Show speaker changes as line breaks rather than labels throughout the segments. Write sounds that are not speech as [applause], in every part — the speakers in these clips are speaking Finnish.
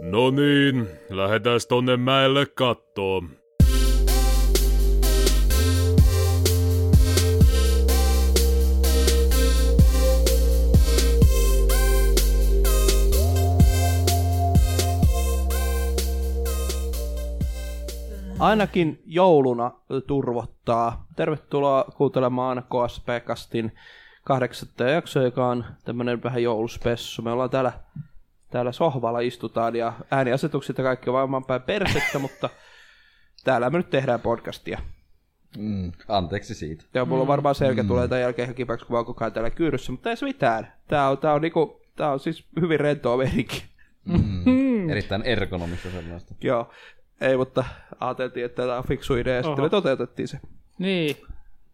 No niin, lähdetääs tonne mäelle kattoon.
Ainakin jouluna turvottaa. Tervetuloa kuuntelemaan KSP-kastin kahdeksatta jaksoa, joka on tämmönen vähän jouluspessu. Me ollaan täällä, täällä sohvalla istutaan ja ääniasetukset ja kaikki on varmaan päin persettä, mutta täällä me nyt tehdään podcastia.
Mm, anteeksi siitä.
Ja mulla on varmaan selkä tulee tämän jälkeen ihan kipäksi, kun mä oon koko ajan täällä kyyryssä, mutta ei se mitään. Tää on, tää on, niinku, tää on siis hyvin rentoa meininki. [laughs]
Mm. Erittäin ergonomista sellaista. [laughs]
Joo, ei, mutta ajateltiin, että tämä on fiksu idea ja sitten
Oho.
me toteutettiin se.
Niin.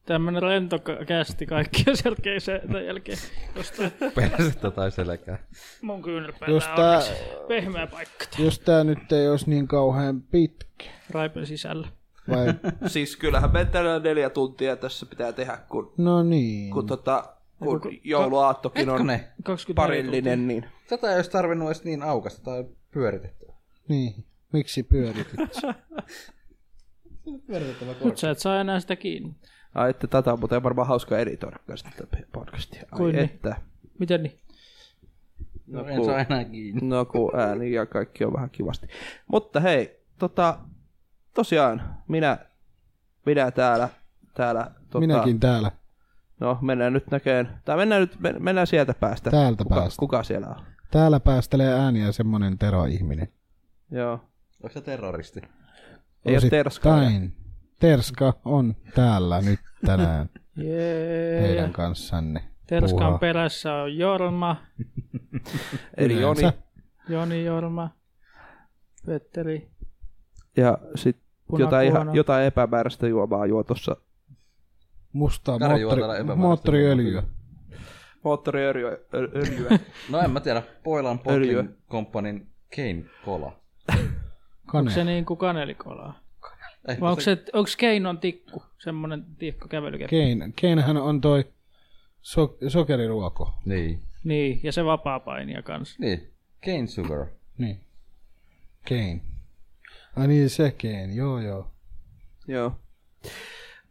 Tämmönen rentokästi kaikki on selkeä se tämän jälkeen. Jostain
Persettä tai selkää.
mun kyynärpäällä
Jos
on
tää-
onneksi pehmeä paikka. tää
Jos tää nyt ei olisi niin kauhean pitkä.
Raipen sisällä.
Vai?
[laughs] Siis kyllähän me tällä neljä tuntia tässä pitää tehdä, kun,
No niin.
kun, tota, kun
kun-
jouluaattokin on
Hetkone,
24 tuntia.
parillinen, niin
No niin. tätä ei olisi tarvinnut edes niin aukasta tai pyöritettyä.
Niin. Miksi pyöritit? se?
Nyt sä et saa enää sitä kiinni.
Ai, että tätä on muuten varmaan hauska editoida kanssa tätä podcastia. Ai,
Kuin niin?
että.
Miten niin?
No, en saa enää kiinni.
No kun ääni ja kaikki on vähän kivasti. Mutta hei, tota, tosiaan minä, minä täällä, täällä tota,
Minäkin täällä.
No mennään nyt näkeen, tai mennään nyt, men- mennään sieltä päästä.
Täältä
kuka,
päästä.
Kuka siellä on?
Täällä päästelee ääniä semmonen tero-ihminen.
Joo.
Onko se terroristi?
Ei ole terskaa.
Osittain. Terska on täällä nyt tänään
Jee.
teidän kanssanne.
Terskan
Puuhaa.
perässä on Jorma,
Eli Joni.
Yleensä.
Joni Jorma, Petteri.
Ja sitten jotain,
Punakuono.
ihan, jotain epämääräistä juomaa juo tuossa
Mustaa
Kari juo täällä
moottori,
epämääräistä
moottoriöljyä.
moottoriöljyä. ö- öljyä.
No en mä tiedä. Poilan
Öljyä.
Potlin Companyn Kane Cola.
Onko se
Kane.
niin kuin kanelikolaa?
Ei,
Vai onko, se, onko Keinon tikku? Semmonen tiekko kävelykeppi.
Kein, Keinhän on toi so, sokeriruoko.
Niin.
Niin, ja se vapaa-painija kanssa.
Niin. Kane Sugar.
Niin. Kein. Ai niin, se Kein. Joo, joo.
Joo.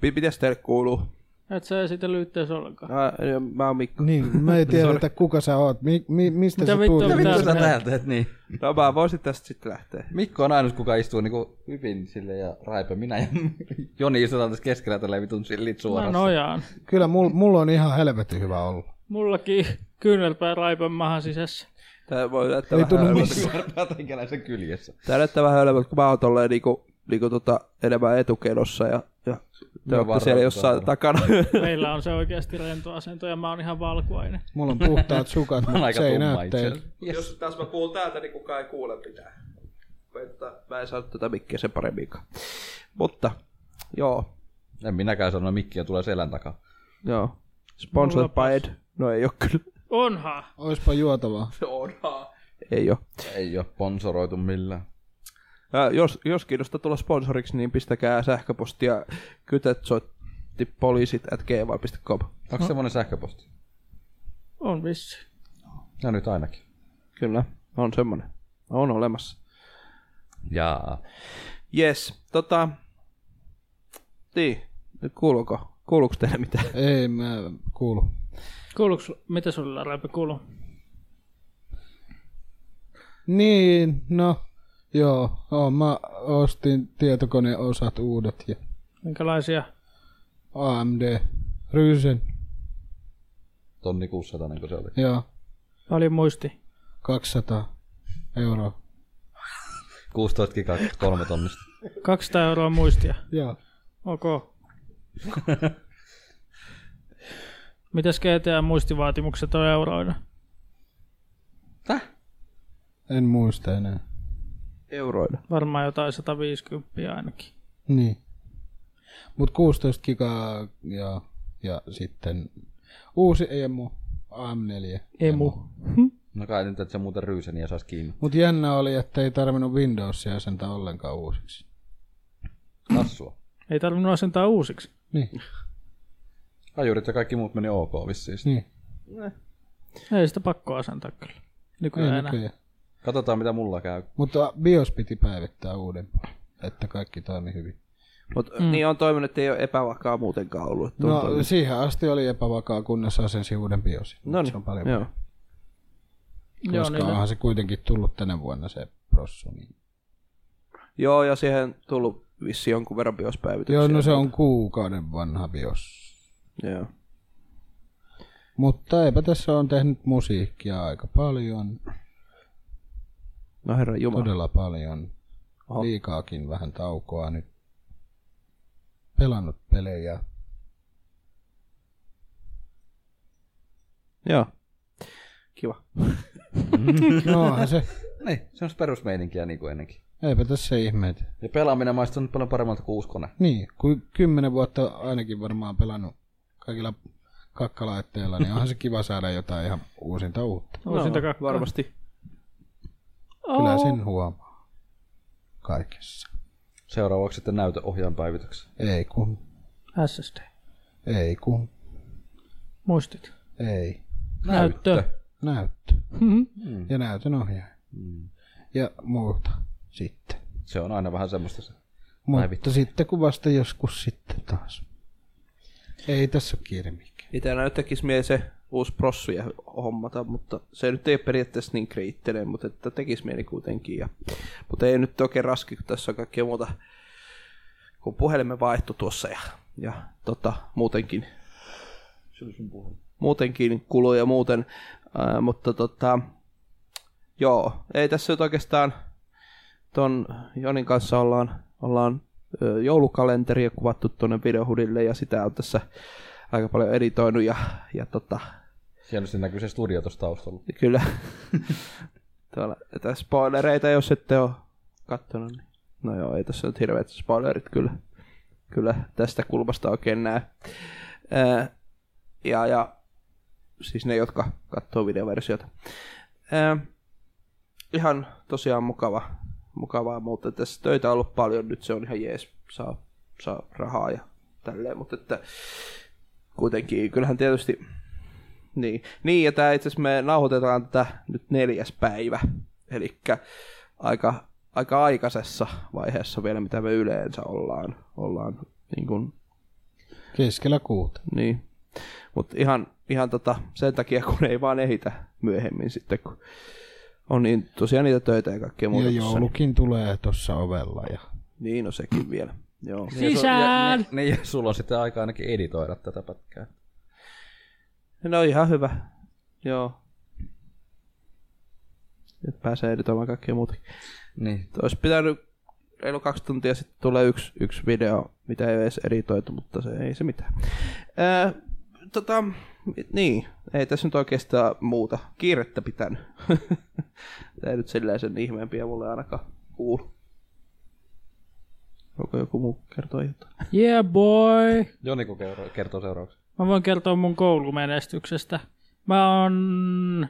Mi- Mitäs teille kuuluu?
Et sä esitellyt itseäsi ollenkaan.
Mä, mä oon Mikko.
[laughs]
Niin, me ei tiedetä kuka sä oot. Mi, mi, mistä
Mitä
sä
vittua
tulit?
pitää-
Mitä
Mitä
sä
sä
täältä teet niin?
No mä voisin tästä sitten lähteä.
Mikko on ainut, kuka istuu niinku hyvin sille ja Raipe, minä ja [laughs] Joni istutaan tässä keskellä tällä vitun sillit
No
Mä
suorassa. [laughs]
nojaan.
Kyllä mul, mulla on ihan helvetin hyvä olla.
Mullakin kyynelpää raipan mahan sisässä.
Tää voi näyttää
Ei
vähän
tunnu
hölmöltä.
missään.
Varpaa teikäläisen kyljessä.
Tää näyttää vähän hölmöltä, kun mä oon tolleen niinku, niinku tota, enemmän etukenossa ja, ja te
Me
ootte
varmaan
siellä jossain
täällä.
takana.
Meillä on se oikeasti rento asento ja mä oon ihan valkuainen.
Mulla on
[laughs]
puhtaat sukat,
Mä oon
mutta
aika
se ei
tumma
näy
itse
teille.
asiassa. Yes.
Jos taas mä puhun täältä, niin kukaan ei kuule mitään. Mutta mä en saa tätä mikkiä sen paremminkaan. Mutta, joo,
En minäkään sano, mikkiä tulee selän takaa.
joo. Sponsored by Ed. No ei oo kyllä.
Onhan!
Oispa juotavaa.
Onhan. Ei oo.
Ei ole sponsoroitu millään.
Ja jos, jos kiinnostaa tulla sponsoriksi, niin pistäkää sähköpostia kytetsoittipoliisit at gmail.com.
Onko semmoinen sähköposti?
On vissi.
No nyt ainakin.
Kyllä, on semmonen. On olemassa.
Jaa.
Yes, tota... Niin, nyt kuuluuko? Kuuluuko teille mitään?
Ei mä kuulu.
Kuuluuko, sul- mitä sulla Raipe kuuluu?
Niin, no. Joo, oo, mä ostin tietokoneosat uudet ja
Minkälaisia?
AMD Rysen.
Tonni 600, niin kuin se oli.
Joo,
Paljon muisti.
200 euroa.
16 gigaa, kolme tonnista.
200 euroa muistia.
Joo.
[laughs] Ok. Mitäs GTA muistivaatimukset on euroina?
En muista enää.
Euroina.
Varmaan jotain 150 ainakin.
Niin. Mut 16 gigaa ja, ja sitten uusi EMU AM4.
Emu.
No kai nyt, että se muuten ryyseniä saisi kiinni.
Mut jännä oli, että ei tarvinnut Windowsia asentaa ollenkaan uusiksi.
Tassua.
Ei tarvinnut asentaa uusiksi.
Niin,
Ajurit ja kaikki muut meni ok vissiin.
niin.
Ei sitä pakko asentaa kyllä. Nykyään
Ei
enää.
näköjään.
Katsotaan, mitä mulla käy.
Mutta BIOS piti päivittää uudempaan, että kaikki toimi hyvin.
Mutta mm. niin on toiminut, että ei ole epävakaa muutenkaan ollut. että on
No
toiminut.
siihen asti oli epävakaa, kunnes asensi uuden BIOSin.
Noniin,
se on paljon
joo.
Joo,
Koska
niin
onhan se kuitenkin tullut tänä vuonna se prossu. Niin.
Joo, ja siihen tullut vissi jonkun verran biospäivityksiä.
Joo, no se on kuukauden vanha BIOS.
Joo.
Mutta eipä tässä on tehnyt musiikkia aika paljon,
No herra Jumala.
todella Niin. paljon.
Oho.
Liikaakin vähän taukoa nyt. Pelannut pelejä.
Joo. Kiva.
No onhan se.
Niin, se on se perusmeininkiä niin kuin ennenkin.
Eipä tässä ihmeitä.
Ja pelaaminen maistuu nyt paljon paremmalta kuin uusi kone.
Niin, kun kymmenen vuotta ainakin varmaan pelannut kaikilla kakkalaitteilla, niin onhan se kiva saada jotain ihan uusinta uutta.
niin, Uusinta
no,
kakkaa.
varmasti.
Kyllä sen huomaa. Kaikessa.
Seuraavaksi sitten näytöohjaan päivityksen.
Ei kun,
SSD.
ei kun,
Muistit.
ei.
Näyttö.
Näyttö.
Mhm.
Ja näytön ohjaaja. Ja muuta sitten.
Se on aina vähän semmoista se.
Mutta sitten kun vasta joskus sitten taas. Ei tässä ole kiire mikään.
Itänä nyt tekisi mieli se uusi prossuja hommata, mutta se nyt ei ole periaatteessa niin kriittinen, mutta että tekisi mieli kuitenkin. Ja, mutta ei nyt oikein raski, kun tässä on kaikkea muuta, kun puhelimen vaihtu tuossa ja, ja tota, muutenkin, muutenkin kuluja muuten, ää, mutta tota, joo, ei tässä nyt oikeastaan ton Jonin kanssa ollaan, ollaan ö, joulukalenteria kuvattu tuonne videohudille ja sitä on tässä aika paljon editoinut ja, ja tota,
Hienosti näkyy se studio tuossa taustalla.
kyllä [laughs] tuolla, että spoilereita jos ette ole kattonut, niin no joo, ei tässä nyt hirveät spoilerit kyllä, kyllä tästä kulmasta oikein näe. Ää, ja, ja siis ne, jotka katsoo videoversiota. Ää, ihan tosiaan mukava, mukavaa, mutta tässä töitä on ollut paljon, nyt se on ihan jees, saa, saa rahaa ja tälleen, mutta että kuitenkin, kyllähän tietysti niin, niin ja tämä itse asiassa me nauhoitetaan tätä nyt neljäs päivä, eli aika, aika aikaisessa vaiheessa vielä, mitä me yleensä ollaan, ollaan niin kuin,
Keskellä kuuta.
niin. Mutta ihan, ihan tota, sen takia, kun ei vaan ehitä myöhemmin sitten, kun on niin, tosiaan niitä töitä ja kaikkea muuta.
Ja
tossa, niin-
joulukin tulee tuossa ovella. Ja...
Niin, no sekin vielä. Joo.
Sisään!
Ja, niin, ja sulla on sitten aika ainakin editoida tätä pätkää.
No ihan hyvä. Joo. Nyt pääsee editoimaan kaikkea muutakin.
Niin.
Olisi pitänyt reilu kaksi tuntia sitten tulee yksi, yksi video, mitä ei ole edes editoitu, mutta se ei se mitään. Ää, tota, niin, ei tässä nyt oikeastaan muuta. Kiirettä pitänyt. [laughs] Tämä ei nyt silleen sen ihmeempiä mulle ainakaan kuulu. Onko joku muu kertoa jotain?
Yeah boy!
Joni kun kertoo, kertoo seuraavaksi.
Mä voin kertoa mun koulumenestyksestä. Mä on,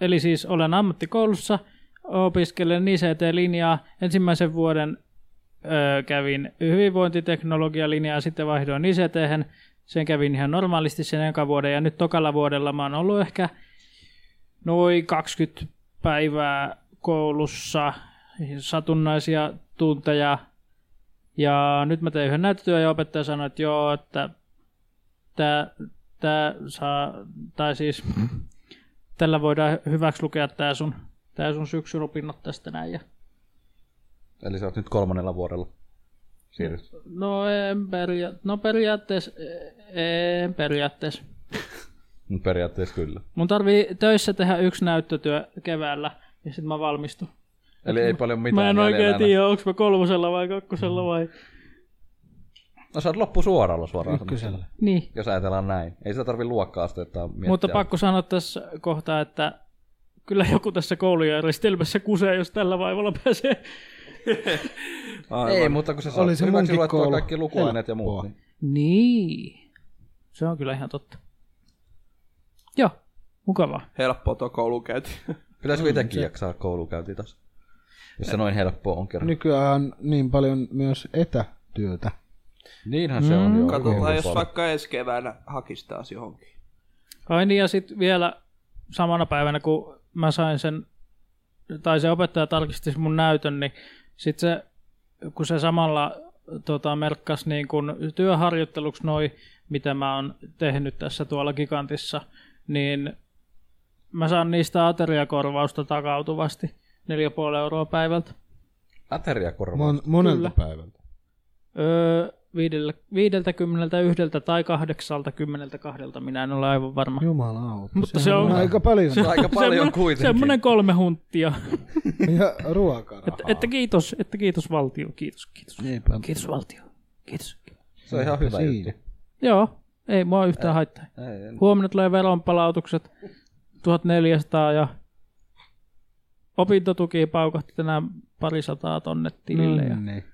eli siis olen ammattikoulussa, opiskelen ICT-linjaa. Ensimmäisen vuoden ö, kävin hyvinvointiteknologialinjaa, sitten vaihdoin ict Sen kävin ihan normaalisti sen eka vuoden ja nyt tokalla vuodella mä oon ollut ehkä noin 20 päivää koulussa, satunnaisia tunteja. Ja nyt mä tein yhden näyttötyön ja opettaja sanoi, että joo, että tää, tää saa, tai siis tällä voidaan hyväksi lukea tää sun, tää sun syksyropinnot tästä näin. Ja,
Eli sä oot nyt kolmannella vuodella. Siirryt.
no, en peria- no periaatteessa, en periaatteessa.
Nyt periaatteessa kyllä.
Mun tarvii töissä tehdä yksi näyttötyö keväällä ja sitten mä valmistun.
Eli ei paljon mitään.
Mä en oikein
jäljellä
tiedä, onko mä kolmosella vai kakkosella vai...
enää. No sä oot loppusuoralla suoraan sanottuna.
Ykkösellä.
Niin.
Jos ajatellaan näin. Ei sitä tarvi luokka-asteita miettiä.
Mutta pakko sanoa tässä kohtaa, että kyllä joku tässä koulujärjestelmässä kusee, jos tällä vaivalla pääsee.
Ei, mutta kun sä saat
Oli se
hyväksi
munkin
luettua
koulu.
kaikki lukuaineet ja muut.
Helppoa.
Niin.
Niin. Se on kyllä ihan totta. Joo, mukavaa.
Helppoa tuo koulu käytiin.
Pitäisikö itsekin jaksaa koulukäynti taas? Jos se noin helppoa on kerran.
Nykyään on niin paljon myös etätyötä.
Niinhän se on. joo.
Mm.
Niin,
Katsotaan, jos
Koulussa.
vaikka ensi keväänä hakisi taas johonkin.
Ai niin, ja sitten vielä samana päivänä, kun mä sain sen tai se opettaja tarkisti mun näytön, niin sitten se, kun se samalla tota, merkkasi niin kun työharjoitteluksi noi, mitä mä oon tehnyt tässä tuolla gigantissa, niin mä saan niistä ateriakorvausta takautuvasti 4,5 euroa päivältä.
Ateriakorva.
Mon, monelta
Kyllä.
päivältä.
Öö, viidellä, viideltä kymmeneltä yhdeltä tai kahdeksalta kymmeneltä kahdelta, minä en ole aivan varma.
Jumalauta.
Mutta
sehän
se on-
aika paljon.
Se on [laughs]
[laughs]
aika paljon
Semmonen-
kuitenkin.
Semmonen kolme hunttia.
ja
[laughs]
ruokarahaa.
Että, että kiitos, että kiitos valtio, kiitos, kiitos.
Niinpä.
Niin, Kiitos valtio, kiitos.
Se on ihan hyvä
Siinä.
juttu.
Joo, ei mua yhtään haittaa.
Ei, en-
Huomenna tulee veronpalautukset, 1400 ja opintotuki paukahti tänään parisataa tonne tilille. Ja
Niin.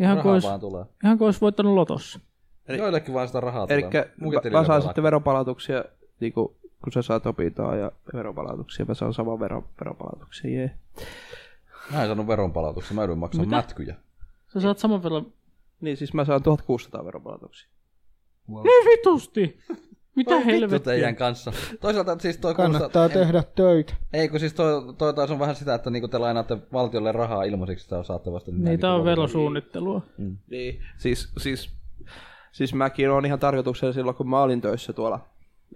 ihan, kuin
Rahaa
olisi,
vaan tulee.
ihan kuin olisi voittanut lotossa.
Eli-
Joillekin vaan sitä rahaa
Eli
tulee. Munkin tilille
mä saan
vielä
sitten veropalautuksia, niin kuin, kun sä saat opintoa ja veropalautuksia, mä saan saman vero, veropalautuksia, jee.
rahaa. Mä en saanut veronpalautuksia, mä joudun maksamaan
Mitä?
mätkyjä.
Sä saat saman verran
Niin, siis mä saan 1600 veropalautuksia.
vitusti. Mitä
Voi vittu
helvettiä?
teidän kanssa. Toisaalta siis toi
Kannattaa
kuulostaa...
tehdä töitä.
Ei kun siis toi, toi taas on vähän sitä, että niinku te lainaatte valtiolle rahaa ilmaiseksi, sitä saatte vasta. niinku
Niitä Niin, on verosuunnittelua.
Niin, siis, siis, siis mäkin olen ihan tarkoituksella silloin, kun mä olin töissä tuolla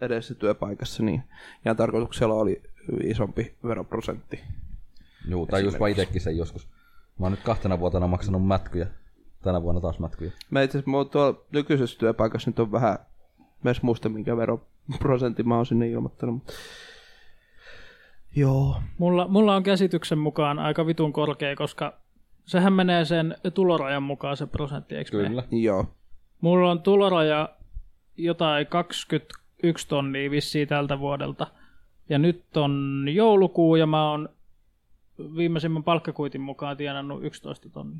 edellisessä työpaikassa, niin ihan tarkoituksella oli isompi veroprosentti.
Juu, tai just vaan itekin sen joskus. Mä oon nyt kahtena vuotena maksanut mätkyjä. Tänä vuonna taas mätkyjä.
Mä itse asiassa, mulla tuolla nykyisessä työpaikassa nyt on vähän, mä en edes muista minkä veroprosentti mä oon sinne ilmoittanut. mutta- Joo.
Mulla, mulla on käsityksen mukaan aika vitun korkea, koska sehän menee sen tulorajan mukaan se prosentti, eikö mene?
Kyllä.
Joo.
Mulla on tuloraja jotain 21 tonnia vissiin tältä vuodelta. Ja nyt on joulukuu ja mä oon viimeisimmän palkkakuitin mukaan tienannut 11 tonnia.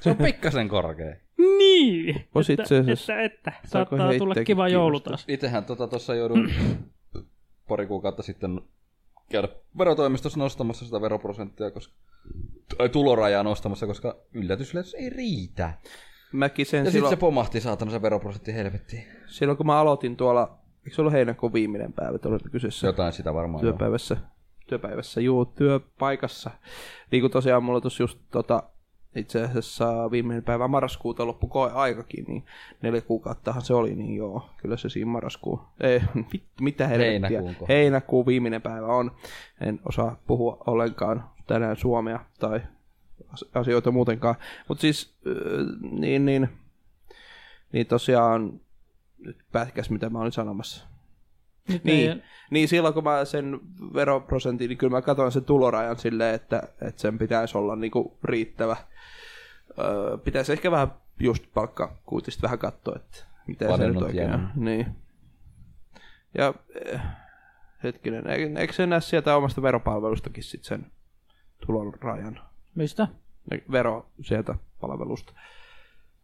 Se on pikkasen korkea.
Niin!
Vois
että,
itse asiassa-
että, että,
Saako
Saattaa tulla
heittääkin
kiva joulu
kiinnostaa?
taas.
Itsehän tota tuossa joudun [clears throat] pari kuukautta sitten käydä verotoimistossa nostamassa sitä veroprosenttia, koska, tai tulorajaa nostamassa, koska yllätysyllätys ei riitä.
Mäkin sen
Ja sitten
silloin,
se pomahti saatana se veroprosentti helvettiin.
silloin, kun mä aloitin tuolla, eikö se ollut heinäkuun viimeinen päivä tuolla kyseessä
Jotain sitä varmaan. joo.
työpäivässä, työpäivässä, juu, työpaikassa. Niin kuin tosiaan mulla tuossa just tota, itse asiassa viimeinen päivä marraskuuta loppu koeaikakin, niin neljä kuukauttahan se oli, niin joo, kyllä se siinä marraskuun, ei, [laughs] mit, mitä helvettiä,
Heinäkuun kohdalla.
heinäkuun viimeinen päivä on, en osaa puhua ollenkaan tänään suomea tai as- asioita muutenkaan, mutta siis, öö, niin, niin, niin tosiaan nyt pätkäs, mitä mä olin sanomassa.
Nyt
Niin,
ei-
niin silloin kun mä sen veroprosentin, niin kyllä mä katsoin sen tulorajan silleen, että, että sen pitäisi olla niinku riittävä. Öö, pitäisi ehkä vähän just palkkakuutista vähän katsoa, että mitä se nyt
Vanhennut
oikein on.
jäänyt.
Niin. Ja eh, hetkinen, eikö eikö se näe sieltä omasta veropalvelustakin sit sen tulorajan?
Mistä?
Ne- Vero sieltä palvelusta.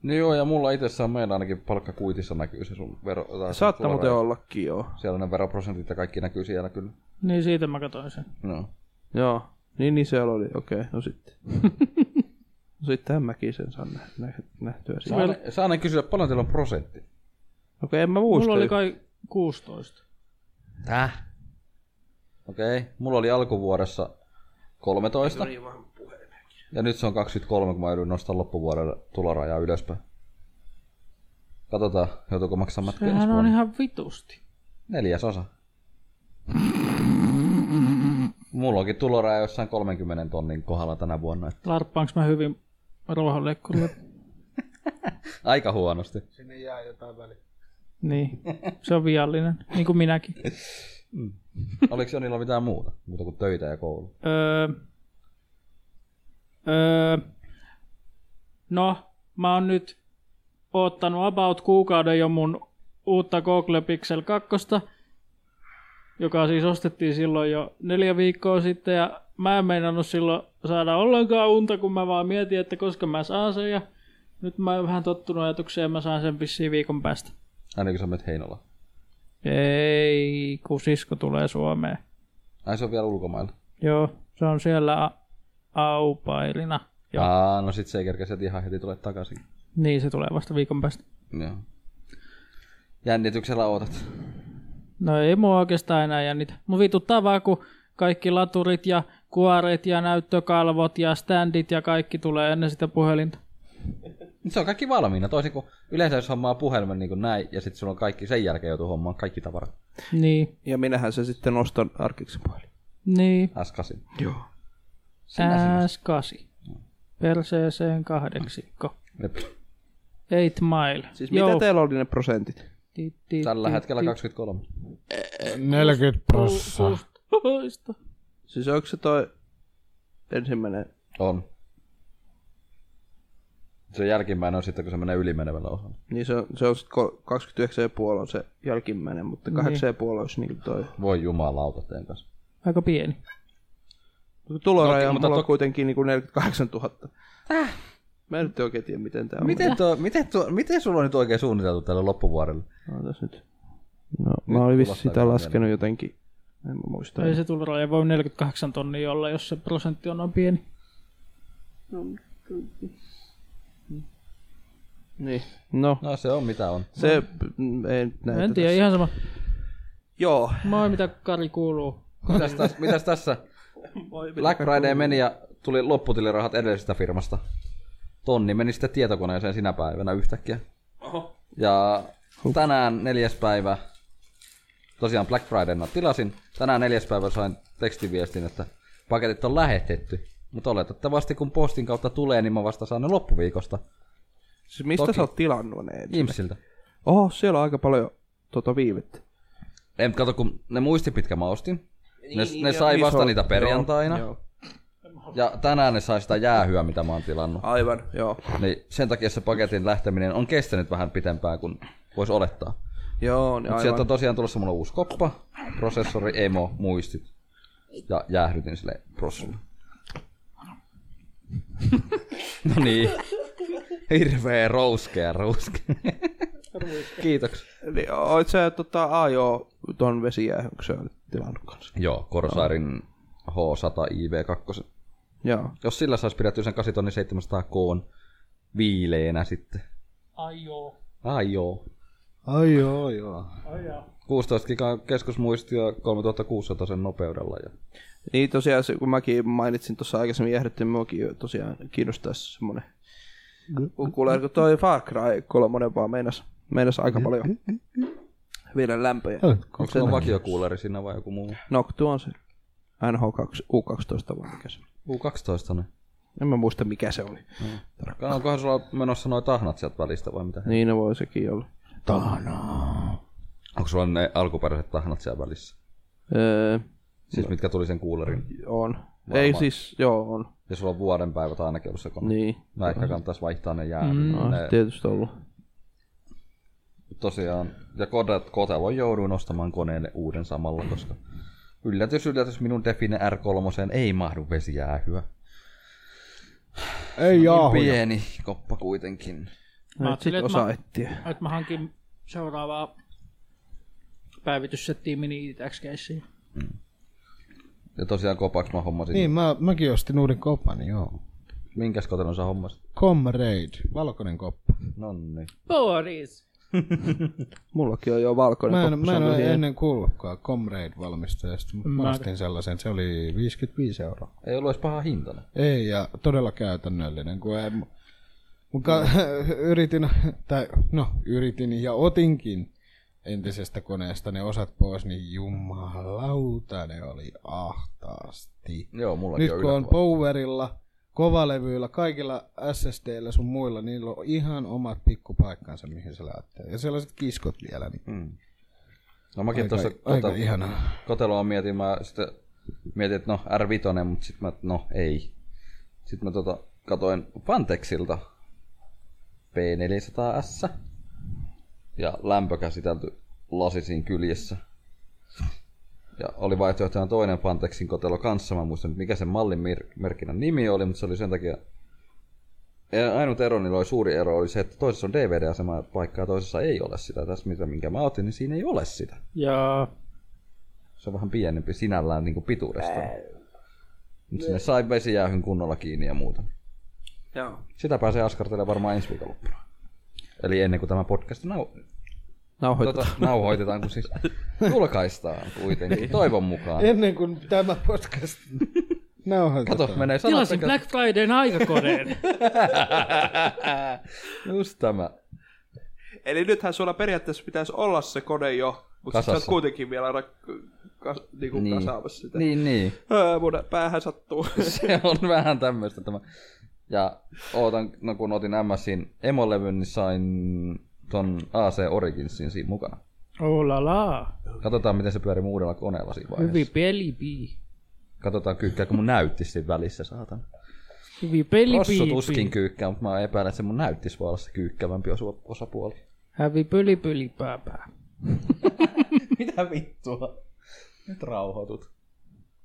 Niin joo, ja mulla itsessään meillä ainakin palkkakuitissa näkyy se sun vero... tai se
Saattaa
tulorajat.
muuten ollakin, joo.
Siellä ne veroprosentit ja kaikki näkyy siellä kyllä.
Niin siitä mä katsoin sen.
No.
Joo, niin, niin se oli, okei, no
[laughs]
sitten. no sittenhän mäkin sen saan nä- nä- nähtyä siinä.
Saa, ne, saa ne kysyä, paljon teillä on prosentti.
Okei, en mä muista.
Mulla oli kai 16.
Täh? Okei, okay. mulla oli alkuvuodessa 13. Ja nyt se on 23, kun mä joudun nostamaan loppuvuodelle tulorajaa ylöspäin. Katsotaan, joutuuko maksamaan matkaa ensi
Sehän on
vuonna.
ihan vitusti.
Neljäsosa. Mulla onkin tuloraja jossain 30 tonnin kohdalla tänä vuonna. että
Larppaanko mä hyvin ruohonleikkurille?
Aika huonosti.
Sinne jää jotain väliä.
niin, se on viallinen, niin kuin minäkin.
Oliko Jonilla mitään muuta? Muuta kuin töitä ja koulu.
Öö, öö, no, mä oon nyt ottanut about kuukauden jo mun uutta Google Pixel 2, joka siis ostettiin silloin jo neljä viikkoa sitten, ja mä en meinannut silloin saada ollenkaan unta, kun mä vaan mietin, että koska mä saan sen, ja nyt mä oon vähän tottunut ajatukseen, ja mä saan sen vissiin viikon päästä.
Aina kun sä menet Heinolaan.
Ei, kun sisko tulee Suomeen.
Ai se on vielä ulkomailla.
Joo, se on siellä a- aupailina. Joo.
Aa, no sit se ei kerkeä sieltä ihan heti tulee takaisin.
Niin, se tulee vasta viikon päästä.
Joo. Jännityksellä ootat.
No ei mua oikeastaan enää jännitä. Mun vituttaa vaan, kun kaikki laturit ja kuoret ja näyttökalvot ja standit ja kaikki tulee ennen sitä puhelinta.
Se on kaikki valmiina, toisin kuin yleensä jos hommaa puhelimen niin kuin näin, ja sitten sulla on kaikki, sen jälkeen joutuu hommaan kaikki tavarat.
Niin,
Ja minähän se sitten ostan arkiksi puhelin.
niin.
Äskasin.
Joo.
S8. Perseeseen kahdeksikko.
Jep.
Eight mile.
Siis mitä teillä oli ne prosentit?
Ti- ti-
Tällä
ti-
hetkellä 23.
40 prossa.
Toista.
Siis onko se toi ensimmäinen?
On. Se jälkimmäinen on sitten, kun se menee ylimenevällä osalla.
Niin se on, se on sit ko- 29,5 on se jälkimmäinen, mutta 8,5 olisi niin toi.
Voi jumalauta teidän kanssa.
Aika pieni.
Tuloraja
Toki,
on
mutta
mulla
to-
to... kuitenkin niin kuin 48 000. Äh. Mä en nyt oikein tiedä, miten tämä on.
Miten, tuo, miten, tuo, miten sulla on nyt oikein suunniteltu tälle loppuvuodelle?
No, tässä nyt. No, mä olin vissi
kuulostaa
sitä
kyllä
laskenut jotenkin. En mä muista.
Ei se tuloraja voi 48 tonnia olla, jos se prosentti on noin pieni.
Niin. No,
No se on mitä on.
se mm, ei nyt näitä.
No. en tiedä, ihan sama.
Joo.
Moi, mitä Kari kuuluu.
Mitäs, täs, mitäs tässä? Black Friday meni ja tuli lopputilirahat edellisestä firmasta. Tonni meni sitten tietokoneeseen sinä päivänä yhtäkkiä. Ja tänään neljäs päivä, tosiaan Black Fridayna tilasin, tänään neljäs päivä sain tekstiviestin, että paketit on lähetetty. Mutta oletettavasti kun postin kautta tulee, niin mä vasta saan ne loppuviikosta
Siis mistä
Toki.
Toki. sä oot tilannut ne?
Imsiltä.
Oho, siellä on aika paljon tota viivettä.
En kato, kun ne muisti pitkä mä ostin. Ne, niin, ne sai vasta niitä perjantaina.
Joo,
Ja tänään ne sai sitä jäähyä, mitä mä oon tilannut.
aivan, joo.
Niin sen takia se paketin lähteminen on kestänyt vähän pitempään kuin voisi olettaa.
Joo, niin
Mutta sieltä on
aivan.
tosiaan tulossa mulla uusi koppa, prosessori, emo, muistit ja jäähdytin sille prossulle. no niin. Hirveä rouskea [laughs] rouske. Kiitoksia.
Eli oot sä tota, ajo ton vesijäähyn, kun sä oot tilannut kanssa.
Joo, Corsairin H100 IV2.
Joo.
Jos sillä saisi pidettyä sen 8700 koon viileänä sitten.
Ai joo.
Ai joo.
Ai joo, joo.
16 gigaa keskusmuistia 3600 sen nopeudella. Ja...
Niin tosiaan, se, kun mäkin mainitsin tuossa aikaisemmin jähdettiin, muakin jo tosiaan kiinnostaisi semmonen. Kun kuulee, kun toi Far Cry 3 vaan meinas, meinas aika paljon vielä lämpöjä.
Onko se vakiokuuleri siinä vai joku muu?
Noctu on se. NH2, U12 vai mikä se on.
U12.
En mä muista mikä se oli.
Kan- Onkohan sulla menossa noin tahnat sieltä välistä vai mitä?
Niin ne voi sekin olla.
Onko sulla ne alkuperäiset tahnat siellä välissä?
Öö,
Siis mitkä tuli sen kuulerin?
on. Ei siis, joo on.
Ja sulla on vuoden päivät ainakin ollut se kone.
Niin.
Mä ehkä kannattaisi vaihtaa ne jäänyt.
No,
Ne,
tietysti ollut.
tosiaan. Ja kodat, kotelo jouduin ostamaan koneelle uuden samalla, koska yllätys, yllätys, minun Define R3 ei mahdu vesijäähyä.
Ei jaahuja.
Niin Pieni koppa kuitenkin.
Mä
Mä
ajattelin,
et sit
että
osaa
mä-
etsiä.
Nyt mä hankin seuraavaa päivityssettiä mini itax
Ja tosiaan kopaks mä hommasin.
Niin, mä, mäkin ostin uuden kopan, joo.
Minkäs kotelon sä hommasit?
Comrade, valkoinen koppa.
Nonni.
Boris!
Mullakin on jo valkoinen
Mä en,
koppu,
mä
se
en
on
ole
kyllä
ennen kuullutkaan Comrade-valmistajasta, mutta mä ostin sellaisen. Se oli 55 euroa.
Ei ollut edes paha hintana.
Ei, ja todella käytännöllinen, kun ei... mu- Mun ka- [laughs] yritin, tai no, yritin ja otinkin entisestä koneesta ne osat pois, niin jumalauta, ne oli ahtaasti.
Joo, mullakin
Nyt
on
kun on
yläpuolella.
Powerilla, kovalevyillä, kaikilla SSDillä sun muilla, niin niillä on ihan omat pikkupaikkansa, mihin se lähtee. Ja sellaiset kiskot vielä. Niin.
No mäkin
Aika-
tuossa
aika ihanaa.
koteloa mietin, mä sitten mietin, että no R5, mutta sitten mä, että no ei. Sitten mä tota, katoin Pantexilta P400S ja lämpö käsitelty lasi siinä kyljessä. Ja oli vaihtoehtona toinen Pantexin kotelo kanssa, mä en muista nyt mikä sen mallin mer- merkinnän nimi oli, mutta se oli sen takia ja ainut ero niillä oli, suuri ero oli se, että toisessa on DVD-asema paikkaa ja toisessa ei ole sitä. Tässä mitä minkä mä otin, niin siinä ei ole sitä.
Ja
Se on vähän pienempi sinällään niin kuin pituudesta. Mutta sinne sai vesijäähyn kunnolla kiinni ja muuta.
Joo.
Sitä pääsee askartelemaan varmaan ensi viikonloppuna. Eli ennen kuin tämä podcast nau-
Nauhoitetaan.
tuota, nauhoitetaan, kun [laughs] siis julkaistaan kuitenkin, toivon mukaan. [laughs]
Ennen kuin tämä podcast Nauhoitetaan.
Kato, menee sanat
Tilasin
sekaisin.
Black Fridayn aikakoneen.
Just tämä.
Eli nythän sulla periaatteessa pitäisi olla se kone jo, mutta sä oot
Kasassa.
kuitenkin vielä rak- kas, niinku
Niin.
niin. kasaamassa sitä. Niin.
Niin, niin.
Öö, mun päähän sattuu.
[laughs] se on vähän tämmöistä tämä. Ja ootan, no kun otin MSin emolevyn, niin sain ton AC Originsin siinä mukana.
[laughs] Oh la la.
Katsotaan, miten se pyörii mun uudella koneella siinä vaiheessa.
Hyvin pelipi.
Katsotaan, kyykkääkö mun näyttis siinä välissä, saatan.
Hyvin pelipi.
Rossu tuskin kyykkää, mutta mä epäilen, että se mun näyttis voi olla se kyykkäävämpi osu- osapuoli.
Hävi pöli pöli pää pää.
Mitä vittua? Nyt rauhoitut.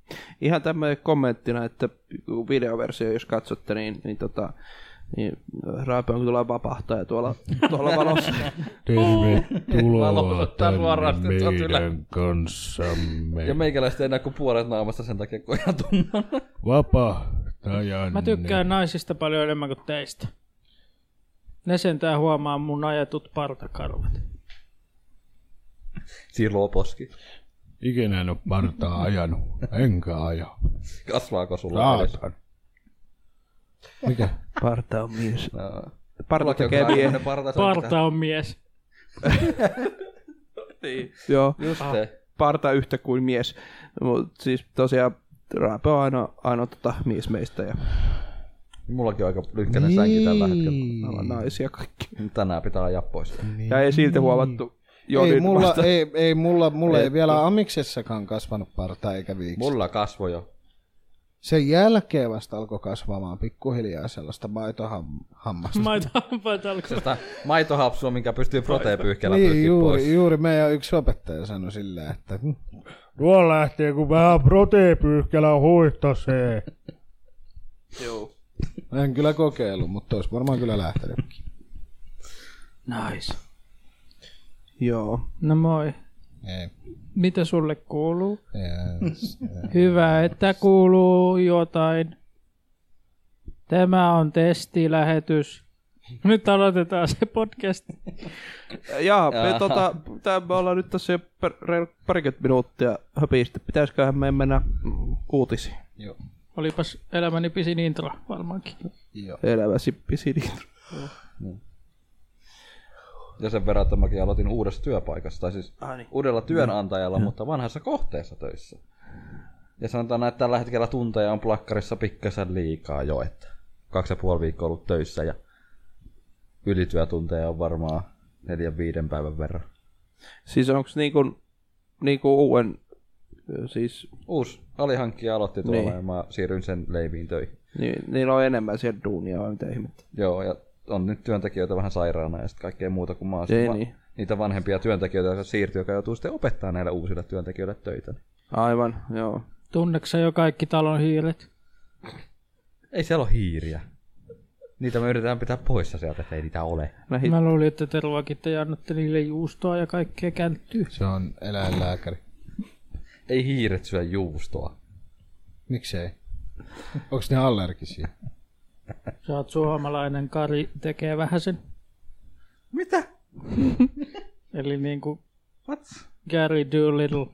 [laughs] Ihan tämmöinen kommenttina, että kun videoversio, jos katsotte, niin, niin, tota, niin Raape on kyllä vapahtaja tuolla, tuolla valossa.
Tervetuloa
Valottaa
tänne
ruorastetaan kyllä.
meidän kanssamme.
Ja meikäläistä ei näe kuin puolet naamasta sen takia, kun ihan tunnan.
Vapahtajan.
Mä tykkään naisista paljon enemmän kuin teistä. Ne sentään huomaa mun ajatut partakarvat.
Silloa poski.
Ikinä en ole partaa ajanut. Enkä aja.
Kasvaako sulla? edes?
Saatan.
Mikä?
Parta on mies.
No.
Parta tekee mie.
Parta. Parta.
Parta on mies.
[laughs] Joo,
Just se.
parta yhtä kuin mies. Mut siis tosiaan Raape on aina, aina tota mies meistä ja
Mullakin on aika lyhkäinen niin. sänki tällä hetkellä.
ollaan naisia kaikki.
Tänään pitää ajaa pois.
Ja ei silti huomattu Jodin
ei, mulla,
vasta.
ei, ei, mulla, mulla ei vielä amiksessakaan kasvanut parta eikä viiksi.
Mulla kasvoi jo.
Sen jälkeen vasta alkoi kasvamaan pikkuhiljaa sellaista maitohammasta.
Maita hampaat alkoi.
Sitä maitohapsua, minkä pystyy proteiinpyyhkeellä
Niin,
niin, pois.
juuri, juuri meidän yksi opettaja sanoi sillä, että hm,
Tuo lähtee kun vähän proteiinpyyhkälä huihtasee.
Joo.
mä en kyllä kokeillut, mutta olisi varmaan kyllä lähtenytkin.
Nice.
Joo.
No moi.
Ei.
Mitä sulle kuuluu?
Yes.
Hyvä, että kuuluu jotain. Tämä on testilähetys. Nyt aloitetaan se podcast.
Jaa, me, tota, tää, me ollaan nyt tässä jo per- reilu parikymmentä minuuttia höpistä. Pitäisiköhän me mennä mm, uutisiin?
Joo.
Olipas elämäni pisin intro varmaankin.
Joo.
Elämäsi pisin.
Ja sen verran, että mäkin aloitin uudessa työpaikassa, tai siis
Ah, niin.
uudella työnantajalla, mutta vanhassa kohteessa töissä. Ja sanotaan, näin, että tällä hetkellä tunteja on plakkarissa pikkasen liikaa jo, että kaksi ja puoli viikkoa ollut töissä ja ylityötunteja on varmaan neljän viiden päivän verran.
Siis onks niinku, niinku uuden, siis
Uusi alihankkija aloitti tuolla
Niin.
ja mä siirryin sen leiviin töihin.
niin, niillä on enemmän siellä duunia vai mitä ihmettä?
Joo, ja on nyt työntekijöitä vähän sairaana ja sitten kaikkea muuta kuin mä oon
Ei
va-
niin.
niitä vanhempia työntekijöitä, jotka siirtyy, joka joutuu sitten opettaa näille uusille työntekijöille töitä.
Aivan, joo.
Tunneksä jo kaikki talon hiilet?
Ei siellä ole hiiriä. Niitä me yritetään pitää poissa sieltä, että ei niitä ole.
Lähi,
Mä luulin, että te ruokitte ja annatte niille juustoa ja kaikkea känttyä.
Se on eläinlääkäri.
Ei hiiret syö juustoa.
Miksei? Onko ne allergisia?
Sä oot suomalainen, Kari tekee vähän sen.
Mitä?
Eli niinku
What?
Gary Doolittle.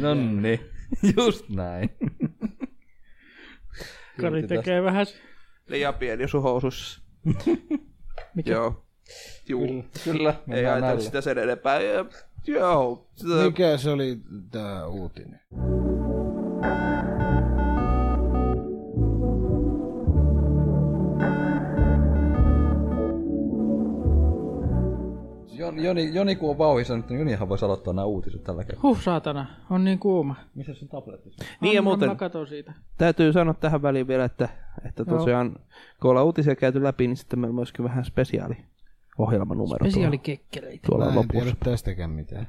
Nonni. No niin. [laughs] Just näin.
Kari tekee vähän sen.
liian pieni sun housussa.
[laughs] Mikä?
Joo. Juu.
Kyllä,
Ei
mennään
ajatella
näillä.
sitä sen enempää. Ja- Joo. Sitä-
Mikä se oli tämä uutinen?
Jon- Joni, Joni, kun on vauhissa nyt, niin Jonihan voisi aloittaa nämä uutiset tällä kertaa.
Huh saatana, on niin kuuma.
Missä sun tabletti?
Niin ja
Anna,
muuten.
Mä katon siitä.
täytyy sanoa tähän väliin vielä, että, että tosiaan kun ollaan uutisia käyty läpi, niin sitten meillä on myöskin vähän spesiaali ohjelmanumero
Spesiaali kekkereitä.
tuolla,
Mä
tuolla
en
lopussa.
tiedä tästäkään mitään.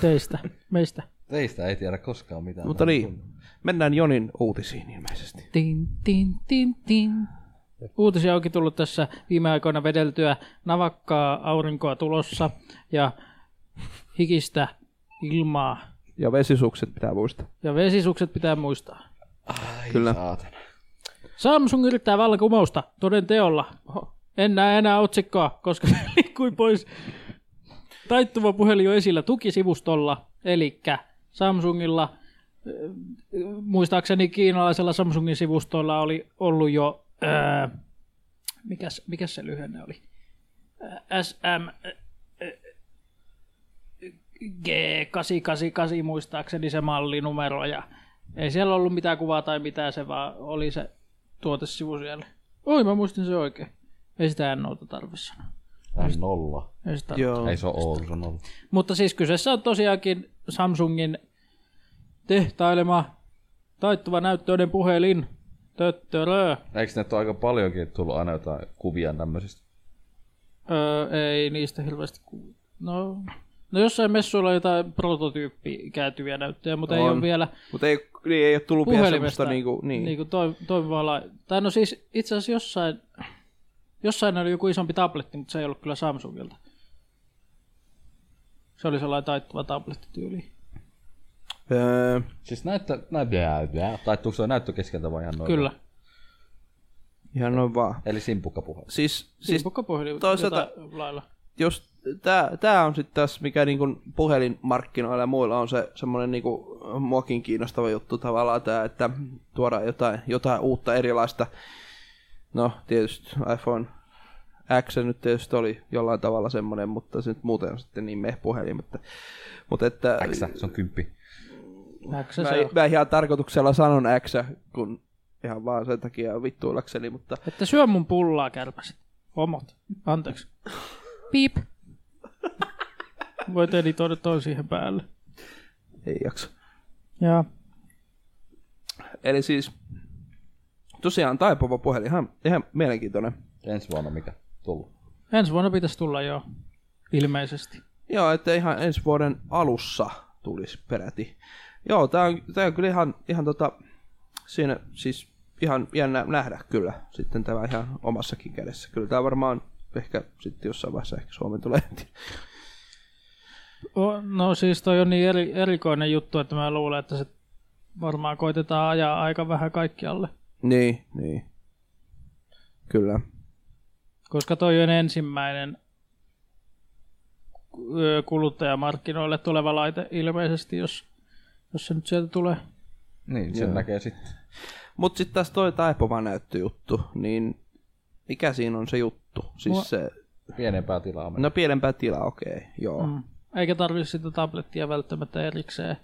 Teistä, meistä.
Teistä ei tiedä koskaan mitään.
Mutta niin, mennään Jonin uutisiin ilmeisesti.
Tin, tin, tin, tin. Uutisia onkin tullut tässä viime aikoina vedeltyä navakkaa aurinkoa tulossa ja hikistä ilmaa.
Ja vesisukset pitää muistaa.
Ja vesisukset pitää muistaa.
Ai
Kyllä.
saatana.
Samsung yrittää vallankumousta, toden teolla. En näe enää otsikkoa, koska se [laughs] liikkui pois. Taittuva puhelin jo esillä tukisivustolla, eli Samsungilla äh, muistaakseni kiinalaisella Samsungin sivustoilla oli ollut jo, ää, mikäs, mikäs se lyhenne oli? Äh, Ää, SM G888 muistaakseni se mallinumero ja ei siellä ollut mitään kuvaa tai mitään, se vaan oli se tuotesivu siellä. Oi, mä muistin se oikein. Ei sitä en noita tarvitse sanoa.
N0.
Ei sitä
Joo.
Ei se ole O, se on nolla.
Mutta siis kyseessä on tosiaankin Samsungin tehtailema taittuva näyttöinen puhelin. Töttörö.
Eikö nyt ole aika paljonkin tullut aina jotain kuvia tämmöisistä?
Öö, ei niistä hirveästi ku... No, no jossain messuilla on jotain prototyyppi käytyviä näyttöjä, mutta ei
On.
ole vielä
Mutta ei, niin, ei ole tullut vielä
puhelimesta
semmoista niinku, niin.
niinku toi, toimivaa lai- Tai no siis itse asiassa jossain, jossain oli joku isompi tabletti, mutta se ei ollut kyllä Samsungilta. Se oli sellainen taittuva tablettityyli.
Öö,
Siis näyttää, näyttää, taittuuko se näyttö keskeltä vai ihan noin?
Kyllä.
Siis ihan noin vaan.
Eli simpukkapuhe.
Siis,
Siis
siis
puhelin
toisaalta-
lailla.
jos tää, tää on sitten taas, mikä niinku puhelinmarkkinoilla ja muilla on se semmoinen niinku muakin kiinnostava juttu tavallaan tää, että tuodaan jotain, jotain uutta erilaista. No tietysti iPhone X nyt tietysti oli jollain tavalla semmoinen, mutta se nyt muuten on sitten niin meh puhelin, mutta, mutta että
X, se on kymppi.
Näetkö se
mä,
se on?
mä, ihan tarkoituksella sanon X, kun ihan vaan sen takia vittuilakseni, mutta
Että syö mun pullaa kärpäset. Homot. Anteeksi. Piip. Voit editoida toi siihen päälle.
ei jaksa.
Jaa.
Eli siis tosiaan taipova puhelin, ihan, ihan mielenkiintoinen.
Ensi vuonna mikä? Tullut.
Ensi vuonna pitäisi tulla jo. Ilmeisesti.
Joo, että ihan ensi vuoden alussa tulisi peräti. Joo, tää on, tää on kyllä ihan, ihan tota, siinä siis ihan jännä nähdä kyllä sitten tämä ihan omassakin kädessä. Kyllä tämä varmaan ehkä sitten jossain vaiheessa ehkä Suomen tulee. [laughs]
O, no siis toi on niin eri, erikoinen juttu, että mä luulen, että se varmaan koitetaan ajaa aika vähän kaikkialle.
niin, niin. Kyllä.
Koska toi on ensimmäinen ö, kuluttajamarkkinoille tuleva laite ilmeisesti, jos, jos se nyt sieltä tulee.
Niin, sen näkee sitten.
Mutta sitten taas toi taipova näyttöjuttu, niin mikä siinä on se juttu? Siis se,
Pienempää tilaa menee.
no pienempää tilaa, okei, okay, joo. Mm.
Eikä tarvitse sitä tablettia välttämättä erikseen.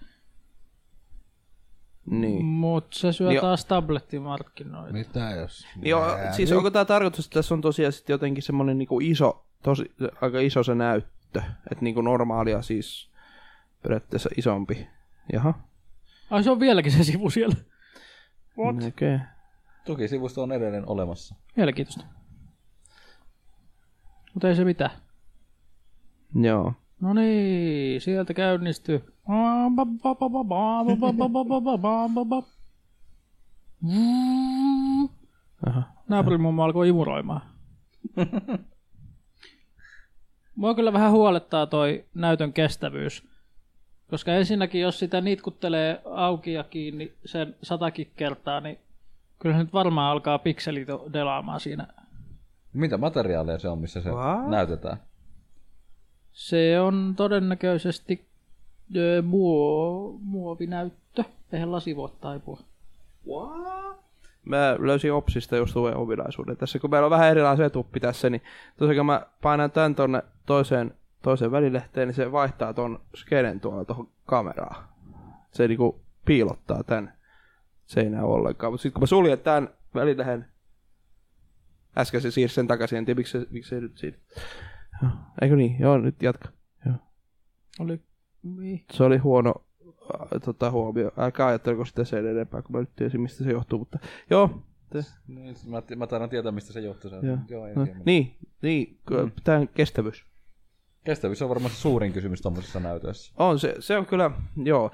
Niin.
Mutta se syö
Niin-
taas tablettimarkkinoita.
Mitä jos?
Niin,
Joo, siis onko tämä tarkoitus, että tässä on tosiaan sitten jotenkin semmoinen niinku iso, tosi, aika iso se näyttö, että niinku normaalia siis periaatteessa isompi. Jaha.
Ai se on vieläkin se sivu siellä.
Okei. Okay.
Tukisivusto on edelleen olemassa.
Mielenkiintoista. Mutta ei se mitään.
Joo.
No niin, sieltä käynnistyy.
Aha.
Naapurin mummo alkoi imuroimaan. Mua kyllä vähän huolettaa toi näytön kestävyys. Koska ensinnäkin, jos sitä nitkuttelee auki ja kiinni sen satakin kertaa, niin kyllä nyt varmaan alkaa pikselit delaamaan siinä.
Mitä materiaaleja se on, missä se
What?
näytetään?
Se on todennäköisesti ö, muo, muovinäyttö. Eihän lasi voi taipua.
Mä löysin Opsista just uuden ominaisuuden tässä, kun meillä on vähän erilaisia tuppi tässä, niin tosiaan kun mä painan tän tonne toiseen, toiseen välilehteen, niin se vaihtaa ton skenen tuolla tuohon kameraan. Se niinku piilottaa tän seinää ollenkaan. Mutta sitten kun mä suljen tän välilehen, äsken se siirsi sen takaisin, en tiedä miksi se, miksi se nyt siinä. Joo. Eikö niin? Joo, nyt jatka. Joo.
Oli... Niin.
Se oli huono äh, tota, huomio. Älkää ajattelko sitä sen enempää, kun mä nyt tiesin, mistä se johtuu, mutta joo. Te,
Niin, siis mä, mä taidan tietää, mistä se johtuu. Se,
Joo.
joo, ei
No,
tiedä.
niin, niin mm. tämän kestävyys.
Kestävyys on varmaan se suurin kysymys tuommoisissa näytöissä.
On, se, se on kyllä, joo.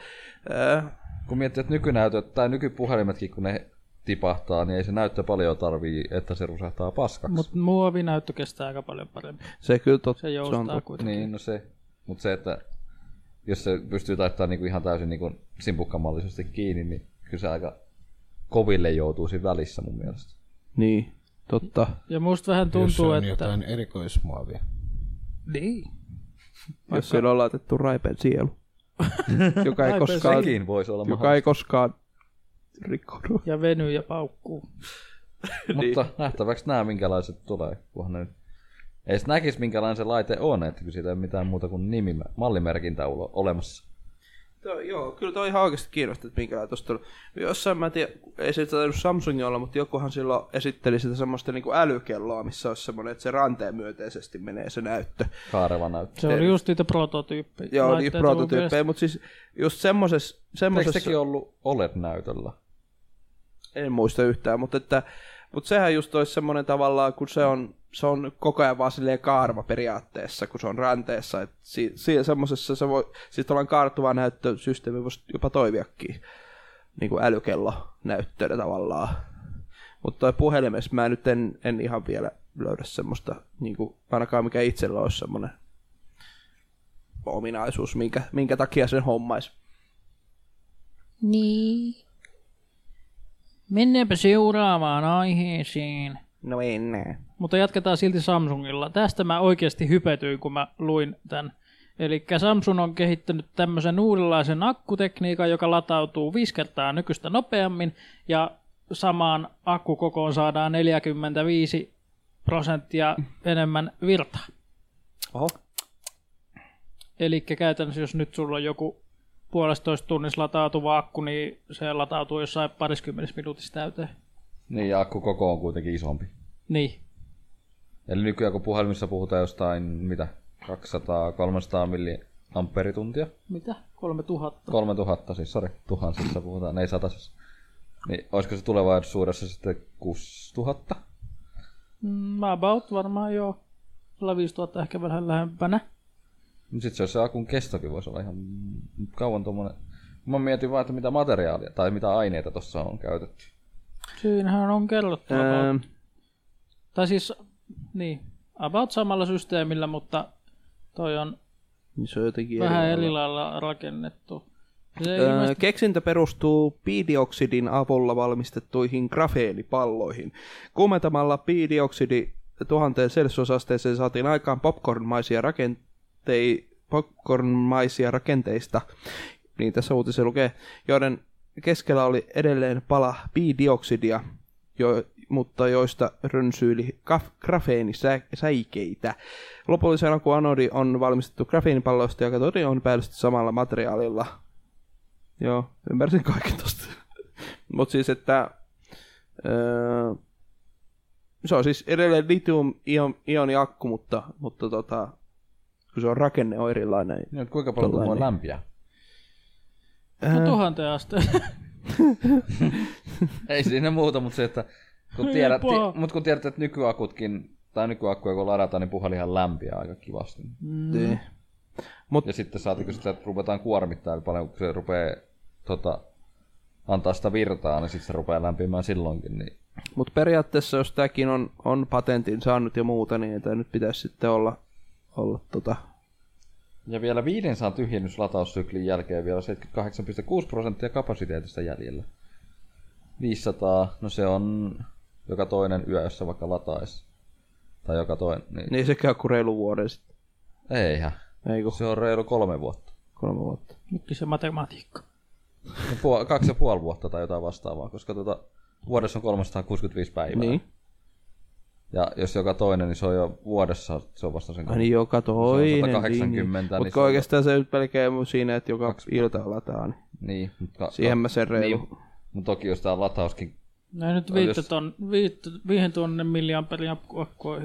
Äh,
Kun miettii, että nykynäytöt tai nykypuhelimetkin, kun ne tipahtaa, niin ei se näyttö paljon tarvii, että se rusahtaa paskaksi. Mut,
Mutta muovinäyttö kestää aika paljon paremmin.
se kyllä tot,
Se
on
joustaa
tot-
kuitenkin.
niin, no se. Mutta se, että jos se pystyy taittamaan niinku ihan täysin niinku simpukkamallisesti kiinni, niin kyllä se aika koville joutuu siinä välissä mun mielestä.
Niin, totta.
Ja musta vähän
Jos se
tuntuu,
on
että...
jotain erikoismuovia.
Niin.
[laughs] Jos siellä on laitettu raipeen sielu. joka ei koskaan,
Sekin voisi olla
joka ei
mahdollista.
koskaan rikkoudu.
Ja venyy ja paukkuu.
Mutta nähtäväksi nämä minkälaiset tulee, kunhan ne nyt ei sit näkisi minkälainen se laite on, että kun siitä ei ole mitään muuta kuin nimi, mallimerkintä ulo- olemassa.
Joo, joo, kyllä toi on ihan oikeasti kiinnostaa, että minkälainen tuosta on. Jossain, mä en tiedä, ei se tainnut Samsungilla, mutta jokuhan silloin esitteli sitä semmoista niin älykelloa, missä olisi semmoinen, että se ranteen myönteisesti menee se näyttö.
Kaareva näyttö.
Se oli just niitä prototyyppejä.
Joo, niin
laitteita mun
prototyyppejä,
mielestä.
mutta siis just semmoisessa...
Eikö
semmoisessa
sekin ollut E OLED-näytöllä?
en muista yhtään, mutta, että, mutta sehän just olisi semmoinen tavallaan, kun se on, se on koko ajan vaan silleen kaarva periaatteessa, kun se on ranteessa. Että si, si, semmoisessa se voi, siis tuollainen kaartuva näyttösysteemi voisi jopa toimiakin niin kuin älykello näyttönä tavallaan. Mutta toi puhelimessa mä nyt en, en ihan vielä löydä semmoista, niin kuin, ainakaan mikä itsellä olisi semmoinen ominaisuus, minkä, minkä takia sen hommaisi.
Niin. Mennäänpä seuraavaan aiheeseen.
No mennään.
Mutta jatketaan silti Samsungilla. Tästä mä oikeasti hypetyin, kun mä luin tämän. Eli Samsung on kehittänyt tämmöisen uudenlaisen akkutekniikan, joka latautuu viisi kertaa nykyistä nopeammin ja samaan akkukokoon saadaan 45 prosenttia enemmän virtaa.
Oho.
Eli käytännössä jos nyt sulla on joku puolestoista tunnissa latautuva akku, niin se latautuu jossain pariskymmenessä minuutissa täyteen.
Niin, ja akku koko on kuitenkin isompi.
Niin,
Eli nykyään kun puhelimissa puhutaan jostain, mitä, 200-300 milliamperituntia?
mitä? 3000.
3000 siis, sori, tuhansissa puhutaan, ei satasissa. Niin olisiko se tulevaisuudessa sitten 6000?
Mm, about varmaan joo. Sulla 5000 ehkä vähän lähempänä.
Niin sitten se olisi se akun kestokin voisi olla ihan kauan tuommoinen. Mä mietin vaan, että mitä materiaalia tai mitä aineita tuossa on käytetty.
Siinähän on kerrottu. about.
Öö,
Tai siis, niin, about samalla systeemillä, mutta toi on
niin se on jotenkin
vähän
eri
eri lailla rakennettu. Se ei
Öö,
ilmeisesti-
keksintä perustuu piidioksidin avulla valmistettuihin grafeenipalloihin. Kuumentamalla piidioksidi tuhanteen celsiusasteeseen saatiin aikaan popcornmaisia, rakentei, popcornmaisia rakenteista, niin tässä uutisessa lukee, joiden keskellä oli edelleen pala piidioksidia, jo, mutta joista rönsyili kaf- grafeenisäikeitä. Lopullisen akuanodi on valmistettu grafeenipalloista, joka todi on päällystetty samalla materiaalilla. Joo, ymmärsin kaiken tosta. [laughs] Mutta siis, että öö, se on siis edelleen litium-ioniakku, mutta, mutta tota, kun se on rakenne on erilainen.
Niin, että kuinka paljon
Tollainen.
tuo lämpiä?
no, tuhanteen asteen. [laughs]
Ei siinä muuta, mutta se, että kun tiedät, ti,
Helppoa.
mut kun tiedät, että nykyakutkin, tai nykyakkuja kun ladataan, niin puhali ihan lämpiä aika kivasti.
Mm.
Ja sitten saatiinko sitä, että ruvetaan kuormittaa eli paljon, kun se rupeaa tota, antaa sitä virtaa, niin sitten se rupeaa lämpimään silloinkin. Niin
Mutta periaatteessa, jos tämäkin on, on patentin saanut ja muuta, niin tämä nyt pitäisi sitten olla, olla tota,
Ja vielä 500 tyhjennys lataussyklin jälkeen vielä 78,6 prosenttia kapasiteetista jäljellä. 500, no se on joka toinen yö, jos se vaikka lataisi. Tai joka toinen, niin,
niin sekä kuin reilu vuoden sitten.
niin. eihän.
Ei kun
Se on reilu kolme vuotta.
kolme vuotta.
Nytkin se matematiikka.
Ja puol- kaksi ja puoli vuotta tai jotain vastaavaa, koska tota, vuodessa on 365 päivää.
Niin.
Ja jos joka toinen, niin se on jo vuodessa, se on vasta sen
Ai niin joka toinen.
180, niin
Mutta
se on-
oikeastaan se nyt pelkää siinä, että joka ilta lataa, niin
Niin, mutta
siihen mä sen reilu.
niin, mut toki jos tää latauskin
No nyt viittä ton, viittä, viihen tuonnen milliamperin akkua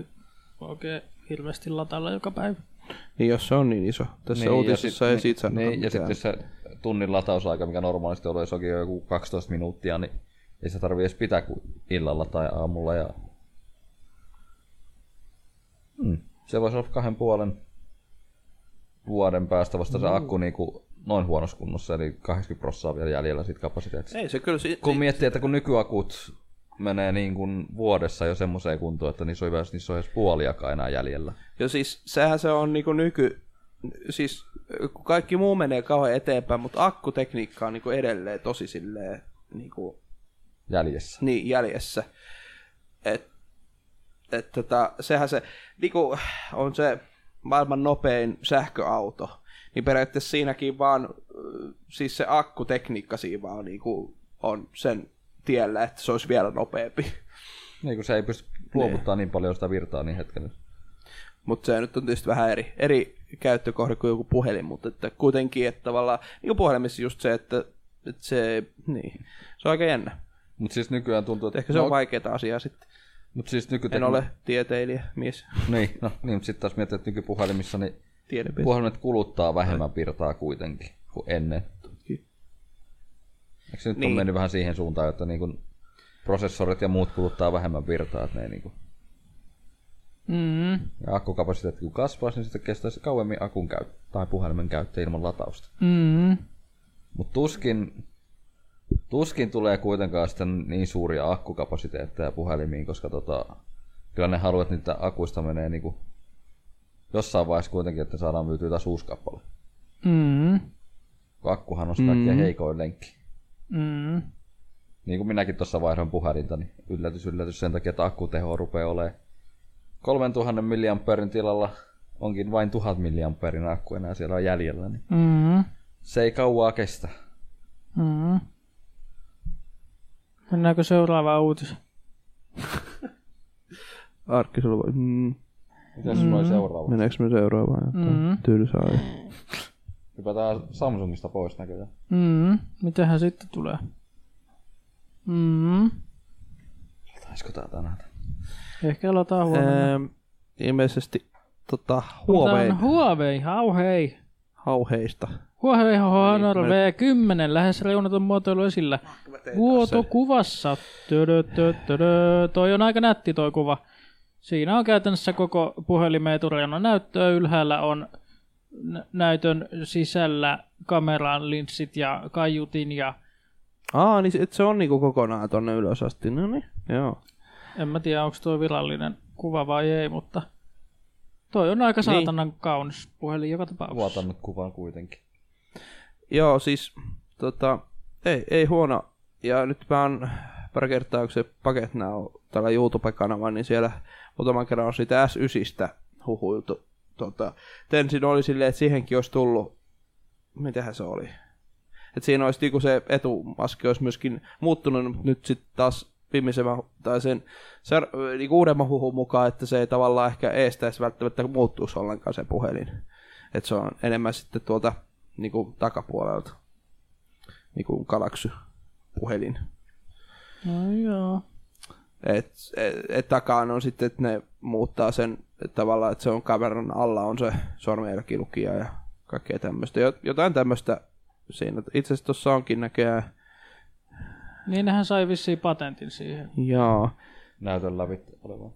oikein hirveästi latalla joka päivä.
Niin jos se on niin iso. Tässä niin,
ja
uutisessa
sit-
ei siitä sanota
Niin, ja sitten
niinku mitään.
jos se tunnin latausaika, mikä normaalisti on, jos onkin jo joku 12 minuuttia, niin ei sitä tarvii edes pitää kuin illalla tai aamulla. Ja... Hmm. Se voisi olla kahden puolen vuoden päästä vasta se akku niin kuin noin huonossa kunnossa, eli 80 prosenttia vielä jäljellä siitä kapasiteetista.
Ei se kyllä, si-
Kun miettii, että kun nykyakut menee niin kuin vuodessa jo semmoiseen kuntoon, että niissä on, edes- niissä on edes puoliakaan enää jäljellä.
ja siis sehän se on niinku nyky, siis kun kaikki muu menee kauhean eteenpäin, mutta akkutekniikka on niinku edelleen tosi silleen niinku,
Jäljessä.
niin jäljessä. Et, et tota, sehän se, niinku, on se maailman nopein sähköauto, niin periaatteessa siinäkin vaan siis se akkutekniikka siinä vaan niin kuin on sen tiellä, että se olisi vielä nopeampi.
Niin kun se ei pysty luovuttaa niin paljon sitä virtaa niin hetkellä.
Mutta se nyt on tietysti vähän eri, eri käyttökohde kuin joku puhelin, mutta että kuitenkin, että tavallaan niin kuin puhelimessa just se, että, että se, niin, se on aika jännä.
Mutta siis nykyään tuntuu, että...
Ehkä se on vaikeaa asiaa sitten.
Mut siis nykytekni-
En ole tieteilijä, mies,
Niin, no, niin mutta sitten taas miettii, että nykypuhelimissa niin
tiedemies.
puhelimet kuluttaa vähemmän virtaa kuitenkin kuin ennen. Eikö se nyt niin.
Niin.
on mennyt vähän siihen suuntaan, että niin kun prosessorit ja muut kuluttaa vähemmän virtaa, että ne ei niin kun...
Mm.
ja akkukapasiteetti kun kasvaisi, niin sitten kestäisi kauemmin akun käyttö tai puhelimen käyttö ilman latausta.
Mm.
Mutta tuskin, tuskin tulee kuitenkaan sitten niin suuria akkukapasiteetteja puhelimiin, koska tota, kyllä ne haluat niitä akuista menee niinku jossain vaiheessa kuitenkin, että saadaan myytyä taas uusi kappale.
Mm.
Kun akkuhan on se kaikkein heikoin lenkki.
Mm.
Niin kuin minäkin tuossa vaihdoin puhelinta, niin yllätys yllätys sen takia, että akkuteho rupeaa olemaan 3000 milliampeerin tilalla onkin vain 1000 milliampeerin akku enää siellä on jäljellä, niin
Mm.
se ei kauaa kestä.
Mm. Mennäänkö seuraavaan uutiseen?
Arkki, sulla voi... Mm,
Miten se mm. seuraava?
meneekö me seuraavaan? Mm. Tylsää.
Hypätään Samsungista pois näköjään.
Mm. Mitähän sitten tulee? Mm.
Taisiko tää tänään?
Ehkä aloitetaan huomenna.
Ähm, ilmeisesti tota, Huawei,
Huawei. On Huawei, hauhei.
hauheista.
Huawei Honor V10, lähes reunaton muotoilu esillä. Vuoto kuvassa. Tödö, tö, tödö. Toi on aika nätti toi kuva. Siinä on käytännössä koko puhelimeen turjana näyttöä. Ylhäällä on nä- näytön sisällä kameran linssit ja kaiutin ja
Aa, niin se- et se on niinku kokonaan tonne ylös asti. No niin, joo.
en mä tiedä onko tuo virallinen kuva vai ei, mutta toi on aika saatanan niin. kaunis puhelin joka tapauksessa.
Vuotan nyt kuvan kuitenkin.
Joo, siis tota, ei, ei huono. Ja nyt mä oon pari kertaa, kun se paket nää on täällä YouTube-kanava, niin siellä muutaman kerran on sitä S9 huhuiltu. Tota, Tensin oli silleen, että siihenkin olisi tullut, mitähän se oli? Et siinä olisi niinku se etumaski olisi myöskin muuttunut, mutta nyt sitten taas viimeisemmän, hu- tai sen ser, niinku uudemman huhun mukaan, että se ei tavallaan ehkä eestäisi välttämättä muuttuisi ollenkaan se puhelin. Että se on enemmän sitten tuolta niinku takapuolelta. Niinku Galaxy puhelin.
No joo.
Et, et, et takaan on sitten, että ne muuttaa sen et tavallaan, että se on kameran alla on se sormenjälkilukija ja kaikkea tämmöistä. Jo- Jotain tämmöistä siinä. Itse asiassa tuossa onkin näköjään.
Niin nehän sai vissiin patentin siihen.
Joo.
Näytön lävitse olevan.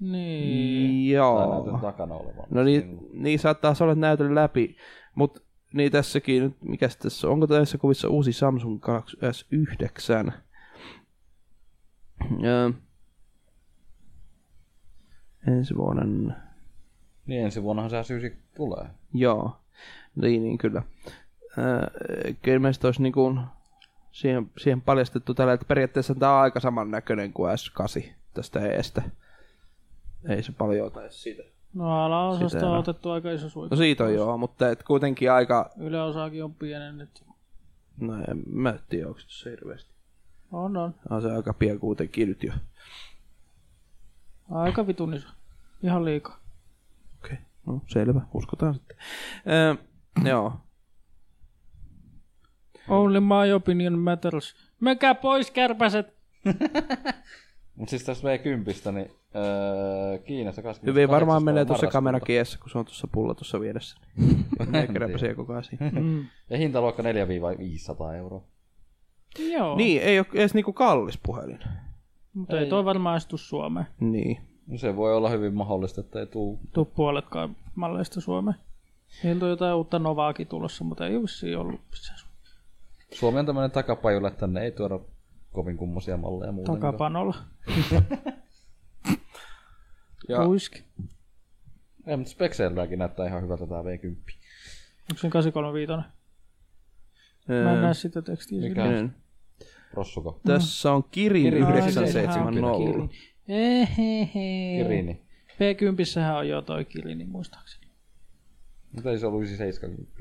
Niin.
Tai
Joo.
näytön takana olevan.
No niin, niin saattaa se olla näytön läpi, mutta niin tässäkin nyt, mikäs tässä on? onko tässä kuvissa uusi Samsung Galaxy S9? Öö, ensi vuoden,
Niin ensi vuonnahan se syysi tulee.
joo, niin, niin kyllä. Öö, kyllä ilmeisesti olisi niin kuin siihen, siihen paljastettu tällä, että periaatteessa tämä on aika samannäköinen kuin S8 tästä eestä. Ei se paljon ota edes siitä.
No
Sitä
alaosasta
ei
on
ole.
otettu aika iso suikku.
No siitä on joo, mutta et kuitenkin aika,
Yläosaakin on pienennetty.
no en mä tiedä, onko se hirveästi.
On, on.
On se aika pian kuitenkin nyt jo.
Aika vitun iso. Ihan liikaa.
Okei, okay. no selvä, uskotaan sitten. Öö, joo,
Only my opinion matters. Menkää pois, kärpäset!
Mut siis tässä V10, niin öö, Kiinassa 20.
hyvin varmaan menee tuossa kamera kiessä, kun se on tuossa pulla tuossa [laughs] vieressä. Niin kerääpä siihen koko ajan siihen.
Ja hintaluokka 4-500 euroa.
Joo, niin.
Niin, ei ole edes niinku kallis puhelin.
mutta ei toi varmaan istu Suomeen.
Niin.
No se voi olla hyvin mahdollista, että ei tuu.
Tuu puoletkaan malleista Suomeen. Niiltä on jotain uutta Novaakin tulossa, mutta ei ole vissiin ollut missään Suomessa.
Suomi on tämmönen takapajulla, että tänne ei tuoda kovin kummosia malleja muutenkaan.
takapanolla.
[laughs] Ja-
Kuiski.
Ei, mutta Spexelläkin näyttää ihan hyvältä tää V10.
Onko se 835? Mä en
Öö,
näe sitä tekstiä.
Mikä
siinä.
niin.
Prossuko?
tässä on Kirin
Kirin
Ai,
970.
Kirin. Ehehe.
Kirini.
P10 on jo toi kili, niin muistaakseni.
Mutta ei se ollut 970.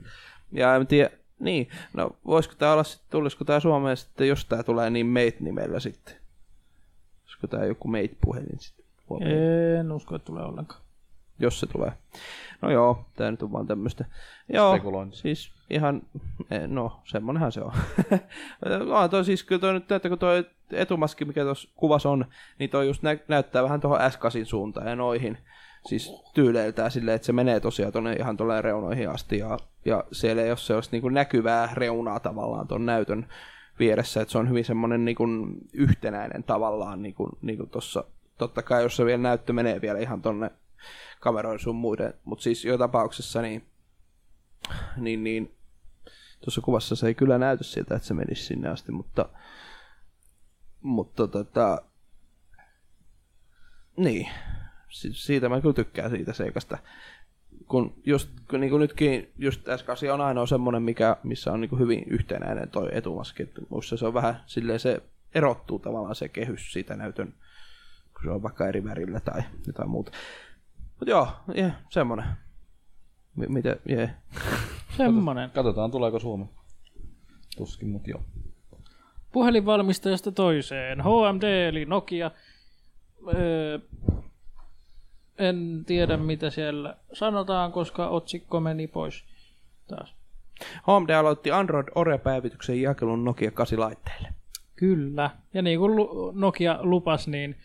Ja en tiedä, Niin, no voisiko tämä olla sitten, tulisiko tämä Suomeen sitten, jos tämä tulee niin meit nimellä sitten? Olisiko tämä joku meit puhelin sitten? huomenna?
En usko, että tulee ollenkaan.
jos se tulee. No joo, tämä nyt on vaan tämmöistä. Joo,
Spekulointi.
siis ihan, eh, no semmonenhan se on. [laughs] on toi siis kyllä toi nyt, että kun toi etumaski, mikä tuossa kuvassa on, niin toi just nä- näyttää vähän tuohon S8 suuntaan ja noihin. Siis tyyleiltään silleen, että se menee tosiaan tuonne ihan tuolle reunoihin asti ja, ja siellä ei ole sellaista niin näkyvää reunaa tavallaan tuon näytön vieressä, että se on hyvin semmoinen niin kuin yhtenäinen tavallaan niin kuin, niin kuin tuossa. Totta kai, jos se vielä näyttö menee vielä ihan tonne kameroiden sun muiden, mutta siis jo tapauksessa niin, niin, niin tuossa kuvassa se ei kyllä näytä siltä, että se menisi sinne asti, mutta, mutta tota, niin, si- siitä mä kyllä tykkään siitä seikasta. Kun just, kun niin kuin nytkin, just S8 on ainoa semmoinen, mikä, missä on niin kuin hyvin yhtenäinen toi etumaski. että Musta se on vähän silleen se erottuu tavallaan se kehys siitä näytön, kun se on vaikka eri värillä tai jotain muuta. Mutta joo, yeah, semmonen. M- mitä, yeah.
Semmonen.
Katsotaan, tuleeko Suomi. Tuskin, mut joo.
Puhelinvalmistajasta toiseen. HMD eli Nokia. Öö, en tiedä mitä siellä sanotaan, koska otsikko meni pois taas.
HMD aloitti Android Oreo-päivityksen jakelun Nokia 8-laitteille.
Kyllä. Ja niin kuin lu- Nokia lupas, niin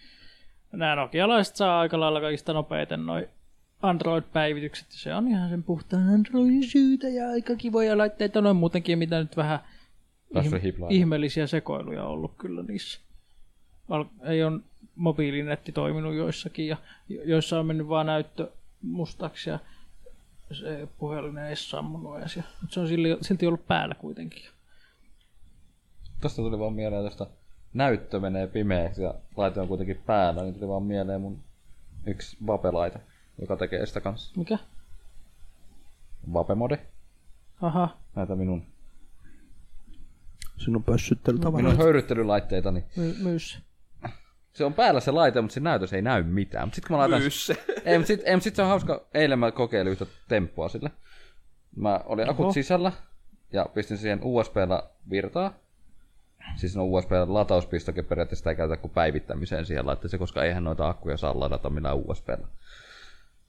nämä nokialaiset saa aika lailla kaikista nopeiten noin Android-päivitykset. Se on ihan sen puhtaan Androidin syytä ja aika kivoja laitteita noin muutenkin, mitä nyt vähän
Päästy
ihm-
hiplailemaan.
ihmeellisiä sekoiluja ollut kyllä niissä. Al- ei on mobiilinetti toiminut joissakin ja jo- joissa on mennyt vaan näyttö mustaksi ja se puhelin ei sammunut edes. ja- Mutta se on silti- silti ollut päällä kuitenkin.
Tästä tuli vaan mieleen tästä näyttö menee pimeäksi ja laite on kuitenkin päällä, niin tuli vaan mieleen mun yksi vapelaite, joka tekee sitä kanssa.
Mikä?
Vapemode.
Aha.
Näitä minun,
Sinun pössyttelytavara.
minun höyryttelylaitteita, niin
My- myys.
se on päällä se laite, mutta siinä näytössä ei näy mitään. Mutta sitten kun mä laitan... Ei, mutta sitten sit se on hauska. Eilen mä kokeilin yhtä temppua sille. Mä olin akut sisällä ja pistin siihen USBllä virtaa. Siis no USBllä latauspistokin periaatteessa sitä ei käytä kuin päivittämiseen siihen laitteeseen, koska eihän noita akkuja saa ladata millään USBllä.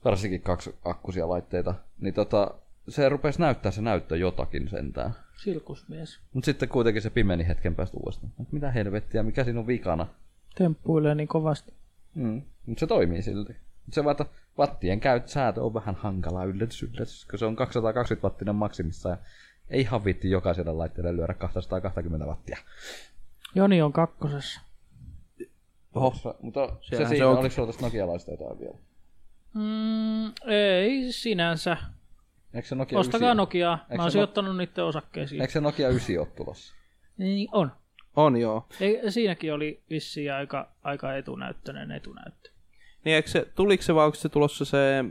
Varsinkin kaksi akkusia laitteita. Niin tota, se rupesi näyttää se näyttö jotakin sentään.
Silkusmies.
Mutta sitten kuitenkin se pimeni hetken päästä uudestaan. Et Mitä helvettiä, mikä siinä on vikana?
Temppuilee niin kovasti.
Mm. Mutta se toimii silti. Mut Se vaan, että wattien käyt säätö on vähän hankala yllätys, yllätys, kun se on 220 wattinen maksimissa ja ei ihan viitti jokaisella laitteella lyödä 220 wattia.
Joni on kakkosessa.
Oho,
Se- Mutta se
Siellähän
siinä,
se onkin.
oliko sulla tästä Nokialaista jotain vielä?
Mm, ei sinänsä.
Eikö se Nokia
Ostakaa
9,
Nokiaa.
Eikö
Mä oon
se no-
sijoittanut niiden osakkeisiin.
Eikö se Nokia 9 ole tulossa?
Niin on.
on joo.
Ei, siinäkin oli vissiin aika, aika etunäyttöinen etunäyttö.
Niin eikö se, tuliko se vai onko se tulossa se,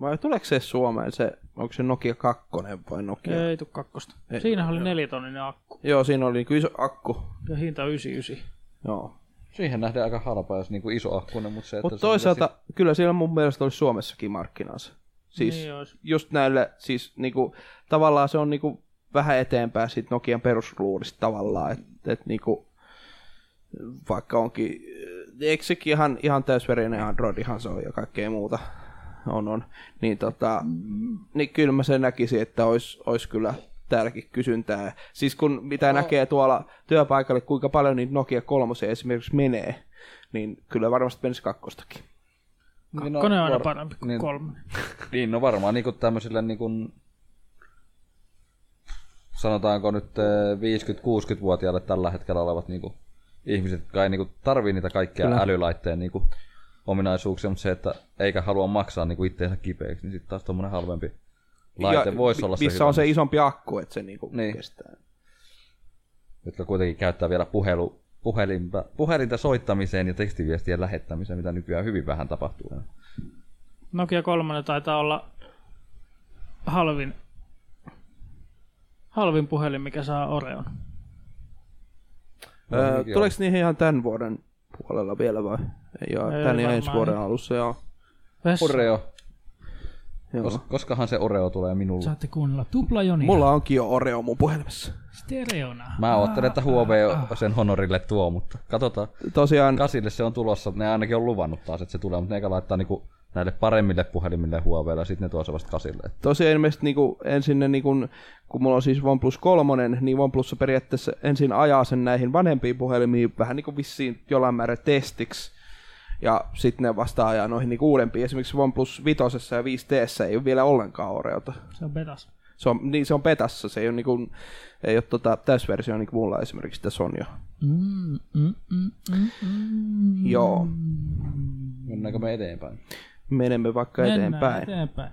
vai tuleeko se Suomeen se, onko se Nokia 2 vai Nokia?
Ei tuu kakkosta. Siinä oli nelitoninen akku
Joo, siinä oli niinku iso akku.
ja hinta 99.
Joo.
Siihen nähden aika halpa, jos niinku iso akkunen, mutta se, että
Mutta
se on
toisaalta kyllä siellä mun mielestä olisi Suomessakin markkinansa. Siis
Niin olisi.
just näille, siis niinku, tavallaan se on niinku vähän eteenpäin siitä Nokian perusluurista tavallaan, että et niinku, vaikka onkin, eikö sekin ihan, ihan täysverinen Android, ihan se on ja kaikkea muuta on, on. Niin, tota, niin kyllä mä sen näkisin, että olisi, olisi kyllä täälläkin kysyntää. Siis kun mitä näkee tuolla työpaikalle, kuinka paljon niitä Nokia 3 esimerkiksi menee, niin kyllä varmasti menisi kakkostakin.
vesi- niin
Kone on aina
var-
parempi kuin
niin,
kolme.
Niin, no varmaan niinku tämmöisille niinku, sanotaanko nyt eh, 50-60-vuotiaille tällä hetkellä olevat niinku, ihmiset, jotka ei niinku, tarvii niitä kaikkia Kyllä. älylaitteen niinku, ominaisuuksia, mutta se, että eikä halua maksaa niinku, itteensä kipeäksi, niin sitten taas tuommoinen halvempi laite ja, voisi
mi-
olla se,
missä
hyvä,
on se isompi akku, että se niinku
Niin.
niin. kestää.
jotka kuitenkin käyttää vielä puhelu, puhelinta, puhelinta soittamiseen ja tekstiviestien lähettämiseen, mitä nykyään hyvin vähän tapahtuu.
Nokia 3 taitaa olla halvin, halvin puhelin, mikä saa Oreon.
Öö,
Ainakin
tuleeko niihin ihan tämän vuoden puolella vielä vai? Joo, tämän
Ei
ja
varmaan
ensi vuoden
ei.
alussa joo.
Vessa.
Oreo.
Joo.
Kos, koskahan se Oreo tulee minulle.
Saatte kuunnella tuplajonia.
Mulla onkin jo Oreo mun puhelimessa.
Stereona.
Mä oottelen, että Huawei sen honorille tuo, mutta katsotaan.
Tosiaan,
Kasille se on tulossa, ne ainakin on luvannut taas, että se tulee, mutta ne eikä laittaa niinku näille paremmille puhelimille Huaweilla, sitten ne tuo se vasta kasille.
tosiaan ilmeisesti niinku, ensin ne, niinku, kun mulla on siis OnePlus 3, niin OnePlus periaatteessa ensin ajaa sen näihin vanhempiin puhelimiin vähän niinku vissiin jollain määrin testiksi. Ja sitten ne vasta ajaa noihin niinku uudempiin. Esimerkiksi OnePlus 5 ja 5T ei ole vielä ollenkaan Oreota.
Se on betas.
Se on, niin se on petassa, se ei ole, niinku, ei ole tota, täysversio niin kuin mulla esimerkiksi tässä on jo.
Mm, mm, mm, mm, mm.
Joo,
Mennäänkö me eteenpäin?
menemme vaikka
Mennään
eteenpäin.
eteenpäin.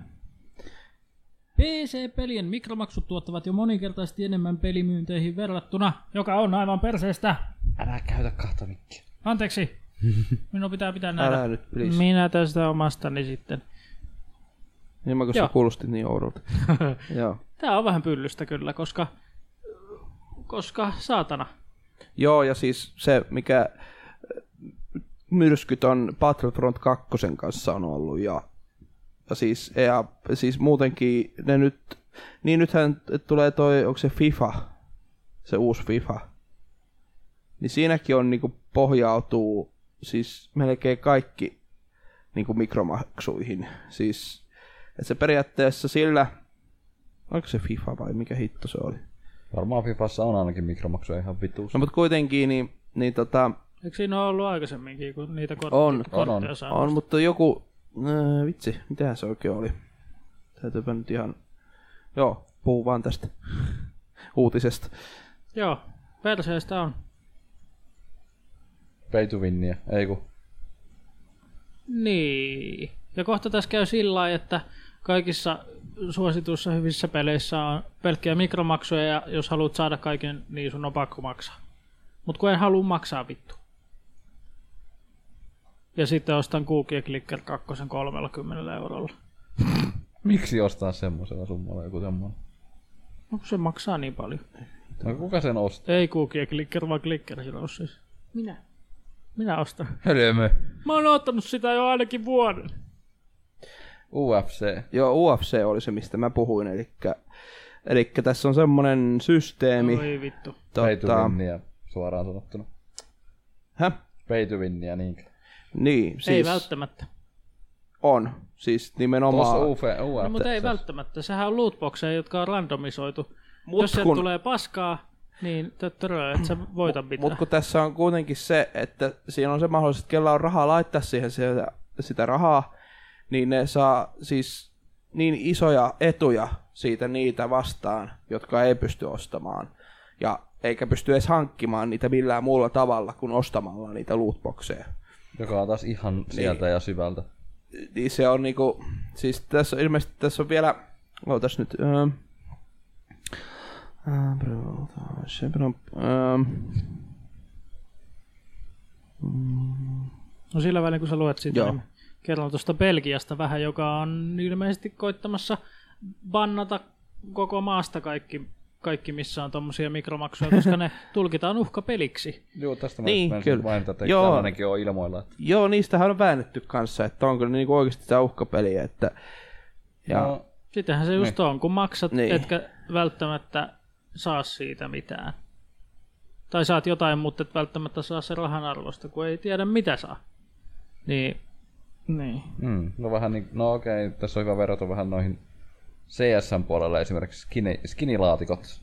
PC-pelien mikromaksut tuottavat jo moninkertaisesti enemmän pelimyynteihin verrattuna, joka on aivan perseestä.
Älä käytä kahta mikkiä. [laughs]
Anteeksi. Minun pitää pitää näitä.
Älä nyt, please.
Minä tästä omastani sitten.
Niin mä kun sä
Joo.
kuulostit niin
[laughs]
oudolta. Joo.
Tää on vähän pyllystä kyllä, koska... Koska saatana.
Joo, ja siis se, mikä äh, myrskyt on Battlefront 2 kanssa on ollut, ja, ja, siis, ja siis muutenkin ne nyt, niin nythän tulee toi, onko se FIFA, se uusi FIFA, niin siinäkin on niinku pohjautuu siis melkein kaikki niinku mikromaksuihin. Siis, että se periaatteessa sillä, onko se FIFA vai mikä hitto se oli?
Varmaan Fifassa on ainakin mikromaksuja ihan vituus.
No mutta kuitenkin, niin, niin tota,
Eikö siinä ole ollut aikaisemminkin, kun niitä kort-
On,
kortteja
on, on.
saa?
On, mutta joku... Äh, vitsi, mitähän se oikein oli? Täytyypä nyt ihan... Joo, puhu vaan tästä [laughs] uutisesta.
Joo, perseestä on.
Pay to winnia, ei kun.
Niin. Ja kohta tässä käy sillä lailla, että kaikissa suosituissa hyvissä peleissä on pelkkiä mikromaksuja ja jos haluat saada kaiken, niin sun on pakko maksaa. Mut kun en halua maksaa vittu. Ja sitten ostan Cookie Clicker 2 30 eurolla.
Miksi ostaa semmoisella summalla joku semmoinen?
No kun se maksaa niin paljon.
No kuka sen ostaa?
Ei Cookie Clicker, vaan Clicker Heroes siis. Minä. Minä ostan.
Hölmö.
Mä oon ottanut sitä jo ainakin vuoden.
UFC.
Joo, UFC oli se, mistä mä puhuin, eli Elikkä tässä on semmonen systeemi.
Oi vittu.
Pay to
Tota,
winnia, suoraan sanottuna.
häh?
Pay to winnia, niinkö?
Niin,
Ei
siis
välttämättä.
on. Siis
Tuossa
nimenomaan.
UFC.
No, mutta ei
UFC.
välttämättä. Sehän on lootboxeja, jotka on randomisoitu.
Mut
Mut Jos kun...
kun-
tulee paskaa, niin töttörö, et sä voita mitään.
Mutta kun tässä on kuitenkin se, että siinä on se mahdollisuus, että kellä on rahaa laittaa siihen sitä, sitä rahaa, niin ne saa siis niin isoja etuja siitä niitä vastaan, jotka ei pysty ostamaan. Ja eikä pysty edes hankkimaan niitä millään muulla tavalla kuin ostamalla niitä lootboxeja.
Joka on taas ihan sieltä ja syvältä.
Niin se on niinku, siis tässä on ilmeisesti tässä on vielä, ootas nyt, öö, Ää, bro, se on, öö,
No sillä välin, kun sä luet siitä,
Joo.
niin kerron tuosta Belgiasta vähän, joka on ilmeisesti koittamassa bannata koko maasta kaikki, kaikki missä on tommosia mikromaksuja, koska ne tulkitaan uhkapeliksi.
Joo, tästä mä
Niin,
niin,
kyllä.
kyllä. mainita, että
Joo.
Joo. tällainenkin on ilmoilla. Että...
Joo, niistähän on väännetty kanssa, että onko ne niinku oikeasti sitä uhkapeliä, että... Ja, no.
No,
Sitähän se just on, kun maksat,
Niin.
niin. etkä välttämättä saa siitä mitään. Tai saat jotain, mutta et välttämättä saa sen rahan arvosta, kun ei tiedä mitä saa. Niin, niin.
mm, no vähän niin, no okei, tässä on hyvä verrata vähän noihin CSn puolella esimerkiksi skini, skinilaatikot.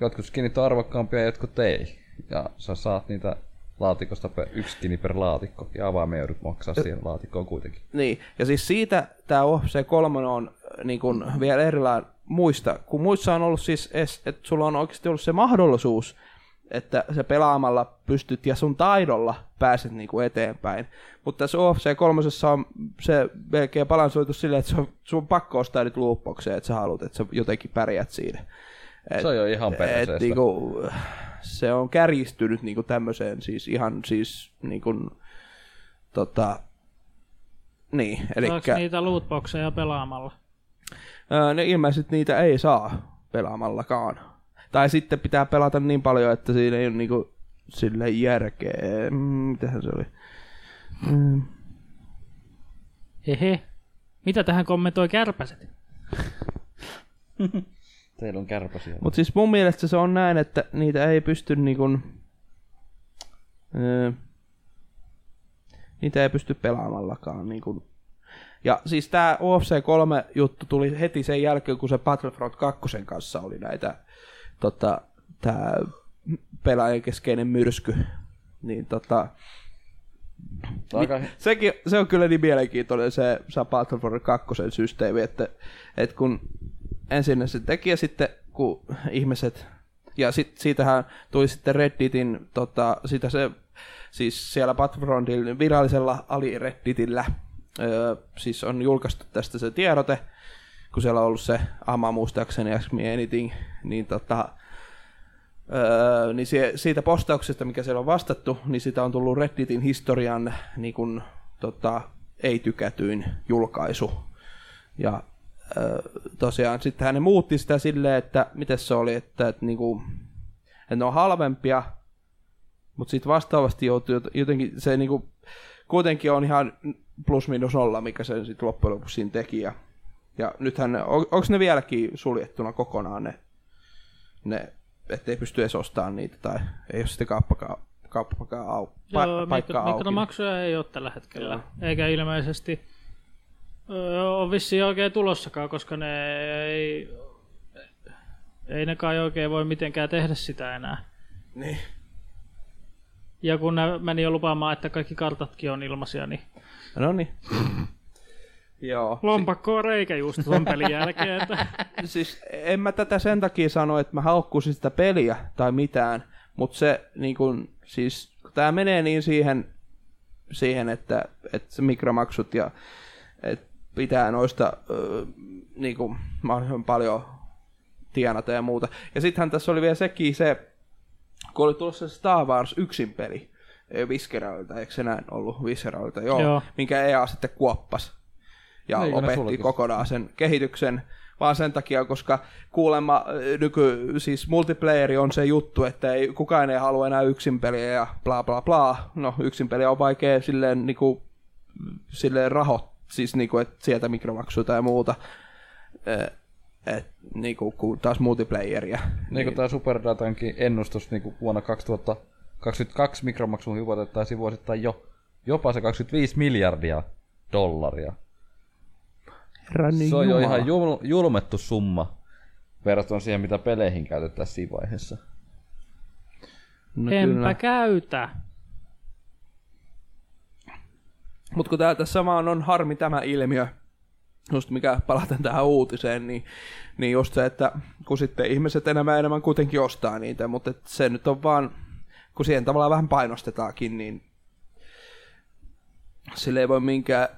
Jotkut skinit on arvokkaampia, jotkut ei. Ja sä saat niitä laatikosta per, yksi skini per laatikko. Ja avaimen joudut maksaa siihen laatikkoon kuitenkin.
niin. ja siis siitä tämä UFC 3 on äh, niin kun, vielä erillään muista, kun muissa on ollut siis, es- että sulla on oikeasti ollut se mahdollisuus, että se pelaamalla pystyt ja sun taidolla pääset niinku eteenpäin. Mutta tässä UFC 3 on se melkein balansoitu silleen, että se on, sun on pakko ostaa nyt loopboxeja, että sä haluat, että sä jotenkin pärjät siinä.
Se on jo ihan
Et
perseestä.
niinku, se on kärjistynyt niinku tämmöiseen siis ihan siis niinku, tota, niin, eli
Saaks niitä lootboxeja pelaamalla?
ne ilmeisesti niitä ei saa pelaamallakaan. Tai sitten pitää pelata niin paljon, että siinä ei ole niinku sille järkeä. Mm, Mitähän se oli? Mm,
Hehe. Mitä tähän kommentoi kärpäset?
Teillä on kärpäsiä.
Mutta siis mun mielestä se on näin, että niitä ei pysty niinkun... Öö, niitä ei pysty pelaamallakaan niinkun. Ja siis tää UFC 3 juttu tuli heti sen jälkeen, kun se Battlefront 2 kanssa oli näitä tota, tää pelaajan keskeinen myrsky. Niin tota,
Mutta Aika,
sekin, se on kyllä niin mielenkiintoinen se, se Battlefront 2 systeemi, että, että kun ensin se teki ja sitten kun ihmiset, ja sit, siitähän tuli sitten Redditin, tota, sitä se, siis siellä Battlefrontin virallisella aliredditillä, öö, siis on julkaistu tästä se tiedote, kun siellä on ollut se Ama muistaakseni Ask Me Anything, niin tota, Öö, niin sie- siitä postauksesta, mikä siellä on vastattu, niin sitä on tullut Redditin historian niin kun, tota, ei tykätyin julkaisu. Ja öö, tosiaan sitten hän muutti sitä silleen, että miten se oli, että, että, niin kuin, että ne on halvempia, mutta sitten vastaavasti joutuu jot- jotenkin, se niin kuin, kuitenkin on ihan plus minus nolla, mikä sen sitten loppujen lopuksi siinä teki. Ja, ja nythän, on, onko ne vieläkin suljettuna kokonaan ne ne, ettei pysty edes ostamaan niitä tai ei ole sitten kauppakaan, kauppakaan au, pa,
Joo,
paikkaa
mikro-
auki.
mikromaksuja ei ole tällä hetkellä, eikä ilmeisesti öö, ole vissiin oikein tulossakaan, koska ne ei, ei ne kai oikein voi mitenkään tehdä sitä enää.
Niin.
Ja kun ne meni jo lupaamaan, että kaikki kartatkin on ilmaisia, niin
No niin. Joo.
lompakko on reikä just tuon pelin
[laughs]
jälkeen. Että.
Siis en mä tätä sen takia sano, että mä haukkuisin sitä peliä tai mitään, mutta se niin kun, siis kun tää menee niin siihen, siihen että, että se mikromaksut ja että pitää noista öö, niin kun, mahdollisimman paljon tienata ja muuta. Ja sittenhän tässä oli vielä sekin se, kun oli tulossa se Star Wars yksin peli ö, Visceralilta, eikö se näin ollut Visceralilta, joo,
Joo.
joo. minkä EA sitten kuoppas ja
Eikö ne
lopetti
sulkisi?
kokonaan sen kehityksen, vaan sen takia, koska kuulemma ö, nyky, siis multiplayeri on se juttu, että ei, kukaan ei halua enää yksin peliä ja bla bla bla. No yksin peliä on vaikea silleen, niinku, silleen rahoit, siis niinku, että sieltä mikromaksuja ja muuta. Ö, Et, niinku, kun taas multiplayeria.
niin kuin tämä Superdatankin ennustus niin kuin vuonna 2022 mikromaksuun hypotettaisiin vuosittain jo jopa se 25 miljardia dollaria.
Herran
se on jo ihan jul, julmettu summa verrattuna siihen, mitä peleihin käytettäisiin siinä vaiheessa.
No
Enpä
kyllä.
käytä.
Mutta kun tää, tässä vaan on harmi tämä ilmiö, just mikä palataan tähän uutiseen, niin, niin just se, että kun sitten ihmiset enemmän ja enemmän kuitenkin ostaa niitä, mutta et se nyt on vaan, kun siihen tavallaan vähän painostetaankin, niin sille ei voi minkään...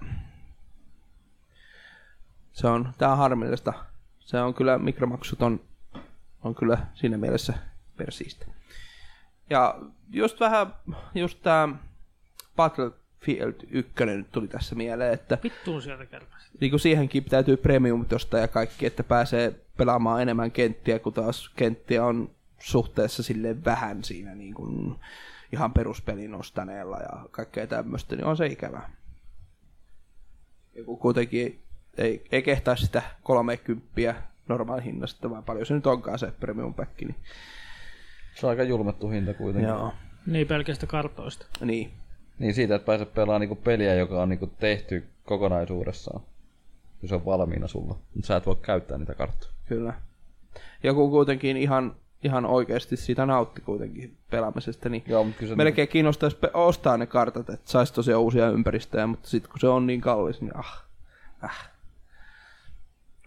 Se on, tää on harmillista. Se on kyllä, mikromaksut on, on kyllä siinä mielessä persiistä. Ja just vähän, just tää Battlefield 1 nyt tuli tässä mieleen, että
Vittuun sieltä kärpäsi.
niin kuin siihenkin täytyy premium tuosta ja kaikki, että pääsee pelaamaan enemmän kenttiä, kun taas kenttiä on suhteessa sille vähän siinä niin kuin ihan peruspelin ostaneella ja kaikkea tämmöistä, niin on se ikävää. Ja kun kuitenkin ei, ei kehtaa sitä 30 normaali hinnasta, vaan paljon se nyt onkaan se premium pack, niin
Se on aika julmettu hinta kuitenkin.
joo,
Niin pelkästä kartoista.
niin.
Niin siitä, että pääset pelaamaan niinku peliä, joka on niinku tehty kokonaisuudessaan. Ja Se on valmiina sulla. Mutta sä et voi käyttää niitä karttoja.
Kyllä. Joku kuitenkin ihan, ihan oikeasti siitä nautti kuitenkin pelaamisesta, niin
Joo, mutta kyllä se
melkein kiinnostaisi pe- ostaa ne kartat, että saisi tosiaan uusia ympäristöjä, mutta sitten kun se on niin kallis, niin ah, ah.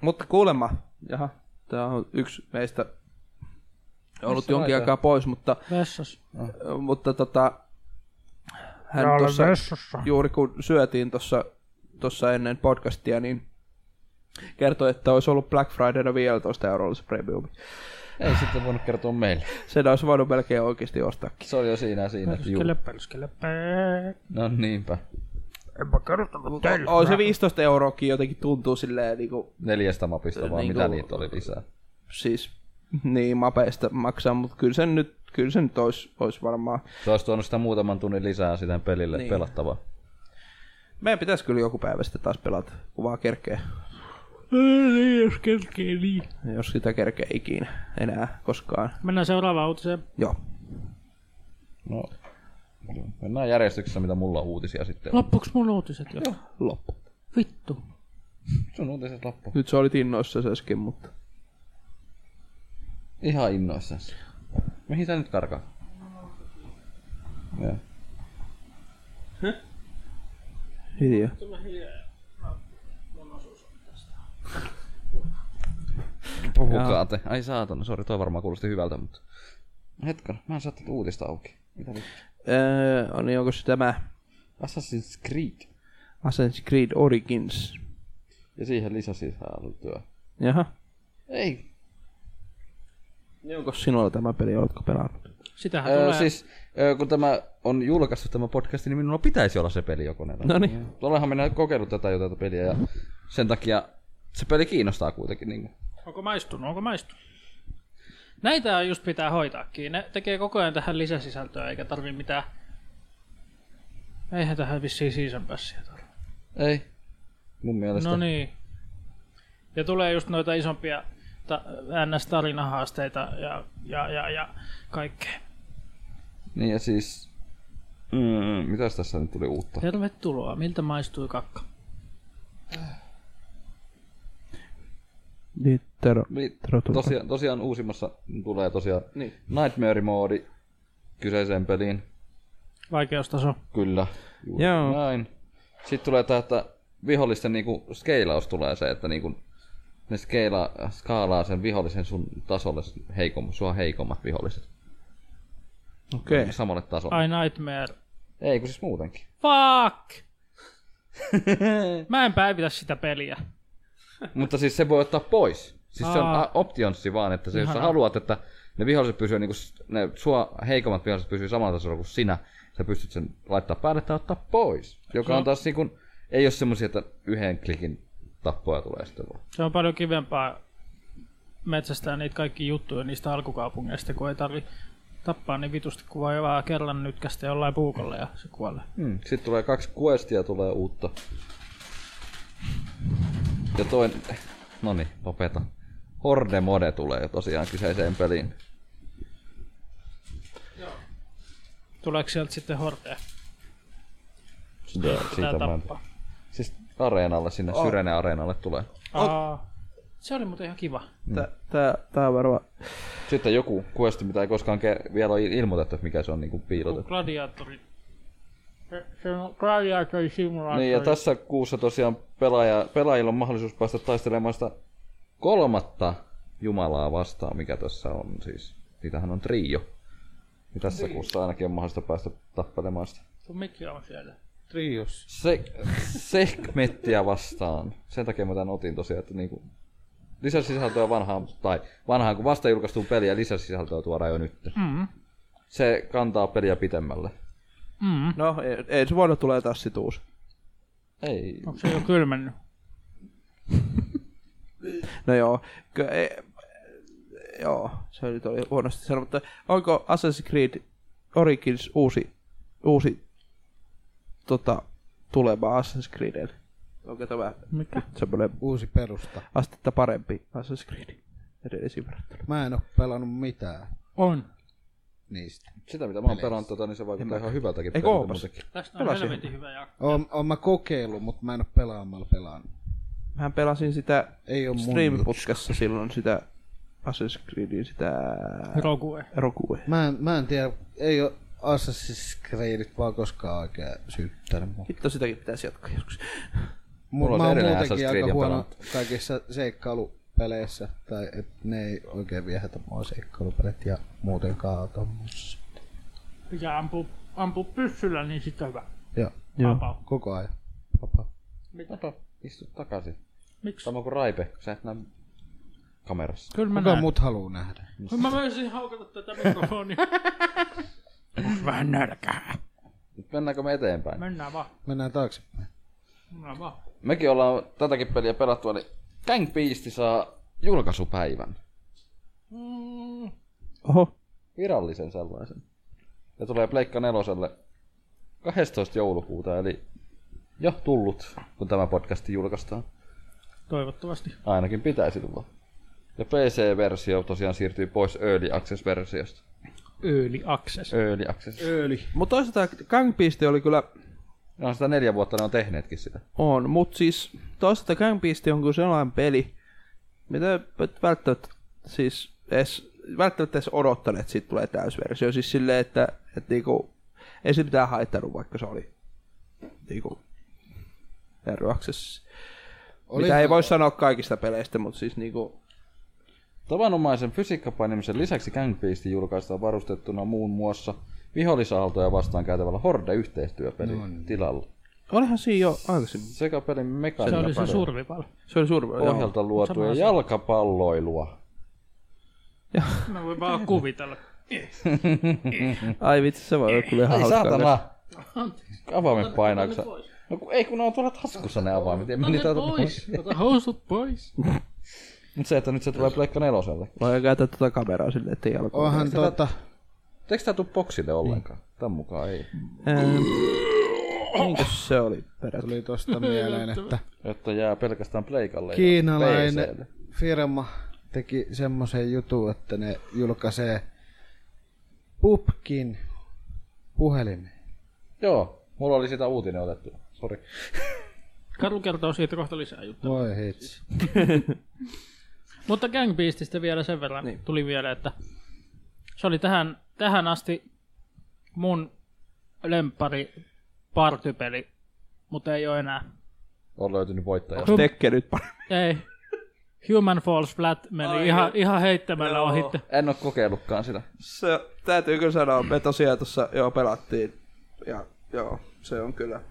Mutta kuulemma, jaha, tämä on yksi meistä ollut jonkin aikaa pois, mutta,
Vessas.
mutta tota, hän tuossa
vessassa.
juuri kun syötiin tuossa tossa ennen podcastia, niin kertoi, että olisi ollut Black Fridayna 15 eurolla se premium.
Ei sitten voinut kertoa meille.
Sen olisi voinut melkein oikeasti ostaakin.
Se oli jo siinä ja siinä. että juu.
Pölskele, pölskele, pää.
No niinpä.
On se 15 euroakin jotenkin tuntuu silleen niin kuin,
Neljästä mapista vaan,
Niinku-
mitä niitä oli lisää.
siis niin mapeista maksaa, mutta kyllä sen nyt, kyllä sen nyt olisi, olisi varmaan.
Se olisi tuonut sitä muutaman tunnin lisää sitä pelille niin. pelattavaa.
Meidän pitäisi kyllä joku päivä sitten taas pelata, kun vaan kerkee.
Ei, jos kerkee niin.
Jos sitä kerkee ikinä enää koskaan.
Mennään seuraavaan uutiseen.
Joo.
No, mennään järjestyksessä, mitä mulla on uutisia sitten.
Loppuks mun uutiset jo?
Loppu.
Vittu.
Sun uutiset loppu.
Nyt sä olit innoissa äsken, mutta...
Ihan innoissaan. Mihin sä nyt karkaa? Joo.
Hiljaa.
Puhukaa te. Ai saatana, sori, toi varmaan kuulosti hyvältä, mutta... Hetken, mä en saa tätä uutista auki. Mitä nyt?
Öö, on, niin onko se tämä
Assassin's Creed.
Assassin's Creed Origins?
Ja siihen lisäsisältöä.
Jaha.
Ei.
Niin onko sinulla tämä peli, oletko pelannut?
Sitähän öö,
Öö,
tulee.
siis, öö, kun tämä on julkaistu tämä podcast, niin minulla pitäisi olla se peli jokonen.
No niin.
Tuollahan minä kokeillut tätä jo tätä peliä ja sen takia se peli kiinnostaa kuitenkin. Niin
Onko maistunut? Onko maistunut? Näitä just pitää hoitaakin. Ne tekee koko ajan tähän lisäsisältöä, eikä tarvi mitään... Eihän tähän vissiin season passia tarvi.
Ei. Mun mielestä.
No niin. Ja tulee just noita isompia ta- NS-tarinahaasteita ja, ja, ja, ja kaikkea.
Niin ja siis... Mm, mitäs tässä nyt tuli uutta?
Tervetuloa. Miltä maistui kakka?
Littero.
Eli
Tervetuloa.
tosiaan, tosiaan uusimmassa tulee tosiaan
Niin.
Nightmare-moodi kyseiseen peliin.
Vaikeustaso.
Kyllä. Juuri
Joo.
Näin. Sitten tulee tää, että vihollisten niinku skeilaus tulee se, että niinku ne skeilaa, skaalaa sen vihollisen sun tasolle heikommat, sua heikommat viholliset.
Okei. Okay.
Samalle tasolle.
Ai nightmare.
Ei, kun siis muutenkin.
Fuck!
[laughs]
Mä en päivitä sitä peliä.
Mutta siis se voi ottaa pois. Siis se on
Aa.
a- optionssi vaan, että se, jos sä haluat, että ne viholliset pysyy, niin kuin, ne sua heikommat viholliset pysyy samalla tasolla kuin sinä, sä pystyt sen laittaa päälle tai ottaa pois. Joka on taas niin kuin, ei ole semmoisia, että yhden klikin tappoja tulee sitten vaan.
Se on paljon kivempaa metsästää niitä kaikki juttuja niistä alkukaupungeista, kun ei tarvi tappaa niin vitusti, kun voi vaan kerran nytkästä jollain puukolla ja se kuolee.
Hmm. Sitten tulee kaksi questia tulee uutta. Ja toinen... No niin, lopeta. Horde mode tulee jo tosiaan kyseiseen peliin.
Tuleeko sieltä sitten horteja?
Sitä,
Tää
siitä mä en...
tappaa.
Siis areenalle sinne, oh. Syrene areenalle tulee.
Aa, se oli muuten ihan kiva.
Tää, tää, tää on varmaan...
Sitten joku quest, mitä ei koskaan ke- vielä ole ilmoitettu, että mikä se on niinku piilotettu.
Gladiatori. Se- Se on gladiatori simulaattori.
Niin, ja tässä kuussa tosiaan pelaaja, pelaajilla on mahdollisuus päästä taistelemaan sitä kolmatta Jumalaa vastaan, mikä tässä on siis. Niitähän on trio. Ja tässä kuussa ainakin on mahdollista päästä tappelemaan sitä.
Sun mikki on siellä.
Trios.
Se, sekmettiä vastaan. Sen takia mä tämän otin tosiaan, että niinku lisäsisältöä vanhaan, tai vanhaan kun vasta julkaistuun peliä, lisäsisältöä tuodaan jo nyt. Mm-hmm. Se kantaa peliä pitemmälle.
No, ei, ei se vuonna tulee taas sit uusi.
Ei,
Onko se jo kylmennyt?
No joo. Kö, ei, joo, se nyt oli huonosti sanottu. mutta Onko Assassin's Creed Origins uusi, uusi tota, tuleva Assassin's Creed? Onko tämä
Mikä?
semmoinen
Uusi perusta.
astetta parempi Assassin's Creed edellisiin verrattuna?
Mä en oo pelannut mitään
On.
niistä.
Sitä mitä mä oon pelannut, tota, niin se vaikuttaa ihan hyvältäkin.
Eikö
peliltä
oopas?
muutenkin.
Tästä on
Pelasin.
helvetin hyvä jakso.
Oon, oon mä kokeillut, mutta mä en oo pelaamalla pelannut.
Mähän pelasin sitä
Ei oo mun
streamiputkassa silloin sitä Assassin's Creedin sitä
Rogue.
Rogue.
Mä en, mä en tiedä, ei oo Assassin's Creedit vaan koskaan oikein syyttänyt mua.
Hitto, sitäkin pitäisi jatkaa joskus.
Mulla
on
mä oon
edelleen
muutenkin
Assassin's
aika
Creedia
huono
pelannut.
kaikissa seikkailupeleissä, tai et ne ei oikein viehätä mua seikkailupelit ja muutenkaan tommossa.
Ja ampu, ampu pyssyllä, niin sit on hyvä.
Joo,
Joo.
koko ajan. Papa.
Tapa, istu takaisin.
Miksi?
Sama kuin Raipe, kun sä et näe kamerassa.
Kyllä mä
Kuka
näen.
mut haluu nähdä?
Mut... Mä voisin haukata tätä mikrofonia. Onks vähän nälkää?
Nyt mennäänkö me eteenpäin?
Mennään vaan.
Mennään taaksepäin.
Mennään vaan.
Mekin ollaan tätäkin peliä pelattua, niin Gang Beast saa julkaisupäivän.
Oho.
Virallisen sellaisen. Ja tulee Pleikka neloselle 12. joulukuuta, eli jo tullut, kun tämä podcasti julkaistaan.
Toivottavasti.
Ainakin pitäisi tulla. Ja PC-versio tosiaan siirtyy pois Early Access-versiosta.
Early Access.
Early Access.
Ööli.
Mutta toisaalta Gangbeast oli kyllä
No sitä neljä vuotta ne on tehneetkin sitä.
on, mutta siis toisaalta Gangbeast on kyllä sellainen peli, mitä et välttämättä siis edes, välttämättä edes odottaneet, että siitä tulee täysversio. Siis silleen, että, että niinku, ei se mitään haittanut, vaikka se oli niinku, eroaksessa.
Oli-
Mitä ei voi sanoa kaikista peleistä, mutta siis niinku,
Tavanomaisen fysiikkapainimisen lisäksi Gangbeast julkaistaan varustettuna muun muassa vihollisaaltoja vastaan käytävällä Horde-yhteistyöpelin tilalla.
olihan siinä jo aikaisemmin.
Sekä pelin
Se oli se
mekaniikan
survival.
Se oli suurin
pohjalta luotua jalkapalloilua.
Mä voin vaan kuvitella.
Ai vitsi, se voi olla kyllä ihan
Ei
hauskaa.
saatana! Avaimet painaaksa. No kun, ei kun ne on tuolla taskussa ne avaimet. En mä niitä ota pois.
Ota housut pois.
Mut se, että nyt se tulee Pleikka neloselle.
Voi käyttää tuota kameraa silleen, ettei jalkoa.
Oh.
Onhan tota...
Eikö tää tuu boksille ollenkaan? Tän mukaan ei.
Ähm, Minkäs se oli peräti?
[laughs]
Tuli tosta mieleen, että
Että jää pelkästään Pleikalle ja PClle.
kiinalainen firma teki semmoisen jutun, että ne julkaisee pupkin puhelimen.
Joo, mulla oli sitä uutinen otettu. Sori.
Karlu kertoo siitä kohta lisää juttuja.
Voi hitsi.
Mutta Gang Beastistä vielä sen verran niin. tuli vielä, että se oli tähän, tähän asti mun lempari partypeli, mutta ei ole enää.
On löytynyt voittaja.
Onko Tekke nyt parempi?
Ei. Human Falls Flat meni Ai, ihan, ihan heittämällä ohi.
En oo kokeillutkaan sitä.
Se, täytyy kyllä sanoa, me tosiaan tuossa joo pelattiin. Ja joo, se on kyllä,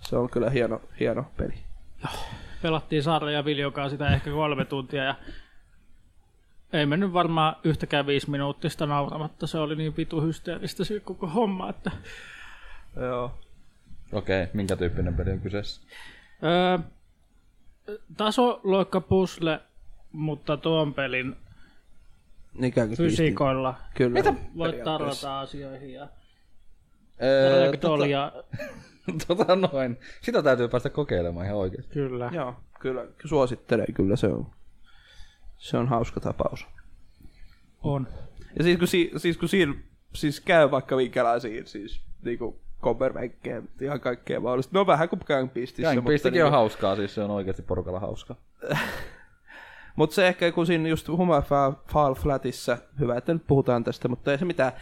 se on kyllä hieno, hieno peli.
Pelattiin Saara ja Viljokaa sitä ehkä kolme tuntia ja ei mennyt varmaan yhtäkään viisi minuuttista nauramatta. Se oli niin vitu hysteeristä se koko homma, että
Joo.
Okei, okay, minkä tyyppinen peli on kyseessä?
Öö, tasoloikka pusle, mutta tuon pelin
Ikään kuin
fysiikoilla
Niin Kyllä.
voit tarrata asioihin ja
Öö, [laughs]
ragdollia.
tota noin. Sitä täytyy päästä kokeilemaan ihan oikeesti.
Kyllä.
Joo, kyllä. Suosittelen kyllä, se on, se on hauska tapaus.
On.
Ja siis kun, si, siis kun siinä siis käy vaikka minkälaisiin siis niinku kommervenkkejä, ihan kaikkea mahdollista. No vähän kuin Gang Beastissä.
Gang
mutta
Beastikin
niinku-
on hauskaa, siis se on oikeesti porukalla hauskaa.
Mutta se ehkä, kun siinä just Human Fa- Fall Flatissa, hyvä, että nyt puhutaan tästä, mutta ei se mitään,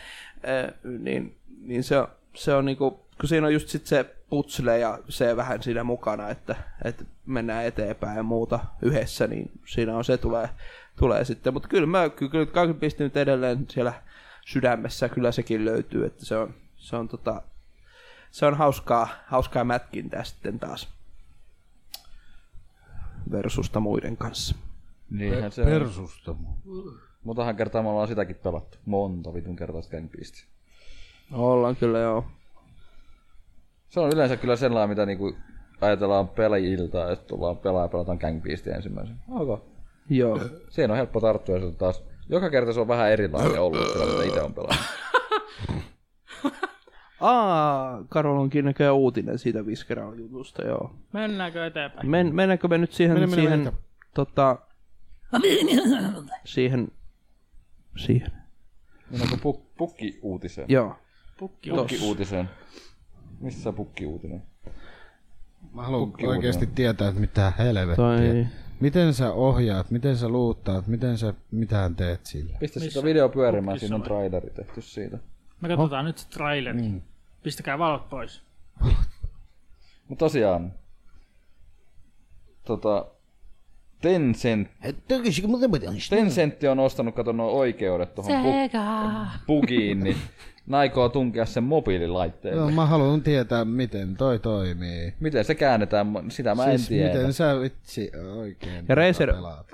äh, niin, niin se, on- se on niinku, kun siinä on just sit se putsle ja se vähän siinä mukana, että, että mennään eteenpäin ja muuta yhdessä, niin siinä on se tulee, tulee sitten. Mutta kyllä mä kyllä, kyllä kaiken pistin nyt edelleen siellä sydämessä, kyllä sekin löytyy, että se on, se on, tota, se on hauskaa, hauskaa mätkintää sitten taas versusta muiden kanssa.
Niinhän se on.
Persustamo.
Mutahan kertaa me ollaan sitäkin pelattu. Monta vitun kertaa sitä Gang Beastia.
Ollaan kyllä joo.
Se on yleensä kyllä sellainen, mitä niinku ajatellaan peli-iltaa, että tullaan pelaa ja pelataan Gang Beastia ensimmäisenä. Okay.
Joo.
Siihen on helppo tarttua ja se on taas... Joka kerta se on vähän erilainen ollut, sillä mitä itse on pelannut.
Aa, Karolonkin näköjään uutinen siitä Viskeran jutusta, joo.
Mennäänkö eteenpäin?
Men, mennäänkö me nyt siihen,
Mennään, mennään
siihen,
eteenpäin.
tota, siihen, siihen,
Mennäänkö puk- pukki-uutiseen?
joo.
Pukki on.
Pukki-uutiseen. Missä pukki-uutinen?
Mä haluan oikeasti tietää, että mitä helvettiä.
Toi-
Miten sä ohjaat, miten sä luuttaat, miten sä mitään teet sillä?
Pistä sitä video pyörimään, siinä on traileri tehty siitä.
Me katsotaan nyt se traileri.
Niin.
Pistäkää valot pois.
Mut tosiaan... Tota... Tencent, Tencent on ostanut, kato nuo oikeudet tuohon pu- bugiin, niin ne aikoo tunkea sen mobiililaitteelle.
No, mä haluan tietää, miten toi toimii.
Miten se käännetään, sitä mä en
Siis
tiedä.
miten sä vitsi oikein
Ja
tota
Razer-
pelaat?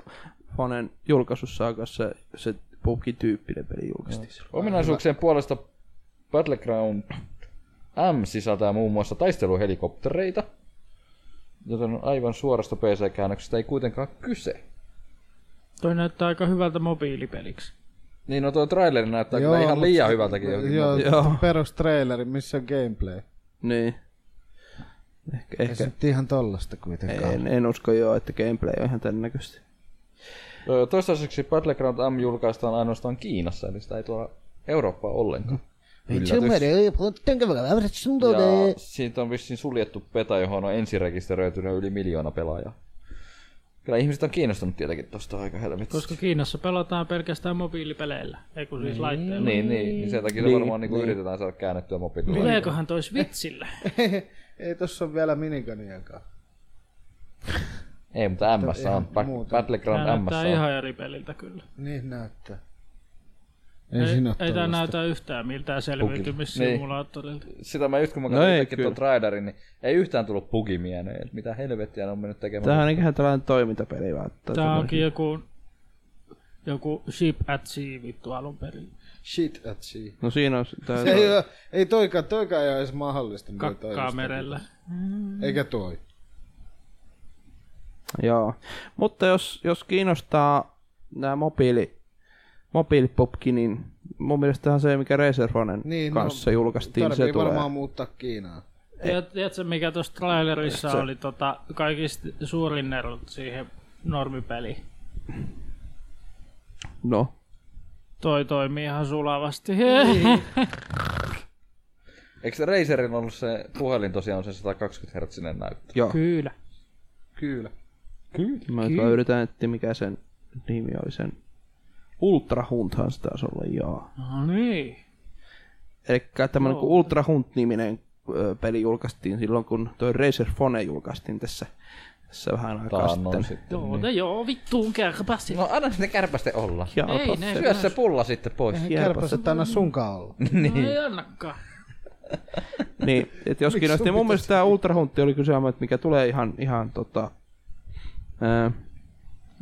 Fonen julkaisussa aika se, se pubg-tyyppinen peli julkaistiin silloin.
Ominaisuuksien puolesta Battleground M sisältää muun muassa taisteluhelikoptereita, joten aivan suorasta PC-käännöksestä ei kuitenkaan kyse.
Toi näyttää aika hyvältä mobiilipeliksi.
Niin, no tuo traileri näyttää joo, kyllä ihan
mut-
liian hyvältäkin. Joo.
Joo,
Joo.
joo. perus traileri, missä on gameplay.
Niin. Ehkä,
Ei se
ehkä.
nyt ihan tollasta kuitenkaan.
En, en usko joo, että gameplay on ihan tämän näköistä.
Öö, Toistaiseksi Battleground M julkaistaan ainoastaan Kiinassa, eli sitä ei tuolla Eurooppaa ollenkaan. Ja siitä on vissiin suljettu peta, johon on ensirekisteröitynyt yli miljoona pelaajaa. Kyllä ihmiset on kiinnostunut tietenkin tosta aika helvetistä.
Koska Kiinassa pelataan pelkästään mobiilipeleillä, ei kun siis laitteilla.
Niin, niin, niin sen takia se varmaan niinku yritetään saada käännettyä mobiililla.
Tuleekohan toi Switchille?
Ei tossa ole vielä miniganiakaan.
Ei, mutta MS on. Ba-
muuta.
Battleground MS
Näyttää
on.
ihan eri peliltä kyllä.
Niin näyttää.
Ei,
Ei, siinä ole
ei tää
tollasta.
näytä yhtään miltään selviytymissimulaattorilta.
Sitä mä just kun mä
No
katsoin
ei,
no tuon
kyllä.
trailerin, niin ei yhtään tullut bugi mieleen, että mitä helvettiä ne on mennyt tekemään.
Tämähän on ikään tällainen toimintapeli vaan. että- tota-
Tää onkin joku, joku ship at sea vittu alun perin.
Shit at sea.
No siinä on sitä.
Se ei, oo- ei toikaan, toikaan ei ole edes mahdollista. mitä
Kakkaa
toivosta.
merellä.
Eikä toi.
Joo. Mutta jos, jos kiinnostaa nämä mobiili, mobiilipopki, niin mun mielestähän se, mikä Reservonen
Niin,
niin, kanssa no, julkaistiin, se
Tarvii
tulee.
varmaan muuttaa Kiinaan.
Tiedät- Tiedätkö, mikä tuossa trailerissa se... oli tota, kaikista suurin ero siihen normipeliin?
No.
Toi toimii ihan sulavasti.
Eikö se Razerin ollut se puhelin tosiaan se 120 hertsinen näyttö?
Joo.
Kyllä.
Kyllä.
Mä nyt vaan yritän etsiä, mikä sen nimi oli sen. Ultra Hunthan se taisi olla, joo.
No niin.
Eli tämmöinen kuin Ultra Hunt-niminen ö, peli julkaistiin silloin, kun toi Razer Phone julkaistiin tässä, tässä vähän aikaa
Taan on
sitten.
sitten.
Joo, niin. joo, vittu, kärpä se.
No anna sitten kärpästen olla.
Ja
Ei
ota
ne-
se.
Syö se pulla sitten pois.
Kelpas, että anna sunkaan olla.
[laughs] niin. No ei annakaan.
Niin, et jos kiinnosti. Mun mielestä tämä Ultra Hunt oli kyllä semmoinen, että mikä tulee ihan, ihan tota, ää,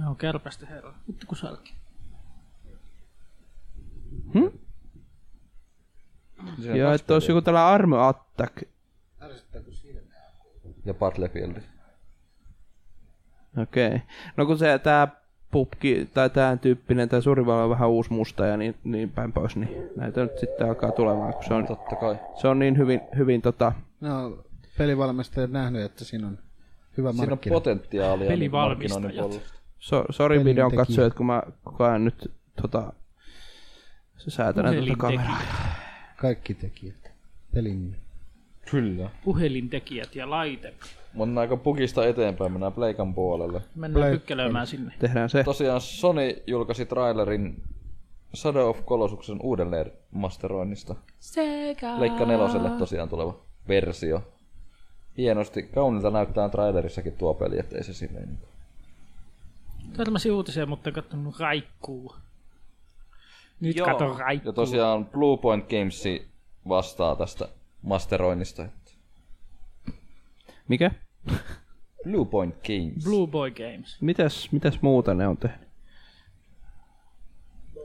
No kärpästä herra. Vittu kun sarki.
Siinä
ja
kaksi
että olisi joku tällä Army Attack.
peliä. ja Battlefield.
Okei. Okay. No kun se tämä pupki tai tämän tyyppinen, tämä surivala on vähän uusi musta ja niin, niin päin pois, niin näitä nyt sitten alkaa tulemaan, kun se on,
Totta kai.
se on niin hyvin, hyvin tota,
No, pelivalmistajat nähnyt, että siinä on hyvä
Siinä on
markkina.
potentiaalia niin
Pelivalmistajat.
markkinoinnin puolella.
so, sorry
Pelin
videon
tekijä.
katsojat, kun mä koko ajan nyt tota, se säätänä tuota kameraa.
Kaikki tekijät. Pelin nimi.
Kyllä.
Puhelintekijät ja laite.
Mun aika pukista eteenpäin mennään Pleikan puolelle.
Mennään
Play-
pykkelöimään sinne.
Tehdään se.
Tosiaan Sony julkaisi trailerin Shadow of Colossuksen uudelleen masteroinnista. Sega. Leikka neloselle tosiaan tuleva versio. Hienosti, kaunilta näyttää trailerissakin tuo peli, ettei se silleen niinku.
Törmäsin uutiseen, mutta en kattonut raikkuu. Nyt
Joo.
kato raikkuu.
Ja tosiaan Blue Point Games vastaa tästä masteroinnista. että
Mikä?
Blue Point Games.
Blue Boy Games.
Mitäs, mitäs muuta ne on tehnyt?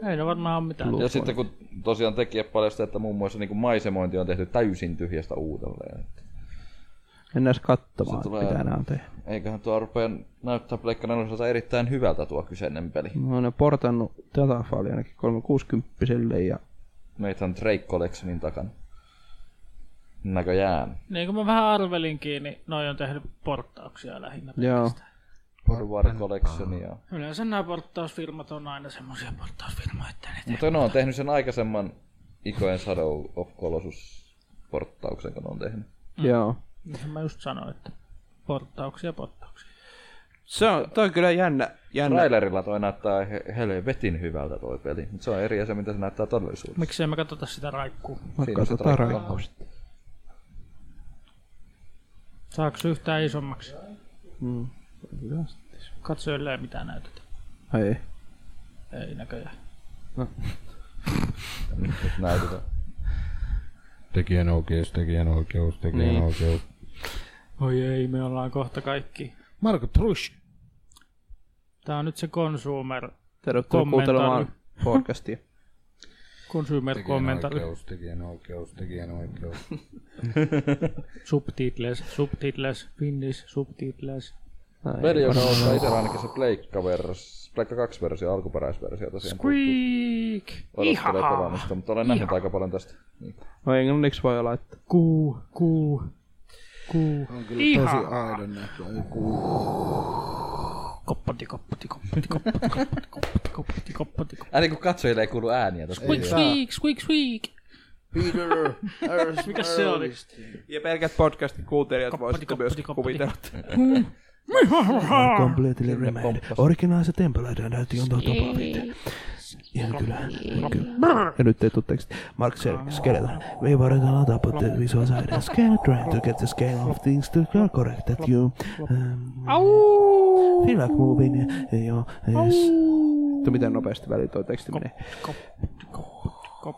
Ei ne varmaan ole mitään.
ja sitten kun tosiaan tekijä paljastaa, että muun muassa niin maisemointi on tehty täysin tyhjästä uudelleen. Että
Mennään edes katsomaan,
Se
se
tulee-
mitä nämä on tehnyt.
Eiköhän tuo rupea näyttää Pleikka neloselta erittäin hyvältä tuo kyseinen peli.
No ne on portannut Datafali ainakin 360 ja
Nathan Drake Collectionin takana. Näköjään.
Niin kuin mä vähän arvelinkin, niin noi on tehnyt porttauksia lähinnä.
Joo.
War Collection ja...
Yleensä nämä porttausfirmat on aina semmoisia porttausfirmoja, että ne
Mutta ne on tehnyt sen aikaisemman Ikoen Shadow of Colossus porttauksen, kun ne on tehnyt.
Mm. Joo.
tehnyt. Mä just sanoin, että porttauksia, porttauksia.
Se on, toi on kyllä jännä, jännä.
Trailerilla toi näyttää he- helvetin hyvältä toi peli, mutta se on eri asia, mitä se näyttää todellisuudessa.
Miksei me katsota sitä raikkuu?
Mä
Siinä se
katsotaan
tarkkaan.
raikkuus.
Saaks yhtään isommaksi? Katsojille ei mitään näytetä.
Ai ei.
Ei näköjään.
Nyt näytetään.
Tekijänoikeus, tekijänoikeus, tekijänoikeus. Niin.
Oi ei, me ollaan kohta kaikki.
Marko Trush.
Tää on nyt se consumer,
Tervetuloa
Kommentoinut.
kuuntelemaan [laughs] podcastia.
consumer kommentari.
tekijänoikeus, tekijänoikeus.
Subtitles, subtitles, finnish, subtitles.
Peli, joka on itsellä ainakin se Pleikka, vers, Pleikka 2-versio, alkuperäisversio tosiaan. puuttuu.
Squeak!
Odottelee pelaamista, mutta olen nähnyt aika paljon tästä. Niin.
No englanniksi voi laittaa.
Kuu, kuu. Kuu.
On kyllä
Ihan.
tosi No aidon näköinen.
Koppati, koppati, koppati, koppati, koppati, koppati, koppati, koppati, koppati.
Ääni niin kun katsojille ei kuulu ääniä tosta.
Squeak, squeak, squeak, squeak.
Peter,
[laughs] Mikä se oli?
Ja pelkät podcastin kuuntelijat
Koppati,
voisitte
koppati,
myös
koppati.
kuvitella.
Completely remade. Originaaliset tempelaiden näytti on tuolta Ihan kyllä.
Ja nyt ei tule teksti. Mark Ser- Skeleton.
We were the not about the visual side and scale, trying to get the scale of things to are correct that you um,
Au!
feel like moving. uh, Joo, yes.
Vittu, miten nopeasti väliin toi teksti menee.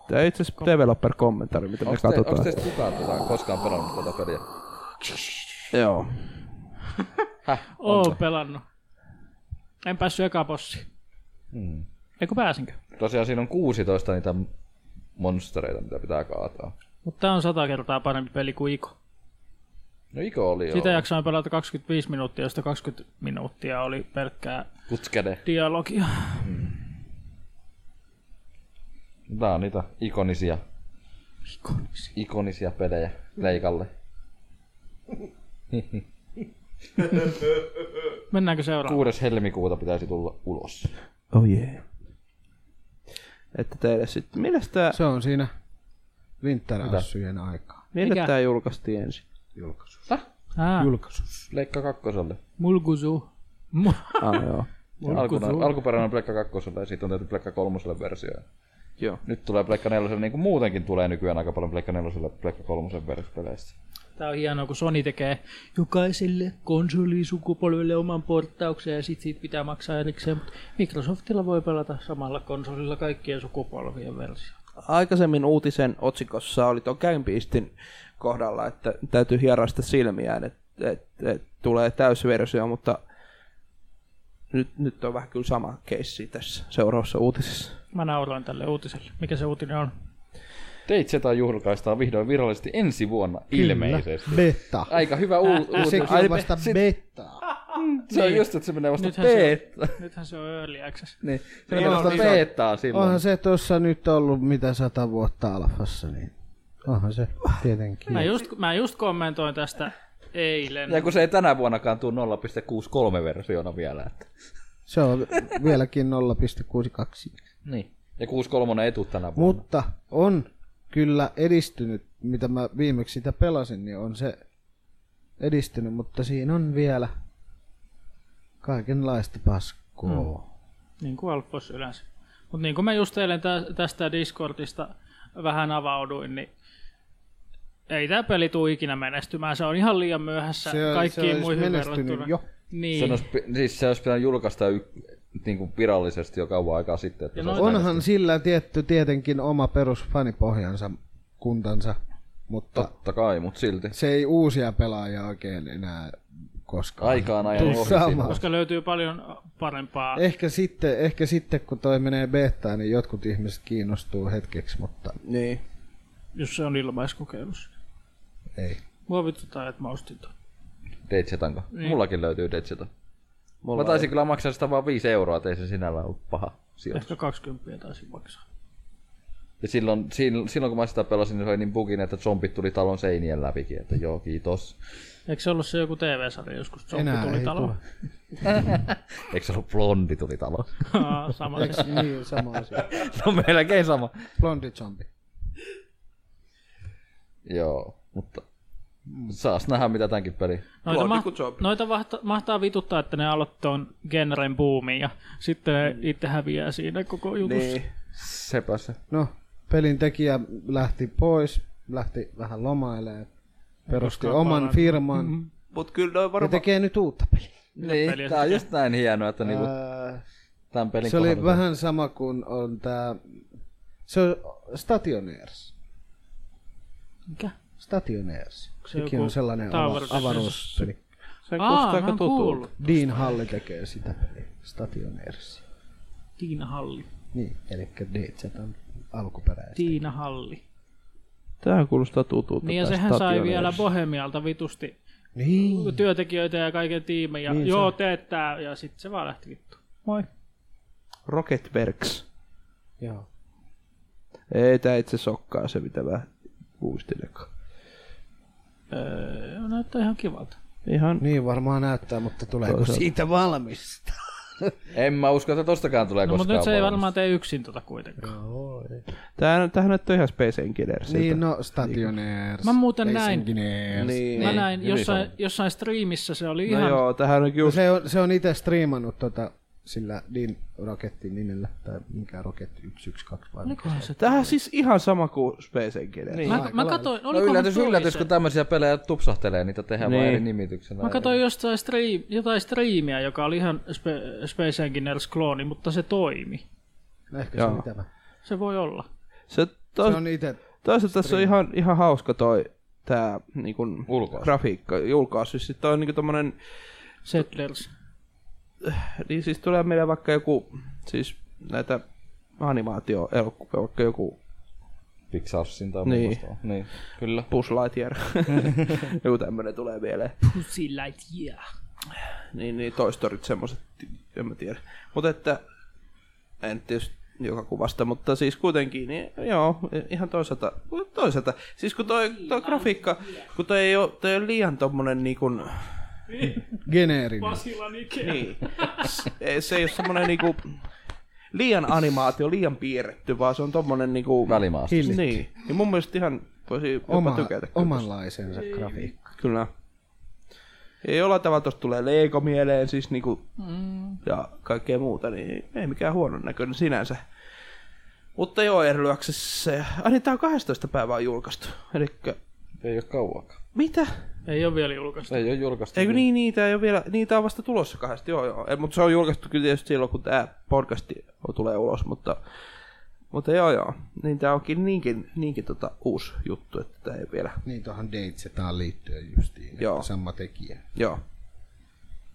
Tää itse asiassa developer-kommentaari, mitä me
Onko te, onks
katsotaan.
teistä kukaan tota, koskaan pelannut tätä peliä?
Joo.
Oon pelannut. En päässyt eka bossi. Hmm. Eikö pääsinkö?
Tosiaan siinä on 16 niitä monstereita, mitä pitää kaataa.
Mutta tää on sata kertaa parempi peli kuin Iko.
No Iko oli
Sitä
jo.
jaksoin pelata 25 minuuttia, josta 20 minuuttia oli pelkkää
Kutskede.
dialogia.
Tää on niitä ikonisia,
Ikonisia.
ikonisia pelejä leikalle.
Mennäänkö seuraavaan?
6. helmikuuta pitäisi tulla ulos.
Oh yeah.
Että teille sitten, millä sitä,
Se on siinä vinttärassujen aikaa.
millä
Mikä?
tää julkaistiin ensin?
Julkaisu.
Ah,
Julkaisu.
Leikka kakkoselle.
mulguzu. Mu-
Ah, joo.
Alkuna, alkuperäinen on Pleikka 2 ja siitä on tehty Pleikka 3 versio.
Joo.
Nyt tulee Pleikka 4, niin kuin muutenkin tulee nykyään aika paljon Pleikka 4 Pleikka 3 versio peleistä.
Tää on hienoa, kun Sony tekee jokaiselle konsolisukupolvelle oman porttauksen ja sit siitä pitää maksaa erikseen. Mutta Microsoftilla voi pelata samalla konsolilla kaikkien sukupolvien versio.
Aikaisemmin uutisen otsikossa oli ton käynpiistin kohdalla, että täytyy hierasta silmiään, että et, et, tulee täysversio, mutta nyt, nyt on vähän kyllä sama keissi tässä seuraavassa uutisessa.
Mä nauroin tälle uutiselle. Mikä se uutinen on?
Date Zeta julkaistaan vihdoin virallisesti ensi vuonna ilmeisesti.
Beta.
Aika hyvä uus.
Äh, Sekin on vasta betaa.
se on just, että se menee vasta
Nythän se,
beta.
on, nythän se on early
[laughs]
access.
Niin. Se menee vasta
niin.
betaa silloin.
Onhan se tuossa nyt ollut mitä sata vuotta alfassa, niin onhan se tietenkin.
Mä just, mä just kommentoin tästä eilen.
Ja kun se ei tänä vuonnakaan tule 0.63 versiona vielä. Että.
Se on vieläkin 0,62.
Niin. Ja 6.3 ei tule tänä vuonna.
Mutta on kyllä edistynyt, mitä mä viimeksi sitä pelasin, niin on se edistynyt, mutta siinä on vielä kaikenlaista paskoa. Mm.
Niin kuin Alfos yleensä. Mutta niin kuin mä just eilen tä- tästä Discordista vähän avauduin, niin ei tämä peli tule ikinä menestymään. Se on ihan liian myöhässä
Se on- se
kaikkiin
olisi
muihin
menestynyt
verrattuna.
jo.
Sen
Niin.
olisi, pi- siis se olisi pitänyt julkaista y, niin kuin virallisesti jo kauan aikaa sitten. Että se olisi
Onhan sillä tietty tietenkin oma perusfanipohjansa kuntansa, mutta
Totta kai, mutta silti.
se ei uusia pelaajia oikein enää koskaan.
Aikaan ajan
Tuu
ohi
sama.
siitä.
Koska löytyy paljon parempaa.
Ehkä sitten, ehkä sitten, kun toi menee betaan, niin jotkut ihmiset kiinnostuu hetkeksi, mutta
Niin.
jos se on ilmaiskokeilussa.
ei.
Mua vituttaa, että mä ostin ton.
Deadsetanko? Niin. Mullakin löytyy Deadseta.
Mulla
Mä taisin kyllä maksaa sitä vaan 5 euroa, ettei se sinällään ole paha sijoitus.
Ehkä 20 taisi maksaa.
Ja silloin, silloin, silloin kun mä sitä pelasin, niin se oli niin bugin, että zombit tuli talon seinien läpikin, että joo, kiitos.
Eikö se ollut se joku TV-sarja joskus? Zombi
Enää
tuli
ei
talo.
tule.
Eikö se ollut blondi tuli talo?
[laughs] Aa, Sama se.
niin, sama asia.
[laughs] no melkein sama.
Blondi zombie.
Joo, mutta saas nähdä mitä tämänkin peli.
Noita,
Lordi
ma-
kuin zombie.
noita mahta- mahtaa vituttaa, että ne aloittaa ton genren boomin ja sitten ne itse häviää siinä koko jutussa.
Mm. Niin.
Sepä se.
No, pelin tekijä lähti pois, lähti vähän lomailemaan, perusti
koskaan
oman
palannut.
firman mm-hmm.
Mut kyllä noi
ja
varmaan...
tekee nyt uutta peliä.
Niin,
peliä
tää on just näin hienoa, että niinku
Äh,
tämän pelin
se oli
kohdalla-
vähän sama kuin on tää... Se on Stationers.
Mikä?
Stationers.
se
Sekin
joku
on sellainen
Tower
ava-
Defense?
avaruuspeli.
Sen
Aa,
kuulostaa
mä
aika
oon
tutulta.
kuullut.
Dean Halli tekee sitä peliä. Stationers.
Tiina Halli.
Niin, eli DZ on alkuperäistä.
Tiina Halli.
Tää kuulostaa tutulta.
Niin ja
tää
sehän sai
Stadion
vielä
Earth.
Bohemialta vitusti
Niin.
työntekijöitä ja kaiken tiimin. Ja, niin joo, teet tää. Ja sitten se vaan lähti vittu. Moi.
Rocketworks.
Joo.
Ei tää itse sokkaa se mitä mä muistelekaan.
Öö, no, näyttää ihan kivalta.
Ihan
Niin varmaan näyttää, mutta tuleeko
Toisaalta.
siitä valmista?
En mä usko, että tostakaan tulee
No, mutta
koskaan
nyt se ei
valmis.
varmaan tee yksin tota kuitenkaan.
Tämähän, tämähän näyttää ihan Space Engineer siltä.
Niin, no Stationers.
Mä muuten näin.
Engineers.
niin.
Mä
Niin,
näin
hyvin
jossain,
sanottu.
jossain striimissä se oli
No
ihan...
joo, tähän on
No
just...
Se on, se on itse striimannut tota, sillä Din Roketti nimellä, tai mikä Roketti 112 vai mikä.
Olikohan se?
Tämähän siis ihan sama kuin Space Engineer. Niin.
Mä, mä katsoin,
No
oliko
yllätys, yllätys, kun tämmöisiä pelejä tupsahtelee, niitä tehdään niin.
Niin.
vain eri nimityksellä.
Mä katsoin jostain striim, jotain striimiä, joka oli ihan Spe- Space Engineers-klooni, mutta se toimi.
Ehkä se
Joo.
on itävä.
Se voi olla.
Se,
Se
tos,
on itse.
toisaalta tässä on ihan, ihan hauska toi tää niin kun,
Ulkoasu.
grafiikka, ulkoasu. Siis sit toi on niinku tommonen
Settlers.
Niin siis tulee meille vaikka joku, siis näitä animaatioelokuvia, vaikka joku
Pixarsin tai
Niin.
niin. niin. Kyllä.
Buzz
[laughs]
Lightyear, joku tämmönen tulee mieleen.
Pussy Lightyear.
Niin, niin Toy Storyt semmoset, en mä tiedä. Mutta että, en tietysti joka kuvasta, mutta siis kuitenkin, niin joo, ihan toisaalta, toisaalta. Siis kun toi, toi grafiikka, kun toi ei ole, toi on liian tommonen niin kuin,
Geneerinen.
niin, s- ei- se ei ole semmonen niin kuin, liian animaatio, liian piirretty, vaan se on tommonen niin kuin,
Välimaasta.
Hillitty.
Niin, ja mun mielestä ihan voisi jopa
Oma,
tykätä. kyllä
omanlaisensa grafiikka.
tosta. Kyllä. Ja jollain tavalla tosta tulee Lego mieleen siis niinku, ja kaikkea muuta, niin ei mikään huonon näköinen sinänsä. Mutta joo, Erlyaksessa, ai niin tää on 12 päivää julkaistu. Elikkä,
Ei ole kauakaan.
mitä?
Ei ole vielä julkaistu.
Ei ole julkaistu.
Eikö niin, niitä ei ole vielä, niitä on vasta tulossa kahdesta, joo joo. Mutta se on julkaistu kyllä tietysti silloin, kun tämä podcasti tulee ulos, mutta, mutta joo joo. Niin tää onkin niinkin, niinkin tota uusi juttu, että tää ei vielä,
Niin tuohon Deitsetaan liittyen justiin,
Joo.
että sama tekijä.
joo.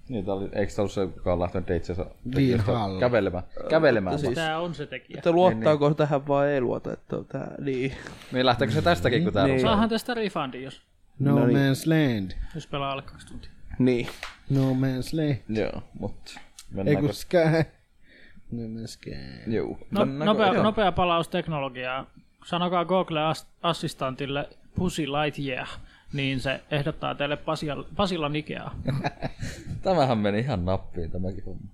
Niin, tää oli, eikö se ollut se, joka on lähtenyt itsensä
Dean Niin, Hall.
kävelemään? Kävelemään. Siis.
Tää on se tekijä.
Että luottaako niin. tähän vai ei luota, että on tää, niin.
Niin lähteekö se tästäkin, kun tää
Niin.
niin. on?
Saahan tästä refundi, jos,
No,
No niin.
Man's Land.
jos pelaa alle kaksi tuntia.
Niin.
No Man's Land.
Joo, mut
Ei
mennäänkö?
kun Sky. No Man's Sky.
Joo.
No,
mennäänkö
nopea,
ekaan?
nopea palaus teknologiaa. Sanokaa Google as- assistantille Pussy Lightyear, niin se ehdottaa teille Pasial- Pasilan Ikeaa.
Tämähän meni ihan nappiin tämäkin homma.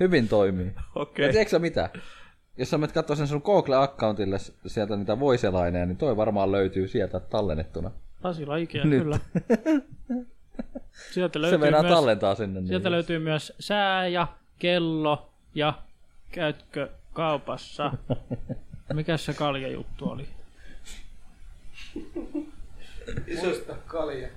Hyvin toimii.
Okei.
Ja tiedätkö sä mitä? Jos sä menet katsoa sen sun Google-accountille sieltä niitä voiselaineja, niin toi varmaan löytyy sieltä tallennettuna.
Pasila Ikea,
[laughs]
Nyt. kyllä. Sieltä
se
löytyy,
meinaa
myös,
tallentaa sinne. Niin.
sieltä löytyy myös sää ja kello ja käytkö kaupassa. Mikäs se kaljajuttu oli?
Isosta kalja.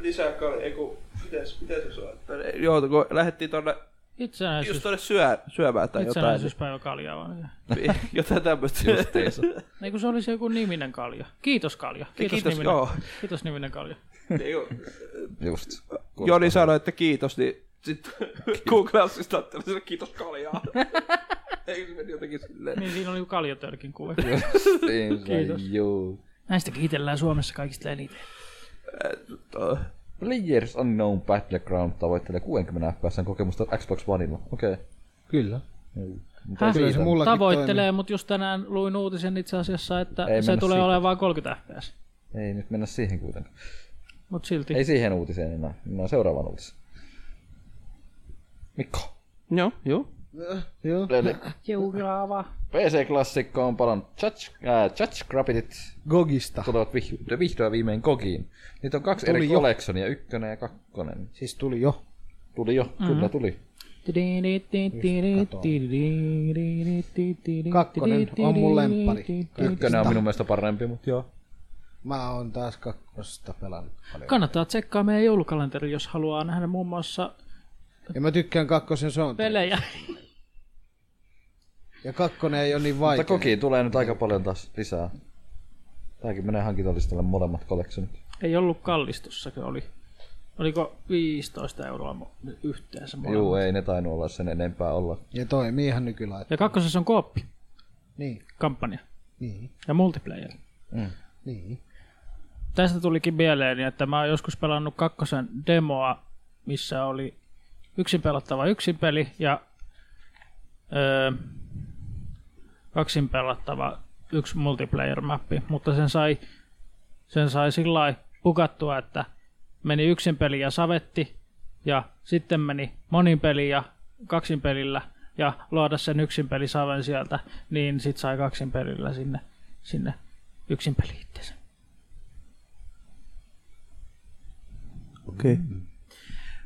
Lisää kalja, ei kun, mitäs, mitäs se soittaa? Joo, kun lähdettiin tonne, just
Itsenäisyys,
tonne syö, syömään tai jotain.
itsenäisyyspäivä kalja on.
niin- [laughs] jotain tämmöstä.
Justiinsa.
Ei kun se oli se joku niminen kalja. Kiitos kalja. Kiitos,
kiitos,
niminen,
joo.
[laughs] kiitos niminen kalja.
Niin kun
[laughs]
Just.
[laughs] Joni sanoi, että kiitos, niin sitten [laughs] Google Assistant oli sille, kiitos [laughs] kaljaa. Eikö se meni jotenkin silleen?
Niin siinä oli kaljatölkin kuva.
Justiinsa,
Kiitos.
Niin, juu.
Näistä kiitellään Suomessa kaikista eniten.
Toi.
Players Unknown Battleground tavoittelee 60 FPS kokemusta Xbox Oneilla. Okei. Okay.
Kyllä.
Häh?
Kyllä se mullakin
Tavoittelee, mutta just tänään luin uutisen itse asiassa, että
Ei
se
mennä
tulee
siitä.
olemaan 30 fps.
Ei nyt mennä siihen kuitenkaan.
Mutta silti.
Ei siihen uutiseen enää. Mennään seuraavaan uutiseen. Mikko.
Mm. Joo, joo.
Joo.
Eli
Seuraava.
PC-klassikko on palannut Judge, äh, Judge Rabbitit
Gogista.
tulevat vihdoin, vihdoin viimein kokiin. Niitä on kaksi eri
jo.
collectionia, ykkönen ja kakkonen.
Siis tuli jo.
Tuli jo, mm-hmm. kyllä tuli.
Kakkonen on mun lemppari.
Ykkönen on minun mielestä parempi, mutta joo.
Mä oon taas kakkosta pelannut paljon.
Kannattaa tsekkaa meidän joulukalenteri, jos haluaa nähdä muun muassa
Ja mä tykkään kakkosen soundtrack.
pelejä.
Ja kakkonen ei ole niin
Mutta
vaikea.
kokiin tulee nyt aika paljon taas lisää. Tääkin menee hankintalistalle molemmat collectionit.
Ei ollut kallistussa, se oli. Oliko 15 euroa mu- yhteensä? molemmat?
Juu, ei ne tainu olla sen enempää olla.
Ja toimii ihan nykylaite.
Ja kakkosessa on kooppi,
Niin,
kampanja
niin,
ja multiplayer.
niin.
tästä tulikin mieleen, että mä oon joskus pelannut kakkosen demoa, missä oli yksin pelattava yksin peli ja öö, kaksin pelattava yksi multiplayer-mappi, mutta sen sai, sen sai sillä lailla pukattua, että meni yksin peli ja savetti, ja sitten meni monin peli ja kaksin pelillä, ja luoda sen yksin peli saven sieltä, niin sit sai kaksin pelillä sinne, sinne yksin peli itsensä.
Okei.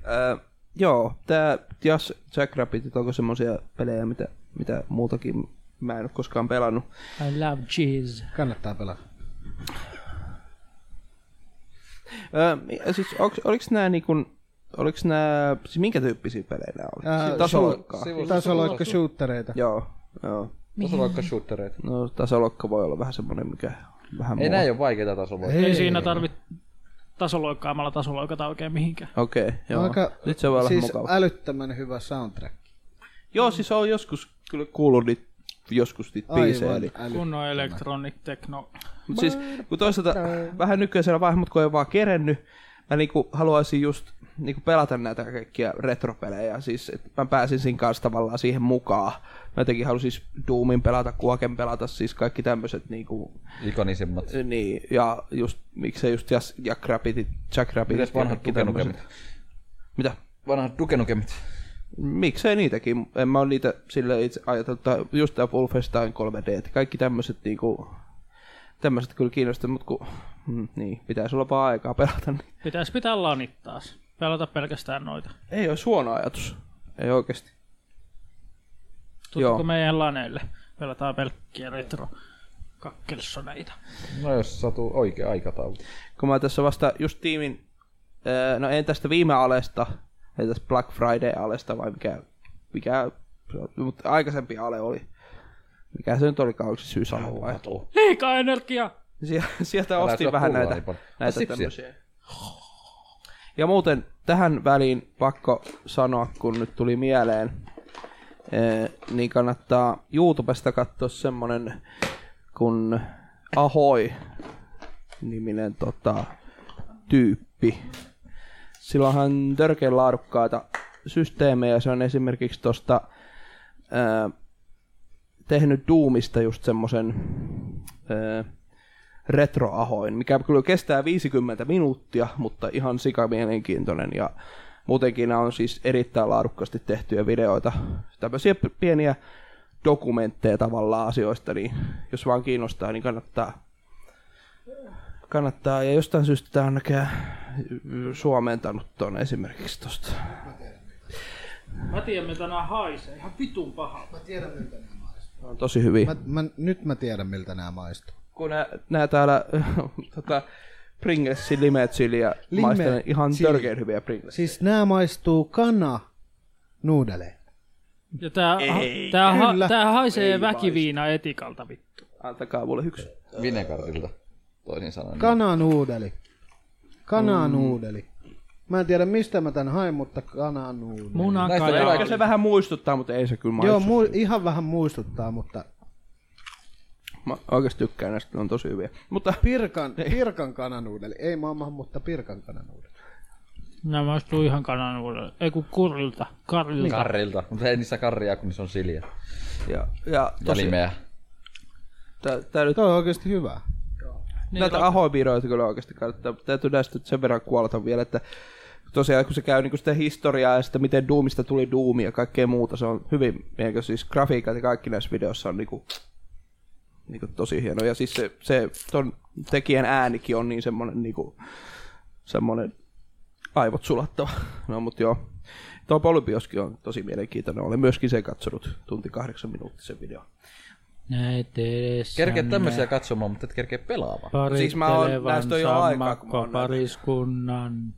Öö, joo, tää Jas Jackrabbit, onko semmosia pelejä, mitä, mitä muutakin mä en ole koskaan pelannut.
I love cheese.
Kannattaa pelata.
Öö, mi- siis onks, oliks nää niinku, oliks nää, siis minkä tyyppisiä pelejä nää oli?
Ää,
Siis tasolokkaa.
Tasoloikka shootereita.
Joo, joo.
Tuossa vaikka shootereita.
No tasolokka voi olla vähän semmonen, mikä vähän
Ei
muu.
nää No. ei ole vaikeita tasolla.
Ei,
Ei siinä tarvitse tasoloikkaamalla tasoloikata oikein mihinkään.
Okei, okay, joo.
Aika,
Nyt se voi olla
siis
mukava.
älyttömän hyvä soundtrack.
Joo, siis on joskus kyllä kuullut niitä joskus niitä biisejä. Eli.
äly.
Kunnon electronic techno.
Mut siis, kun toisaalta vähän nykyisellä vaiheella, mutta kun ei vaan kerennyt, mä niinku haluaisin just niinku pelata näitä kaikkia retropelejä, siis että mä pääsin siinä kanssa tavallaan siihen mukaan. Mä jotenkin halusin siis Doomin pelata, Kuoken pelata, siis kaikki tämmöiset niinku,
Ikonisimmat.
niin, ja just, miksei just Jas- Jack Rabbitit, Jack Rabbitit.
Mitäs
ja
vanhat
kaikki tämmöset.
tukenukemit?
Mitä?
Vanhat tukenukemit.
Miksei niitäkin, en mä ole niitä sille itse ajatellut, tai just tämä Wolfenstein 3D, että kaikki tämmöiset niinku, tämmöiset kyllä kiinnostaa, mutta kun, mm, niin, pitäisi olla vaan aikaa pelata, niin
Pitäis pitää lanit taas. Pelata pelkästään noita.
ei olisi huono ajatus, ei oikeasti. Joo.
Tuutko meidän laneille? Pelataan pelkkiä retro kakkelsoneita.
No jos satuu oikea aikataulu.
Kun mä tässä vasta just tiimin, öö, no en tästä viime alesta, ei tästä Black Friday-alesta vai mikä, mikä mutta aikaisempi ale oli. Mikä se nyt olikaan, oliko se syysale vai?
Liikaa energiaa!
Sie- sieltä [laughs]
Älä
ostin
syö
vähän
pullaa
näitä,
niin paljon.
näitä
sipsiä.
tämmöisiä. Ja muuten tähän väliin pakko sanoa, kun nyt tuli mieleen, eh, niin kannattaa YouTubesta katsoa semmonen kun Ahoi niminen tota, tyyppi. Sillä on ihan törkeän laadukkaita systeemejä. Se on esimerkiksi tosta eh, ää, tehnyt Doomista just semmosen ää, retroahoin, mikä kyllä kestää 50 minuuttia, mutta ihan sika mielenkiintoinen ja muutenkin nämä on siis erittäin laadukkaasti tehtyjä videoita, tämmöisiä p- pieniä dokumentteja tavallaan asioista, niin jos vaan kiinnostaa, niin kannattaa kannattaa, ja jostain syystä tämä on näkään suomentanut tuon esimerkiksi tosta.
Mä tiedän, mitä nää haisee. Ihan vitun paha.
Mä tiedän miltä nämä maistuu.
Tää On tosi hyvin.
Mä, mä, nyt mä tiedän miltä nämä maistuu.
Kun nää, nää täällä [laughs] tota, Pringlesin limeet chiliä
Lime
maistelen ihan
chili.
törkeen hyviä Pringles.
Siis nämä maistuu kana nuudeleen.
Ja tää, ha- tää, ha-
kyllä.
tää haisee väkiviina etikalta vittu.
Antakaa mulle yksi.
Vinekartilta. Toisin sanoen.
Kananuudeli.
Mm.
Kananuudeli. Mä en tiedä mistä mä tän hain, mutta kananuudeli.
Munan
Näistä
kajaa.
eläkä-
Ehkä se vähän muistuttaa, mutta ei se kyllä maistu.
Joo, mu- ihan vähän muistuttaa, mutta
Mä oikeasti tykkään näistä, ne on tosi hyviä. Mutta
Pirkan,
Niin.
pirkan kananuudeli. Ei maailman, mutta pirkan kananuudeli.
Nää maistuu ihan kanan uudelleen. Ei kun kurilta. Karilta.
Karrilta. Mutta ei niissä karria, kun niissä on silja.
ja, ja
Ja
tosi,
limeä.
tää, tää nyt,
Tuo on oikeasti hyvä.
Niin,
näitä ahoipiiroita kyllä oikeasti kannattaa, mutta täytyy näistä nyt sen verran kuolata vielä, että tosiaan kun se käy niinku sitä historiaa ja sitten miten Doomista tuli Doom ja kaikkea muuta, se on hyvin, mielenkiintoista. siis grafiikat ja kaikki näissä videoissa on niinku, niinku tosi hieno. Ja siis se, se ton tekijän äänikin on niin semmonen niinku, semmonen aivot sulattava. No mut joo. Tuo Polybioskin on tosi mielenkiintoinen. Olen myöskin sen katsonut tunti kahdeksan minuuttisen video.
Näet edes.
Kerkeä tämmöisiä katsomaan, mutta et kerkeä pelaamaan.
Siis mä oon- näistä on jo aikaa, kun mä oon näitä.
pariskunnan.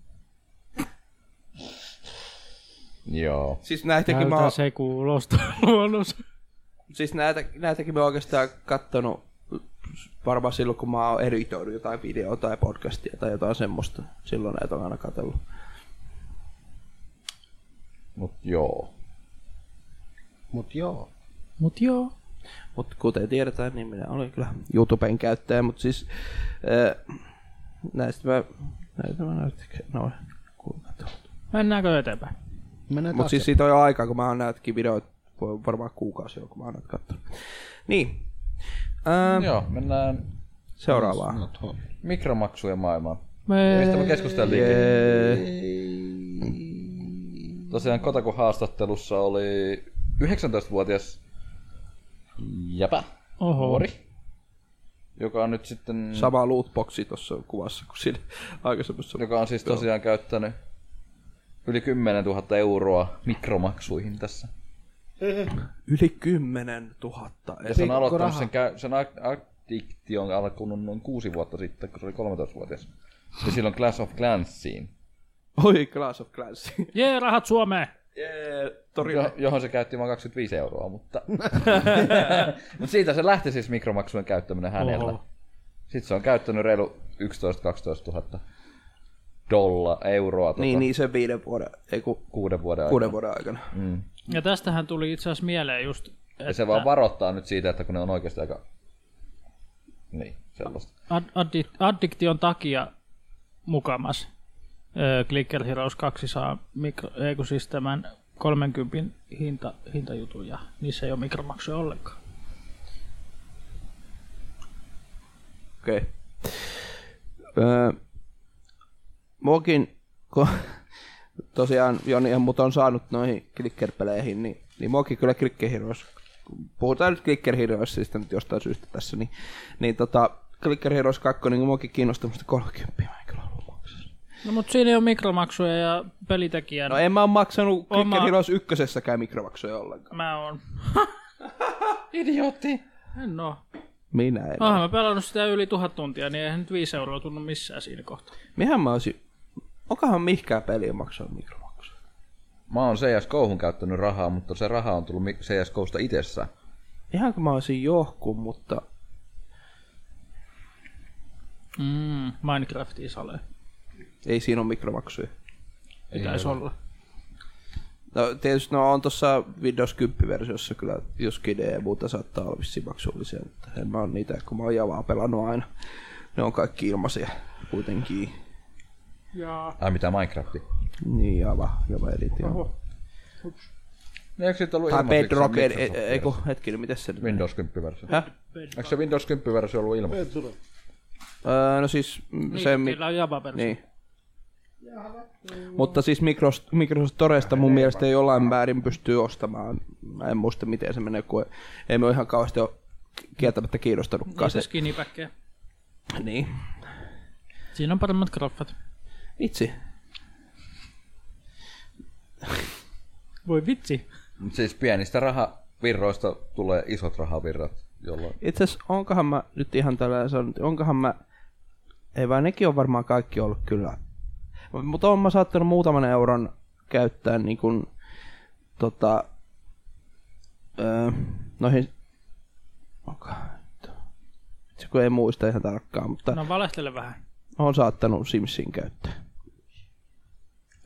Joo.
Siis näitäkin mä
Tältä
oon,
se kuulostaa [laughs] luonnos.
siis näitä, näitäkin mä oon oikeastaan kattonut varmaan silloin, kun mä oon editoinut jotain videoa tai podcastia tai jotain semmoista. Silloin näitä on aina katsellut.
Mut joo.
Mut joo.
Mut joo.
Mutta kuten tiedetään, niin minä olen kyllä YouTuben käyttäjä, mutta siis ää, näistä mä, näitä mä näytän, no, noin, kuinka
Mennäänkö eteenpäin?
Mennään
Mutta
taas.
siis siitä on jo aikaa, kun mä oon näitäkin videoita, voi varmaan kuukausi jo, kun mä oon näitä katsonut. Niin, ää,
No. Joo, mennään
seuraavaan.
mikromaksujen maailmaan.
Me...
Mistä me keskusteltiinkin?
Jee.
Tosiaan Kotaku haastattelussa oli 19-vuotias jäpä,
Oho.
nuori, joka on nyt sitten,
Sama lootboxi tuossa kuvassa kuin siinä aikaisemmassa.
joka on siis tosiaan käyttänyt yli 10 000 euroa mikromaksuihin tässä.
Yli 10 000
Ja se on aloittanut sen, käy, sen ak- addiktion alkunut noin kuusi vuotta sitten, kun se oli 13-vuotias. Ja silloin Clash of Clansiin,
Oi, Clash of Clans.
Jee, rahat Suomeen!
Jee, torilla.
jo- johon se käytti vain 25 euroa, mutta... [laughs] Mut siitä se lähti siis mikromaksujen käyttäminen hänellä.
Oho.
Sitten se on käyttänyt reilu 11-12 000 dolla, euroa tuota,
Niin, niin sen viiden vuoden, ei kun
kuuden vuoden aikana.
kuuden vuoden aikana.
Ja tästähän tuli itse asiassa mieleen just...
Ja se vaan varoittaa nyt siitä, että kun ne on oikeasti aika... Niin, sellaista.
Ad- addi- addiktion takia mukamas öö, Clicker Heroes 2 saa mikro, ei kun siis tämän 30 hinta, hintajutun ja niissä ei ole mikromaksuja ollenkaan.
Okei. Okay. Öö, muakin, kun [laughs] tosiaan Joni ja mut on saanut noihin klikkerpeleihin, niin, niin muakin kyllä Clicker Heroes, puhutaan nyt Clicker Heroesista nyt jostain syystä tässä, niin, niin tota, Clicker Heroes 2, niin muakin kiinnostaa musta 30, mä en kyllä halua maksaa.
No mut siinä ei ole mikromaksuja ja pelitekijän...
No en mä oo maksanut
Oon
Clicker
mä-
Heroes ykkösessäkään mikromaksuja ollenkaan.
Mä [laughs] oon.
Idiootti!
En oo.
Minä en.
Oonhan mä pelannut sitä yli tuhat tuntia, niin eihän nyt viisi euroa tunnu missään siinä kohtaa.
Mihän mä olisin... Onkohan mihkään peliä maksaa mikromaksuja?
Mä oon CSGOhun käyttänyt rahaa, mutta se raha on tullut mi- CSGOsta itsessään.
Ihan kun mä olisin johkun, mutta
Mm, Minecraftiin sale.
ei siinä ole mikromaksuja.
Pitäisi olla.
No tietysti no on tuossa Windows 10 versiossa kyllä, jos kide ja muuta saattaa olla vissiin maksullisia, mutta en mä oo niitä, kun mä oon Javaa pelannut aina. Ne on kaikki ilmaisia kuitenkin.
Jaa.
Ai mitä Minecrafti?
Niin Java, Java Edit. joo.
No eikö siitä ollut
Tai
ilmaiseksi
Bedrock, e-
se
ei, ei,
Microsoft-
ei kun hetkinen, miten se nyt?
Windows 10 versio.
Häh?
Eikö se Windows 10 versio ollut ilmaiseksi?
Öö, no siis
Niin,
se...
se,
mi-
on java-versio.
Niin. Mutta siis Microsoft, Microsoft Toresta mun mielestä jollain määrin pystyy ostamaan. Mä en muista miten se menee, kun ei me ole ihan kauheasti ole kieltämättä kiinnostanutkaan se.
Niitä skinnypäkkejä.
Niin.
Siinä on paremmat graffat.
Vitsi.
Voi vitsi.
Mut siis pienistä rahavirroista tulee isot rahavirrat, jolloin
Itse asiassa onkohan mä nyt ihan tällä sanonut, onkohan mä, ei vaan nekin on varmaan kaikki ollut kyllä. Mutta on mä saattanut muutaman euron käyttää niin kun, tota, öö, noihin, onkohan, se kun ei muista ihan tarkkaan, mutta no.
No valehtele vähän.
on saattanut Simsin käyttää.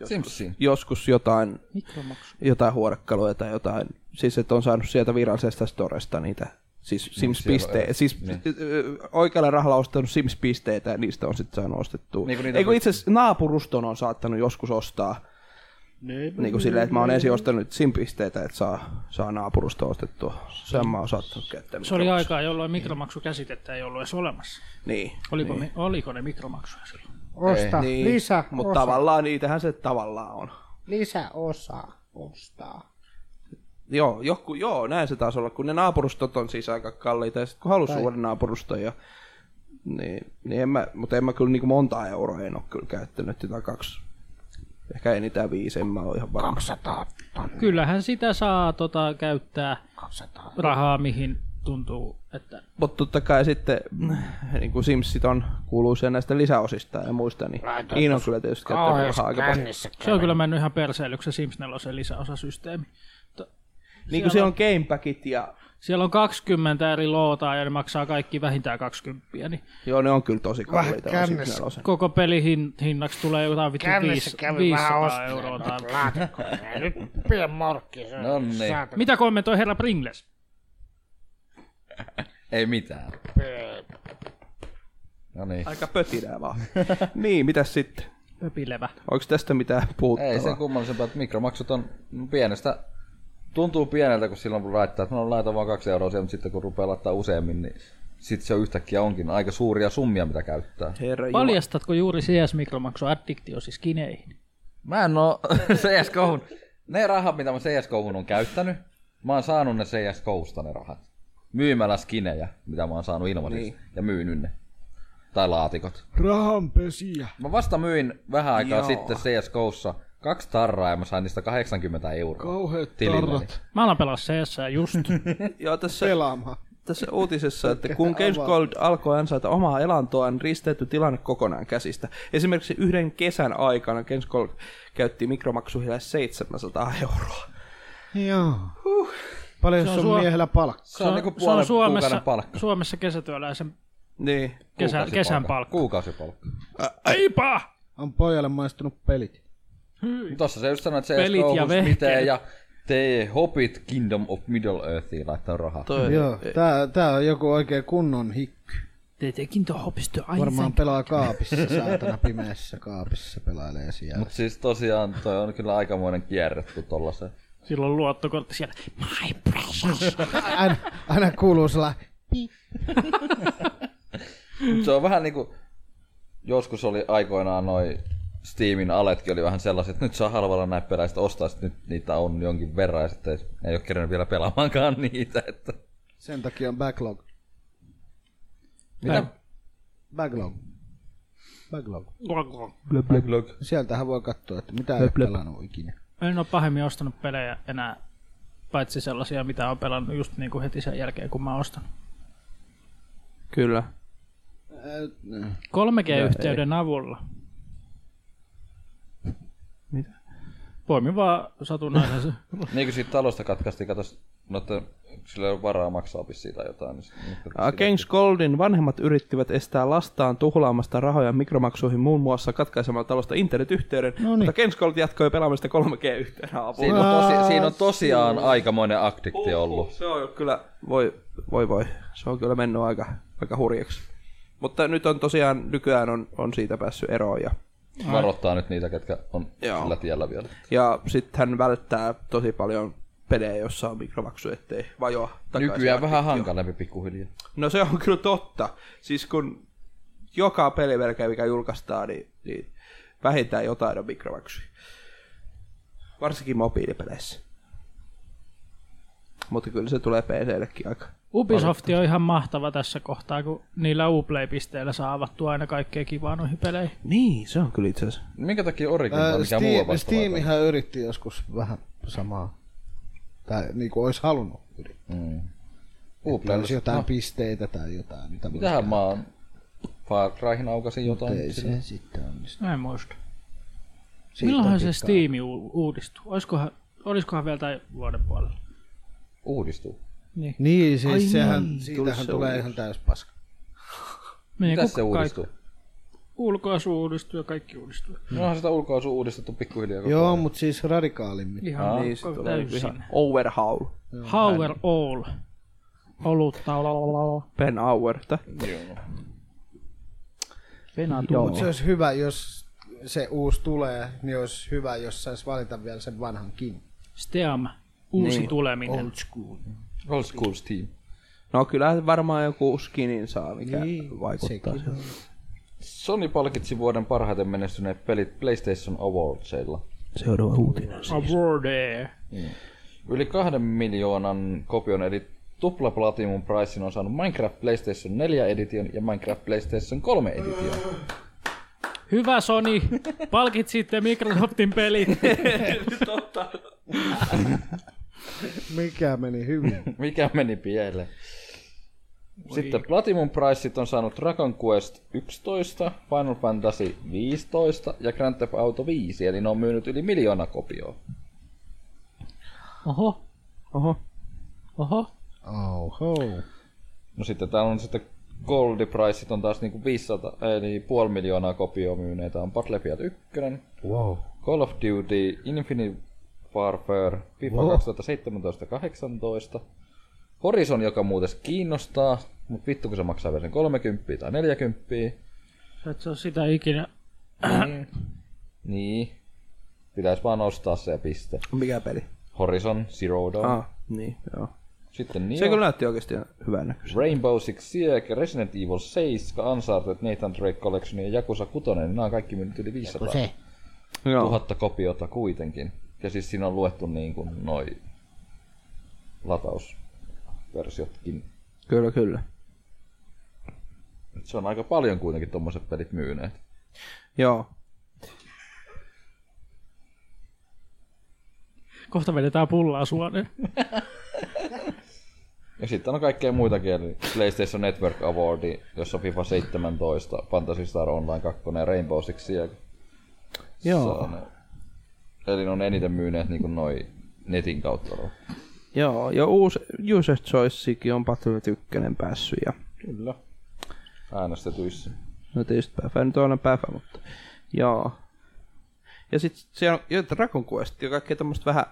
Simsiin.
Joskus jotain,
Mikromaksu.
jotain huorekkaluja tai jotain, siis että on saanut sieltä virallisesta storesta niitä Siis Sims
siellä on
piste,
eri-
siis
niin.
ö, oikealla rahalla ostanut Sims pisteitä ja niistä on sitten saanut ostettua.
Niin
Niin
kuin
niitä...
niitä-
Eikö itse asiassa naapuruston on saattanut joskus ostaa. Niin kuin silleen, että mä oon ensin ostanut Sim pisteitä, että saa, saa naapurusta ostettua. Sen mä oon saattanut käyttää.
Se oli
mikromaksu.
aikaa, jolloin mikromaksukäsitettä ei ollut edes olemassa.
Niin.
Oliko, niin. oliko ne mikromaksuja silloin?
Osta
niin.
lisä
Mutta
osa.
tavallaan niitähän se tavallaan on.
lisä osa ostaa.
Joo, joku, joo, näin se taas olla, kun ne naapurustot on siis aika kalliita, ja sitten kun halusi uuden naapuruston, ja, niin, niin en mä, mutta en mä kyllä niin monta euroa en ole kyllä käyttänyt, jotain kaksi, ehkä enintään viisi, en mä ole ihan varma.
Kyllähän sitä saa tota, käyttää rahaa, mihin tuntuu, että
Mutta totta kai sitten, niin kuin Simsit on kuuluisia näistä lisäosista ja muista, niin Iin on kyllä tietysti käyttänyt rahaa aika paljon.
se on kyllä mennyt ihan perseilyksi se Sims 4 lisäosasysteemi.
Niin kuin siellä on gamepackit ja,
Siellä on 20 eri lootaa ja ne maksaa kaikki vähintään 20, niin
joo, ne on kyllä tosi kalliita.
Vähän
on Sims
kännissä.
nelosen.
koko pelin hinnaksi tulee jotain vittu
Kännessä
viis-
kävi vähän
500 euroa.
ostelemaan
Tai...
noita laatikkoja. Ja Nyt pien morkki. se on
No niin.
saatana
Mitä kommentoi herra Pringles?
Ei mitään.
pöö.
No niin.
Aika pötinää vaan. [laughs] niin, mitäs sitten?
Höpilevä.
Onko tästä mitään puhuttavaa?
Ei sen kummallisempaa, että mikromaksut on pienestä. Tuntuu pieneltä, kun silloin kun laittaa, että no laita vaan kaksi euroa siihen, mutta sitten kun rupeaa laittaa useammin, niin sitten se yhtäkkiä onkin aika suuria summia, mitä käyttää.
Herra Jumala.
Paljastatko juuri CS Mikromaksu addiktio siis kineihin?
Mä en oo [laughs] CSGO. Ne rahat, mitä mä CSGO on käyttänyt, mä oon saanut ne CSGOsta ne rahat. Myymällä skinejä, mitä mä oon saanut ilmaisiksi. Niin. Ja myynyt ne. Tai laatikot.
Rahanpesiä.
Mä vasta myin vähän aikaa
Joo.
Joo. sitten CSGOssa kaksi tarraa ja mä sain niistä 80 euroa.
Kauheet
tililläni.
tarrat.
Mä alan pelaa CS just.
Joo, tässä,
Pelaamaan.
tässä uutisessa, että kun Games Gold alkoi ansaita omaa elantoaan, risteytyi tilanne kokonaan käsistä. Esimerkiksi yhden kesän aikana Games Gold käytti mikromaksuhille 700 euroa.
Joo. Paljon
Se on
sun
sua-
miehellä palkka?
Se on, niinku puolen
Suomessa,
kuukauden palkka.
Suomessa kesätyöläisen
Niin.
kesä, kesän palkka.
Kuukausipalkka.
Aipa!
On pojalle maistunut pelit.
Tuossa se just sanoi, että
Pelit
CSGO
ja
on
vehkeet.
miten ja te Hobbit Kingdom of Middle Earthiin laittaa rahaa.
Toi,
Joo, tää, tää on joku oikein kunnon hikky.
Tietenkin tuo hopisto
Varmaan pelaa [laughs] kaapissa, saatana pimeässä kaapissa pelailee siellä.
Mut siis tosiaan toi on kyllä aikamoinen kierretty tollaseen.
Silloin luottokortti siellä. My precious.
Aina, aina kuuluu sellainen,
Mut se on vähän niinku, joskus oli aikoinaan noi Steamin aletkin oli vähän sellaiset, että nyt saa halvalla näitä pelejä, sit ostaa sit nyt niitä on jonkin verran ja sitten ei ole kerännyt vielä pelaamaankaan [laughs] niitä. Että.
sen takia on backlog.
Mitä?
Backlog. Backlog.
Backlog.
Sieltähän voi katsoa, että mitä ei ole pelannut ikinä.
En ole pahemmin ostanut pelejä enää, paitsi sellaisia, mitä on pelannut just niin kuin heti sen jälkeen, kun mä ostan.
Kyllä.
3G-yhteyden avulla.
Mitä?
Poimin vaan satunnaisen.
Niin kuin siitä talosta katkaistiin, katos, no että sillä ei ole varaa maksaa vissi siitä jotain. Niin sit- nyt-
Ä, Games Goldin vanhemmat yrittivät estää lastaan tuhlaamasta rahoja mikromaksuihin muun muassa katkaisemalla talosta internetyhteyden, Noniin. mutta Games Gold jatkoi pelaamista 3G-yhteyden avulla.
Siinä on, tosi, siinä on tosiaan aikamoinen addiktio ollut.
Se on kyllä, voi voi, voi. se on kyllä mennyt aika, aika hurjaksi. Mutta nyt on tosiaan, nykyään on, on siitä päässyt eroon ja,
Varoittaa nyt niitä, ketkä on
Joo.
sillä tiellä vielä.
ja sitten hän välttää tosi paljon pelejä, jossa on mikromaksu, ettei vajoa takaisin.
Nykyään vähän hankalempi pikkuhiljaa.
No se on kyllä totta. Siis kun joka peli melkein, mikä julkaistaan, niin, niin vähintään jotain on mikromaksuja. Varsinkin mobiilipeleissä. Mutta kyllä se tulee PCllekin aika.
Ubisoft on ihan mahtava tässä kohtaa, kun niillä Uplay-pisteillä saa avattua aina kaikkea kivaa noihin peleihin.
Niin, se on kyllä itse asiassa.
Minkä takia Origin
Ää,
tai mikä muu
Äh, Steam,
vastaava?
Steamihän yritti joskus vähän samaa. Tai niinku ois halunnut yrittää. Että olisi jotain pisteitä tai jotain. Mitä voisi
Mitähän mä oon? Far Cryhin aukasin jotain.
Ei
sillä-
se sitten onnistu.
Mä en muista.
Siitä on
Milloinhan se
pitkä
Steam u- uudistuu? Olisikohan, olisikohan vielä tämän vuoden puolella?
Uudistuu.
Niin, siis Ai sehän, niin, siitähän tulee ihan täys paska.
Meidän
Mitäs se
kukka-
uudistuu?
Ulkoasu uudistuu ja kaikki uudistuu.
No onhan sitä ulkoasu uudistettu pikkuhiljaa. koko
Joo,
ajan.
mutta siis radikaalimmin.
Ihan
Niin, se
koko-
tulee
täysin.
ihan overhaul.
Hauer All. Olutta.
Ben Auerta.
Mutta se olisi hyvä, jos se uusi tulee, niin olisi hyvä, jos saisi valita vielä sen vanhankin.
Steam. Uusi tuleminen.
school.
Old School Steam.
No kyllä varmaan joku skinin saa, mikä
Niin,
niin, vaikuttaa
sekin
siihen.
Sony palkitsi vuoden parhaiten menestyneet pelit PlayStation Awardsilla.
Seuraava uutinen.
Awardee.
Yli kahden miljoonan kopion eli tupla Platinum Pricein on saanut Minecraft PlayStation 4 Edition ja Minecraft PlayStation 3 Edition.
Hyvä Sony, palkitsitte Microsoftin pelit.
Mikä meni hyvin?
Mikä meni pieleen? Sitten Platinum Priceit on saanut Dragon Quest 11, Final Fantasy 15 ja Grand Theft Auto 5, eli ne on myynyt yli miljoona kopioa.
Oho,
Oho.
oho.
Oho.
No sitten täällä on sitten Gold Priceit on taas niinku 500, eli puoli miljoonaa kopioa myyneitä on Battlefield 1,
Wow.
Call of Duty, Infinite Warfare, FIFA 2017-18, Horizon, joka muuten kiinnostaa, mutta vittu kun se maksaa vielä sen 30 tai 40.
Sä et se ole sitä ikinä.
Niin. Pitäis vaan ostaa se ja piste.
Mikä peli?
Horizon, Zero Dawn.
Ah, niin, joo.
Sitten niin
Ah. Se kyllä näytti oikeasti ihan hyvän näköisen.
Rainbow Six Siege, Resident Evil 7, Uncharted, Nathan Drake Collection ja Yakuza 6, niin nämä on kaikki myynyt yli 500
Kun se.
Joo.
tuhatta kopiota kuitenkin. Ja siis siinä on luettu niin kuin noi latausversiotkin.
Kyllä, kyllä.
Et Se on aika paljon kuitenkin tommoset pelit myyneet.
Joo.
Kohta vedetään pullaa suoneen.
Ja sitten on kaikkea muitakin, eli PlayStation Network Awardi, jossa on FIFA 17, Fantasy Star Online 2 ja Rainbow Six Siege.
Joo.
Se on- Eli ne on eniten myyneet niin kuin noi netin kautta. olevat.
Joo, ja uusi User Choicekin on Battlefield 1 päässyt ja
Kyllä. Äänestetyissä.
no tietysti päivä, nyt on aina päivä, mutta joo. Ja sitten siellä on jo Dragon Quest ja kaikkea tämmöistä vähän,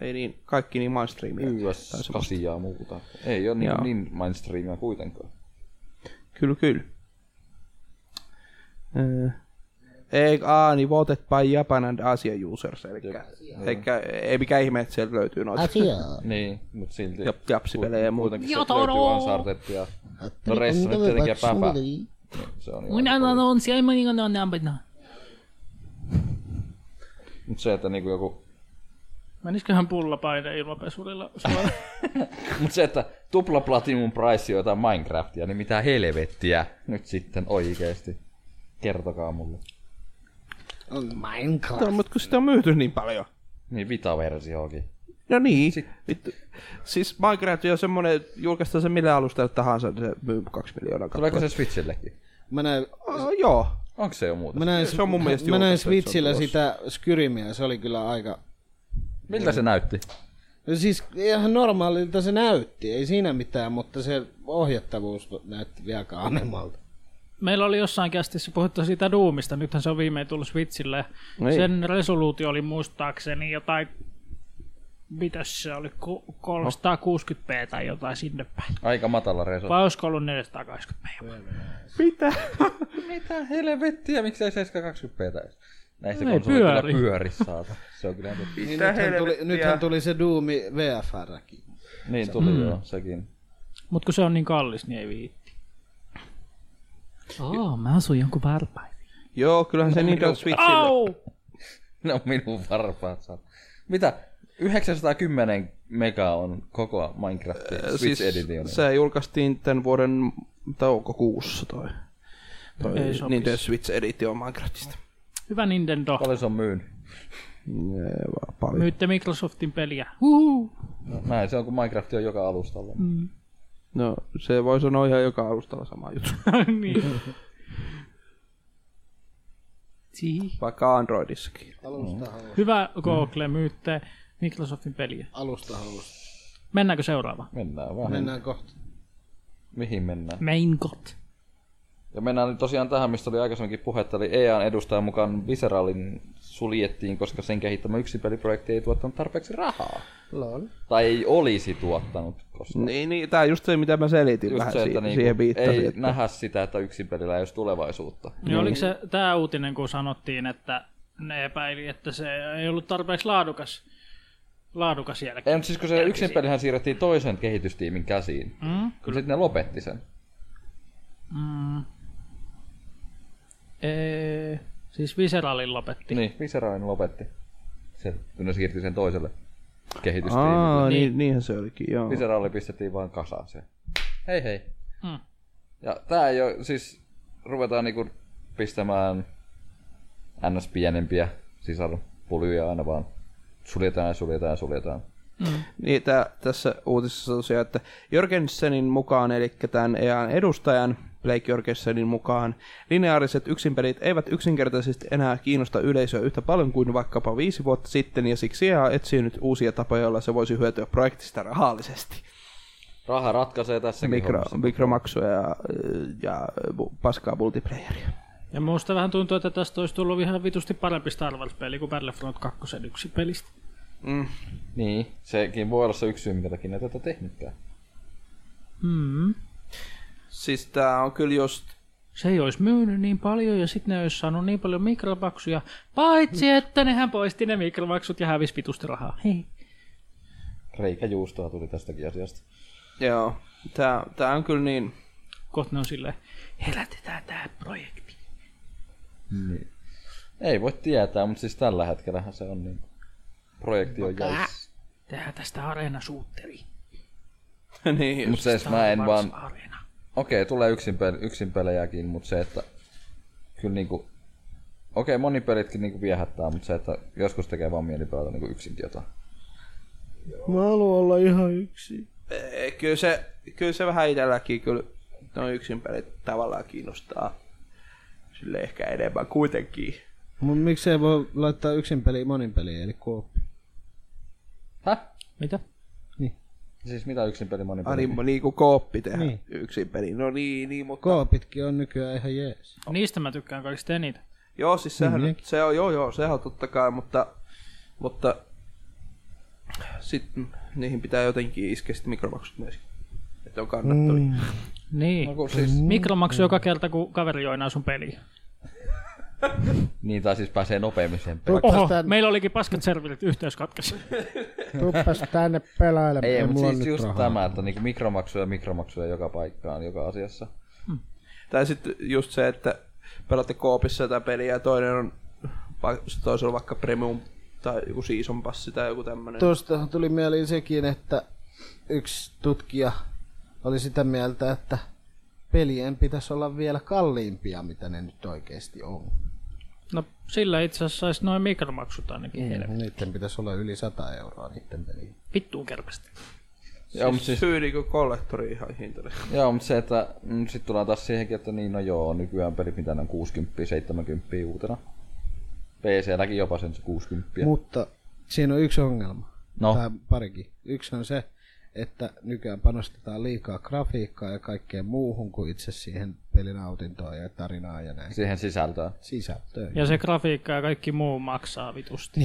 ei niin, kaikki niin mainstreamia. Tai
YS
semmoista.
8 ja muuta. Ei ole niin,
Joo.
niin mainstreamia kuitenkaan.
Kyllä, kyllä. Öö, Ei, aa, niin voted by Japan and Asia users, eli eikä, ei mikään ihme, että siellä löytyy noita
Asia.
Niin, mutta silti.
jap, japsipelejä ja muuta.
Kuitenkin sieltä löytyy Uncharted ja... No Reissa nyt tietenkin ja Päpä. Se on ihan...
on siellä moni on nämpäinä.
Mut se, että niinku joku...
Menisiköhän pullapaine ilmapesurilla suoraan?
Mut se, että tupla platinum price on jotain Minecraftia, niin mitä helvettiä nyt sitten oikeesti. Kertokaa mulle.
Minecraft.
No, mutta kun sitä on myyty niin paljon.
Niin vita-versiokin.
No niin. Vittu. Siis Minecraft on semmonen, julkaistaan se millä alustalla tahansa, niin se myy kaksi miljoonaa
Tuleeko
kappaletta.
se Switchillekin?
Mä näin,
Oh, joo.
Onko se jo muuta?
mä näin,
Se on mun mielestä
mä näin
julkaistu, että se on
Switchillä
tulossa.
sitä Skyrimiä, se oli kyllä aika...
Miltä se näytti?
No Siis ihan normaalilta se näytti, ei siinä mitään, mutta se ohjattavuus näytti vielä kaanemmalta.
Meillä oli jossain kästissä puhuttu siitä Doomista, nythän se on viimein tullut Switchille. ja
ei.
Sen resoluutio oli muistaakseni jotain, mitäs se oli, ku- 360p tai jotain sinne päin.
Aika matala reso.
Vai olisiko ollut 480p?
Mitä helvettiä, miksei 720p täys? Näistä
No ei
konsoli kyllä
pyöri.
pyöri saata. Se on kyllä ihan totta.
Niin nythän, tuli, nythän tuli se Doomi VFRkin.
[laughs] Niin tuli mm. joo, sekin.
Mutta kun se on niin kallis, niin ei viitti. Oo, mä asun jonkun varpain.
Joo, kyllähän se Nintendo Switchillä.
Au!
Ne on minun varpaat saata. Mitä? 910 mega on koko Minecraftin Switch
siis
siis Edition. Se...
se julkaistiin tämän vuoden toukokuussa toi, toi Nintendo Switch Edition Minecraftista.
Hyvä Nintendo.
Paljon se on myynyt?
Jee, vaan paljon.
Myytte Microsoftin peliä. Huhu.
No, näin se on, kun Minecraft on joka alustalla. Mm.
No, se voi sanoa ihan joka alustalla sama juttu.
[laughs]
[laughs]
niin. Sii.
Vaikka Androidissakin.
Hyvä Google, myytte Microsoftin peliä.
Alusta alusta.
Mennäänkö seuraavaan?
Mennään vähän. Mennään.
Mennään kohta.
Mihin mennään?
Maincot.
Ja mennään nyt tosiaan tähän, mistä oli aikaisemminkin puhetta, eli EAN edustajan mukaan Visceralin suljettiin, koska sen kehittämä yksi peliprojekti ei tuottanut tarpeeksi rahaa.
Lol.
Tai ei olisi tuottanut, koska
Niin, niin, tää on just se, mitä mä selitin
just
vähän
se, että
siihen,
niinku,
siihen viittasin.
ei
että-
nähdä sitä, että yksin pelillä ei olisi tulevaisuutta.
Niin. Oliko se tämä uutinen, kun sanottiin, että ne epäili, että se ei ollut tarpeeksi laadukas, laadukas jälki?
Ei, mutta siis kun se yksin pelihän siirrettiin toisen kehitystiimin käsiin, mm, kyllä sitten ne lopetti sen.
Ee, siis Viseralin lopetti.
Niin, Viscerain lopetti. Se, kun ne siirtyi sen toiselle kehitystiimille.
Aa, niin, niinhän se olikin, joo.
Viscerali pistettiin vaan kasaan se. Hei hei.
Mm.
Ja tää ei oo, siis ruvetaan niinku pistämään ns. pienempiä sisarpuljuja aina vaan suljetaan ja suljetaan ja suljetaan.
Niin, tää, tässä uutisessa tosiaan, että Jorgensenin mukaan, eli tämän EAN edustajan, Blake Jorgensenin mukaan, lineaariset yksinpelit eivät yksinkertaisesti enää kiinnosta yleisöä yhtä paljon kuin vaikkapa viisi vuotta sitten, ja siksi EA etsii nyt uusia tapoja, joilla se voisi hyötyä projektista rahallisesti.
Raha ratkaisee tässäkin
Mikro,
hommassa.
mikromaksuja ja, ja bu- paskaa multiplayeria.
Ja muusta vähän tuntuu, että tästä olisi tullut ihan vitusti parempi Star Wars-peli kuin Battlefront 2 yksi pelistä.
Niin, sekin voi olla se yksi syy, minkä takia ne tätä tehnytkään.
Mm.
Siis tää on kyllä just
Se ei olisi myynyt niin paljon ja sitten ne olisi saanut niin paljon mikromaksuja, paitsi että nehän poisti ne mikromaksut ja hävisi vitusti rahaa. Hei.
Reikä juustoa tuli tästäkin asiasta.
Joo. Tää, tää on kyllä niin... [laughs]
Kohta ne on silleen, helätetään tämä projekti.
Ei voi tietää, mutta siis tällä hetkellä se on niin. Projekti on jäissä.
Tehdään tästä areenasuutteri.
niin just.
Mutta se, että siis mä en vaan...
Areena.
Okei, tulee yksin, pel- yksin pelejäkin, mutta se, että kyllä niinku... Okei, moni pelitkin niinku viehättää, mutta se, että joskus tekee vaan mieli pelata niinku yksin jotain.
Mä haluan olla ihan yksi.
Ee, E, Kyllä se, kyllä se vähän itselläkin kyllä noin yksin pelit tavallaan kiinnostaa. Sille ehkä enemmän kuitenkin.
Mut miksei voi laittaa yksin peliä monin peliin, eli kooppi.
Häh?
Mitä?
Siis mitä yksin peli moni peli?
Animo niinku kooppi tehdä
Niin.
niin. yksin peli. No niin, niin mutta...
Koopitkin on nykyään ihan jees.
Oh. Niistä mä tykkään kaikista eniten.
Joo, siis sehän,
Niin.
mm se on, joo, joo, sehän on totta kai, mutta, mutta sit niihin pitää jotenkin iskeä sit mikromaksut myös. Että on kannattavia. Mm.
Niin.
No kun siis,
Mikromaksu joka kerta, kun kaveri joinaa sun peliä.
niin tai siis pääsee nopeammin sen peliin.
Oho,
Ruppas tänne,
meillä olikin paskat servilit, yhteys katkesi.
ruppas tänne pelailemaan.
Ei, mutta
mulla
siis
nyt
just
rahaa.
tämä, että niinku mikromaksuja mikromaksuja joka paikkaan, joka asiassa.
Tai sitten just se, että pelaatte koopissa jotain peliä ja toinen on va- se toisella on vaikka premium tai joku season passi tai joku tämmönen.
Tuosta tuli mieliin sekin, että yksi tutkija oli sitä mieltä, että pelien pitäisi olla vielä kalliimpia, mitä ne nyt oikeasti on.
No sillä itse asiassa saisi noin mikromaksut ainakin. Mm.
Niiden pitäisi olla yli 100 euroa niiden peliin.
Vittuun kärpästä.
Joo, mutta siis,
Siis... Syy niinku kollektori ihan hintainen.
joo, mut se, että mm, sit tullaan taas siihenkin, että niin no joo, nykyään pelit mitä ne on 60, 70 uutena. PC-lläkin jopa sen se 60.
Mutta siinä on yksi ongelma.
No.
Tai parikin. Yksi on se, että nykyään panostetaan liikaa grafiikkaa ja kaikkeen muuhun kuin itse siihen pelin nautintoon ja tarinaan ja näin
siihen sisältöön.
sisältöön.
Ja se grafiikka ja kaikki muu maksaa vitusti.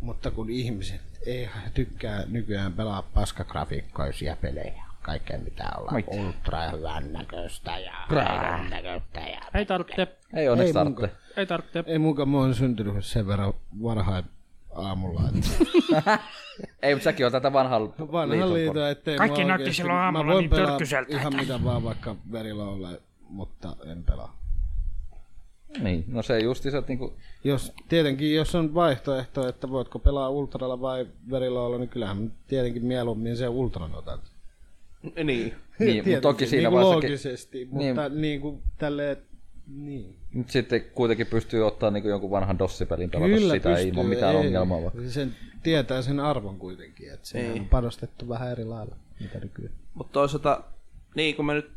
Mutta kun ihmiset ei tykkää nykyään pelaa paskagrafiikkoisia pelejä, kaikkea mitä ollaan
Mitä?
ultra hyvän näköistä ja hyvän näköistä ja...
Ei tarvitse,
Ei onneksi
Ei
tarvitse.
ei tarvitse.
Ei mukaan mä oon syntynyt sen verran varhain aamulla,
[laughs]
että
Ei, mutta säkin on tätä vanhaa
vanha liito, ettei
Kaikki
mä
näytti
oikeesti-
silloin aamulla
mä voin
niin
pelaa
törkyseltä,
ihan mitä vaan vaikka verilolla, mutta en pelaa.
Niin, no se justi se, että niinku,
Jos, tietenkin jos on vaihtoehto, että voitko pelaa ultralla vai verilolla, niin kyllähän mä tietenkin mieluummin se ultran otan.
Niin.
niin, mutta toki siinä
niin
vaiheessa,
loogisesti, mutta niin, niin kuin tälleen, niin.
nyt sitten kuitenkin pystyy ottaa niinku jonkun vanhan dossipelin pelata sitä ilman mitään ongelmaa. Vaikka.
Sen tietää sen arvon kuitenkin, että se
Niin.
on panostettu vähän eri lailla, mitä nykyään.
Mutta toisaalta, niin kun mä nyt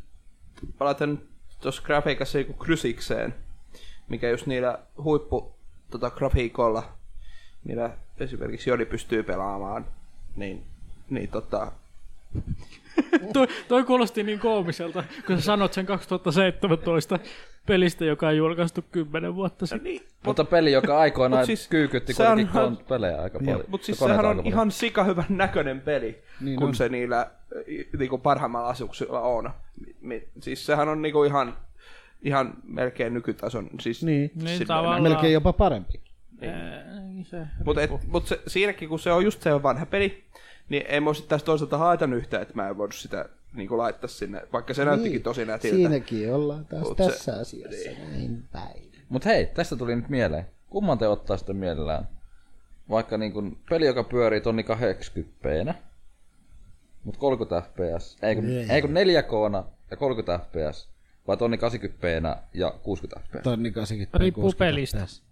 palataan tuossa grafiikassa joku krysikseen, mikä just niillä huippu tota, grafiikolla, millä esimerkiksi Jodi pystyy pelaamaan, niin, niin tota,
Toi, toi kuulosti niin koomiselta, kun sä sanot sen 2017 pelistä, joka on julkaistu 10 vuotta sitten.
niin,
Mutta peli, joka aikoinaan
Mut
siis,
siis
kyykytti
sehän
kuitenkin
on-
kon- pelejä aika paljon.
Mutta siis
koneita
sehän on
aika paljon.
ihan sikahyvän näköinen peli, niin kun
on.
on. se niillä i- niinku parhaimmalla asuksilla on. Mi- mi- Siis sehän on niinku ihan, ihan melkein nykytason. Siis
Niin.
Niin
silleen
tavallaan.
Melkein jopa parempi.
Mutta mut se, siinäkin, kun se on just se vanha peli, niin en mä sitten taas toisaalta haetan yhtään, että mä en voinut sitä niin laittaa sinne, vaikka
Niin.
se näyttikin tosi nätiltä.
Siinäkin ollaan taas
Mut se- Niin.
tässä asiassa näin päin.
Mut hei, tästä tuli nyt mieleen. Kumman te ottaa sitten mielellään? Vaikka niin kun peli, joka pyörii tonni 80 mut 30 fps, ei kun, ei kun 4 k ja 30 fps, vai tonni 80 ja 60 fps?
Tonni 80
Riippuu
60
pelistä.
tässä.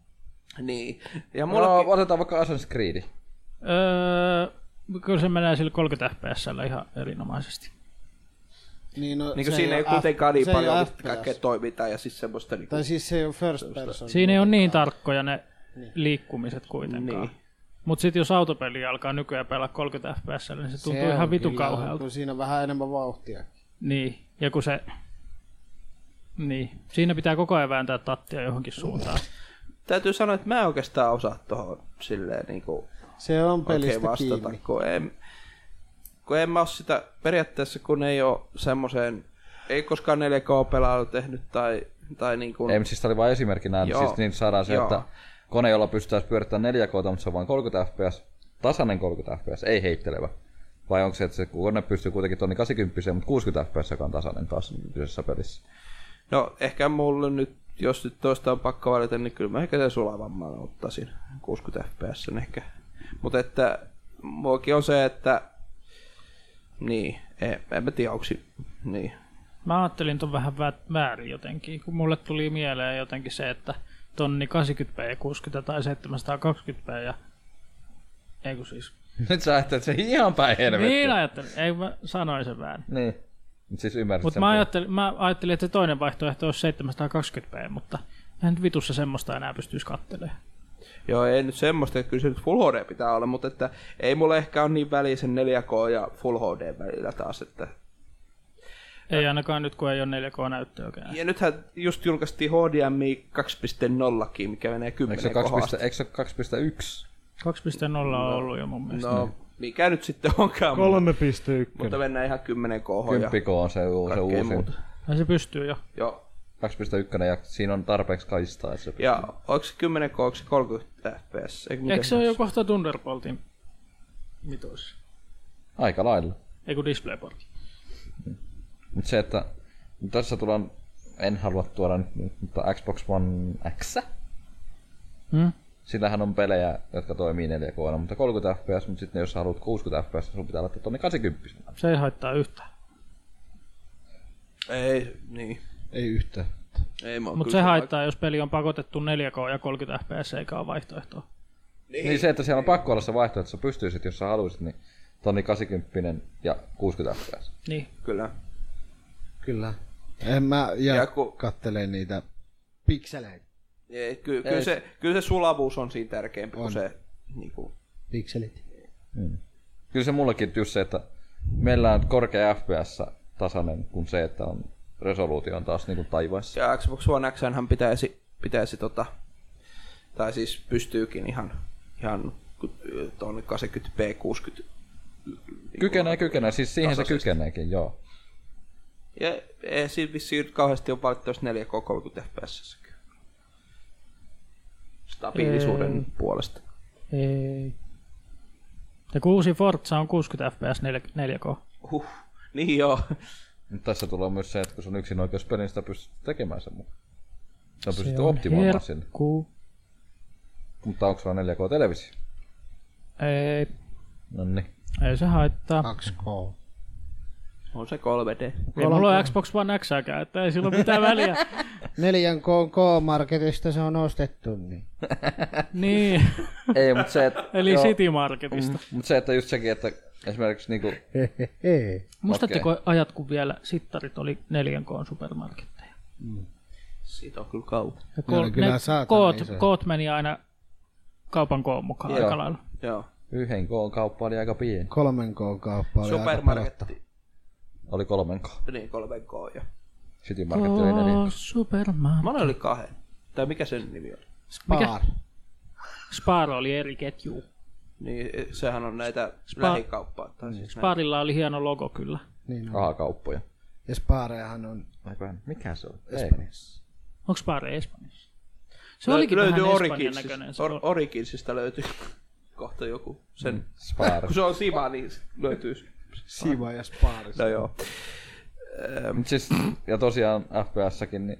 Niin. Ja mulla
No, otetaan vaikka Assassin's Creed.
Öö, kyllä se menee sillä 30 fps ihan erinomaisesti.
Niin, no,
niin
se
kuin siinä ei
ole
kuitenkaan niin
se ei ole
paljon
FPS.
kaikkea toimintaa ja siis semmoista niin
Tai siis se ei ole first person.
Siinä ei ole niin tarkkoja ne liikkumiset kuitenkaan. Niin.
Niin.
Mutta sitten jos autopeli alkaa nykyään pelaa 30 fps, niin se tuntuu se
Se
ihan
on
vitu
kyllä,
kauhealta.
niin, Kun siinä on vähän enemmän vauhtia.
Niin, ja kun se... Niin, siinä pitää koko ajan vääntää tattia johonkin suuntaan.
Täytyy sanoa, että mä en oikeastaan osaa tuohon silleen niin kuin
Se on pelistä
oikein vastata,
kiinni.
kun en, kun en mä oo sitä periaatteessa, kun ei ole semmoiseen, ei koskaan 4K-pelailu tehnyt tai, tai niin kuin,
Ei, mutta siis tää oli vain esimerkkinä,
Joo.
siis niin saadaan se,
Joo.
että kone, jolla pystytään pyörittämään 4K, mutta se on vain 30 fps, Tasainen 30 fps, ei heittelevä. Vai onko se, että se kone pystyy kuitenkin tonni 80, mutta 60 fps joka on tasainen taas kyseisessä pelissä?
No ehkä mulle nyt, jos nyt toista on pakko valita, niin kyllä mä ehkä sen sulavamman ottaisin. 60 fps ehkä. Mutta että muakin on se, että niin, en, en mä tiedä, onko si- niin.
Mä ajattelin ton vähän vä- väärin jotenkin, kun mulle tuli mieleen jotenkin se, että tonni 80p ja 60 tai 720p ja... Ei kun siis...
[laughs] Nyt sä ajattelet sen ihan päin helvettiin.
Niin ajattelin, ei mä sanoin sen väärin.
Niin. Mut siis ymmärsit
Mutta
sen.
mä
puolen.
ajattelin, mä ajattelin, että se toinen vaihtoehto olisi 720p, mutta en nyt vitussa semmoista enää pystyisi kattelemaan.
Joo, ei nyt semmoista, että kyllä se nyt Full HD pitää olla, mutta että ei mulle ehkä ole niin väliä sen 4K ja Full HD välillä taas, että
Ei ainakaan nyt, kun ei ole 4K-näyttöäkään.
ja nythän just julkaistiin HDMI 2.0, mikä menee
Eikö se
10
ole 2
kohdasta.
piste- eikö se ole 2.1?
2.0 on ollut jo mun mielestä.
Niin.
No, mikä nyt sitten onkaan, Kolme.
3.1.
mutta mennään ihan 10 kohon ja
10 K on se, se
kaikkea
uusin.
muuta.
Ja se pystyy jo.
Joo.
2.1 ja siinä on tarpeeksi kaistaa. että Se
Ja onko se 10 k, onko se 30 fps? Eikö, miten
Eikö se ole jo kohta Thunderboltin mitos?
Aika lailla.
Ei kun DisplayPort.
Mutta se, että tässä tullaan, en halua tuoda nyt, mutta Xbox One X.
Hmm?
Sillähän on pelejä, jotka toimii 4K, mutta 30 fps, mutta sitten jos sä haluat 60 fps, sun pitää laittaa tonne 80.
Se ei haittaa yhtään.
No, Ei, niin.
Ei yhtään.
Ei mä oon
Mutta
kyllä
se haittaa, jos peli on pakotettu 4K ja 30 fps eikä ole vaihtoehtoa.
Niin, niin se, että siellä on pakko olla se vaihtoehto, että sä pystyisit, jos sä haluaisit, niin tonni 80 ja 60 fps.
Niin.
Kyllä.
Kyllä. En mä, ja,
Ja
ja
kun-
kun... kattelen niitä pikseleitä.
Ei, ky, kyllä, se, kyllä se sulavuus on siinä tärkeämpi kuin se niinku,
Pikselit.
Kyllä se mullekin just se, että meillä on korkea FPS tasainen kuin se, että on resoluutio on taas niin kuin taivaassa.
Ja Xbox One X hän pitäisi, pitäisi tota, tai siis pystyykin ihan, ihan tuonne 80p 60.
Kykenee, kykenee, siis siihen se kykeneekin, joo.
Ja ei siinä vissiin kauheasti on valitettavasti 4K 30 fps. Stabiilisuuden
Ei.
puolesta.
Ei. Ja kuusi Forza on 60 fps 4K.
Huh, niin joo.
Mutta tässä tulee myös se, että kun se on yksin oikeuspeli, niin sitä pystyt tekemään sen mukaan. Se on
Se
pystytty
on
optimoimaan sinne.
herkku.
Mutta onko sulla 4K-televisio?
Ei,
No niin.
ei se haittaa.
2K.
On se 3D.
Ei mulla ole Xbox One X että ei sillä ole mitään [laughs] väliä.
4K K-marketista se on ostettu, niin.
niin,
Ei, mutta se, että,
eli City Marketista.
mutta se, että just sekin, että esimerkiksi niinku,
Ei.
Muistatteko ajat, kun vielä sittarit oli 4K supermarketteja?
Siitä on kyllä kauan.
Ja
Ne oli kyllä
ne
saatana
koot,
isoja.
koot meni aina kaupan koon mukaan
Joo.
aika lailla.
Joo.
yhden koon kauppa oli aika pieni.
3K kauppa oli aika pelottava.
Supermarketti.
Oli kolmen ko.
Niin, 3K jo.
City Market oli neljä.
Oh, Superman.
Mä oli kahden. Tai mikä sen nimi oli?
Spar.
Spar oli eri ketju.
Niin, sehän on näitä
Spa-
lähikauppaa. Tai siis näitä-
Sparilla oli hieno logo kyllä.
Niin on.
Rahakauppoja.
Ja Spareahan on
Aikaan, mikä se oli?
Espanjassa.
Onko Spar Espanjassa? Se
Lö-
olikin
löytyy
vähän Espanjan näköinen.
Originsista,
Se
Or-
on.
Originsista löytyy [laughs] kohta joku sen. Mm.
Spar.
Kun se on Sima, niin sit löytyy. se.
Siva ja Spar.
No joo.
Mut siis, ja tosiaan FPS-säkin, niin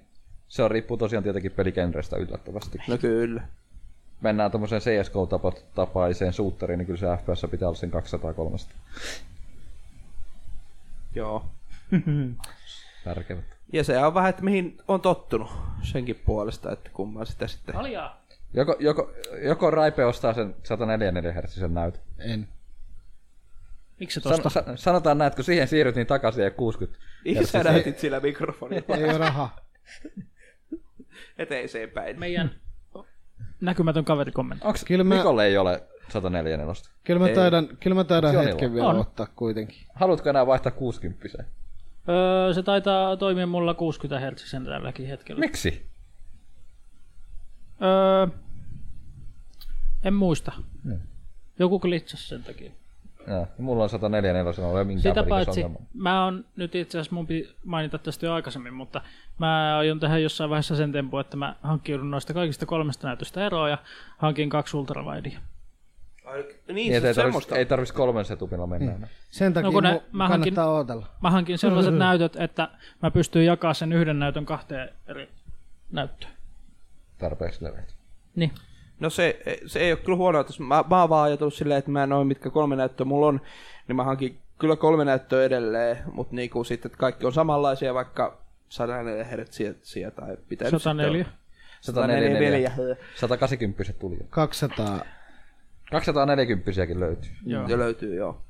se on, riippuu tosiaan tietenkin pelikenrestä yllättävästi.
No kyllä.
Mennään tommoseen CSGO-tapaiseen suutteriin, niin kyllä se FPS pitää olla sen 200-300.
Joo.
Tärkevät.
Ja se on vähän, että mihin on tottunut senkin puolesta, että kumman sitä sitten.
Aljaa.
Joko, joko, joko Raipe ostaa sen 144 Hz näytön.
En.
Miksi se tosta?
San, san, sanotaan näin, että kun siihen siirryt, niin takaisin ja 60.
Niin sä näytit sillä mikrofonilla
[laughs]
Ei ole rahaa.
eteiseen päin.
Meidän näkymätön kaveri kommentoi.
Onks
Kyllä mä-
Mikolle ei ole 144 osta?
Kyllä mä taidan, kyllä mä taidan
Se on
hetken
ilo.
vielä
On.
ottaa kuitenkin.
Haluatko enää vaihtaa 60
Öö, se taitaa toimia mulla 60 Hz tälläkin hetkellä.
Miksi?
Öö, en muista.
Niin.
Joku glitsas sen takia.
Ja, niin mulla on 144, ei ole minkään
Sitä
pelikäs
paitsi,
ongelma.
mä oon nyt itse asiassa, mun piti mainita tästä jo aikaisemmin, mutta mä aion tehdä jossain vaiheessa sen tempun, että mä hankkiudun noista kaikista kolmesta näytöstä eroa ja hankin kaksi ultrawideia.
Niin,
Niin,
se
et
on
ei tarvis,
semmoista.
ei tarvis kolmen setupilla mennä. enää.
Sen takia
kun
no,
ne-
ne,
mä hankin-
kannattaa odotella.
Mä hankin sellaiset
Mm.
näytöt, että mä pystyn jakamaan sen yhden näytön kahteen eri näyttöön.
Tarpeeksi leveät.
Niin.
No se, se ei ole kyllä huono, että jos mä, mä oon vaan ajatellut silleen, että mä en oo mitkä kolme näyttöä mulla on, niin mä hankin kyllä kolme näyttöä edelleen, mutta niinku sitten, että kaikki on samanlaisia, vaikka 104 hertsiä tai pitää nyt sitten
104.
olla. 144. 144.
180 tuli. jo.
200.
240 löytyy.
Joo.
Ja löytyy, joo.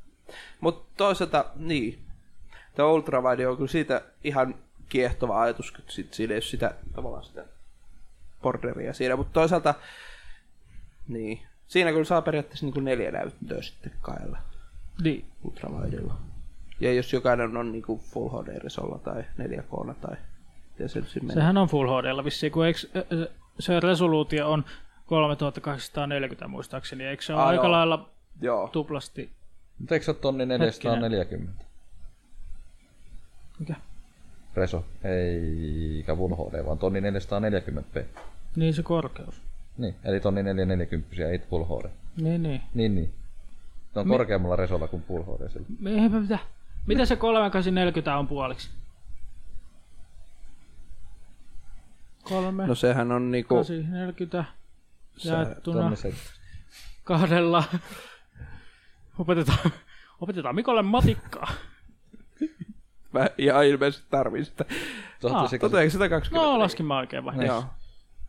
Mutta toisaalta, niin. Tämä ultrawide on kyllä siitä ihan kiehtova ajatus, kun sit siinä ei ole sitä, tavallaan sitä borderia siinä. Mutta toisaalta, niin. Siinä kyllä saa periaatteessa niinku neljä näyttöä sitten kailla
Niin.
ultravidella. Ja jos jokainen on niinku Full HD-resolla tai 4K tai miten se nyt siinä menee.
Sehän on Full HDlla vissiin, kun eikö, ö, ö, se resoluutio on 3840 muistaakseni, eikö se ole
Ah,
aika
joo.
lailla
Joo.
tuplasti?
Mutta eikö se ole tonni 440?
Mikä?
Reso. Eikä Full HD, vaan tonni 440p.
Niin se korkeus.
Niin, eli tonni 440, ei Full HD.
Niin, niin.
Niin, niin. Ne on korkeammalla resolla kuin Full HD sillä.
Me- Eipä mitä. Mitä se 3840 on puoliksi? Kolme,
No sehän on niinku...
kasi, 40 jaettuna
Tonni se,
kahdella. Opetetaan, opetetaan Mikolle matikkaa.
Mä ihan ilmeisesti tarvii sitä. Totta,
ah,
eikö sitä 20?
No, laskin mä oikein vai?
Joo.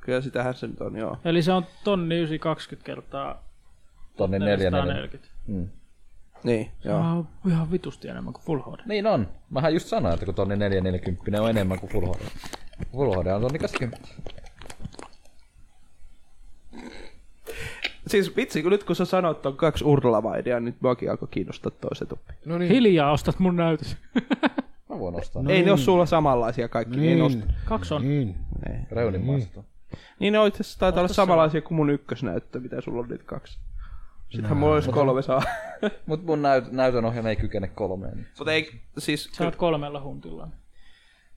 Kyllä sitähän se nyt on, joo.
Eli se on tonni 920 kertaa
tonni 440.
440.
Mm.
Niin, joo.
Mä oon ihan vitusti enemmän kuin Full HD.
Niin on. Mähän just sanoin, että kun tonni 440 on enemmän kuin Full HD. Full HD on tonni 80.
Siis vitsi, kun nyt kun sä sanoit, että on kaksi urlavaidia, nyt muakin alkoi kiinnostaa toiset oppi.
No niin.
Hiljaa ostat mun näytös.
Mä voin ostaa
No ei ne ole sulla samanlaisia kaikki, niin. niin, osta.
Kaksi on.
Niin.
reunin maasta.
niin ne on itse asiassa taitaa olla samanlaisia kuin mun ykkösnäyttö, mitä sulla on nyt kaksi. Sittenhän mulla olisi kolme saa. [laughs]
Mut mun näyt, näytön ohjelma ei kykene kolmeen. Niin
Mutta ei, siis,
Sä oot kolmella huntilla.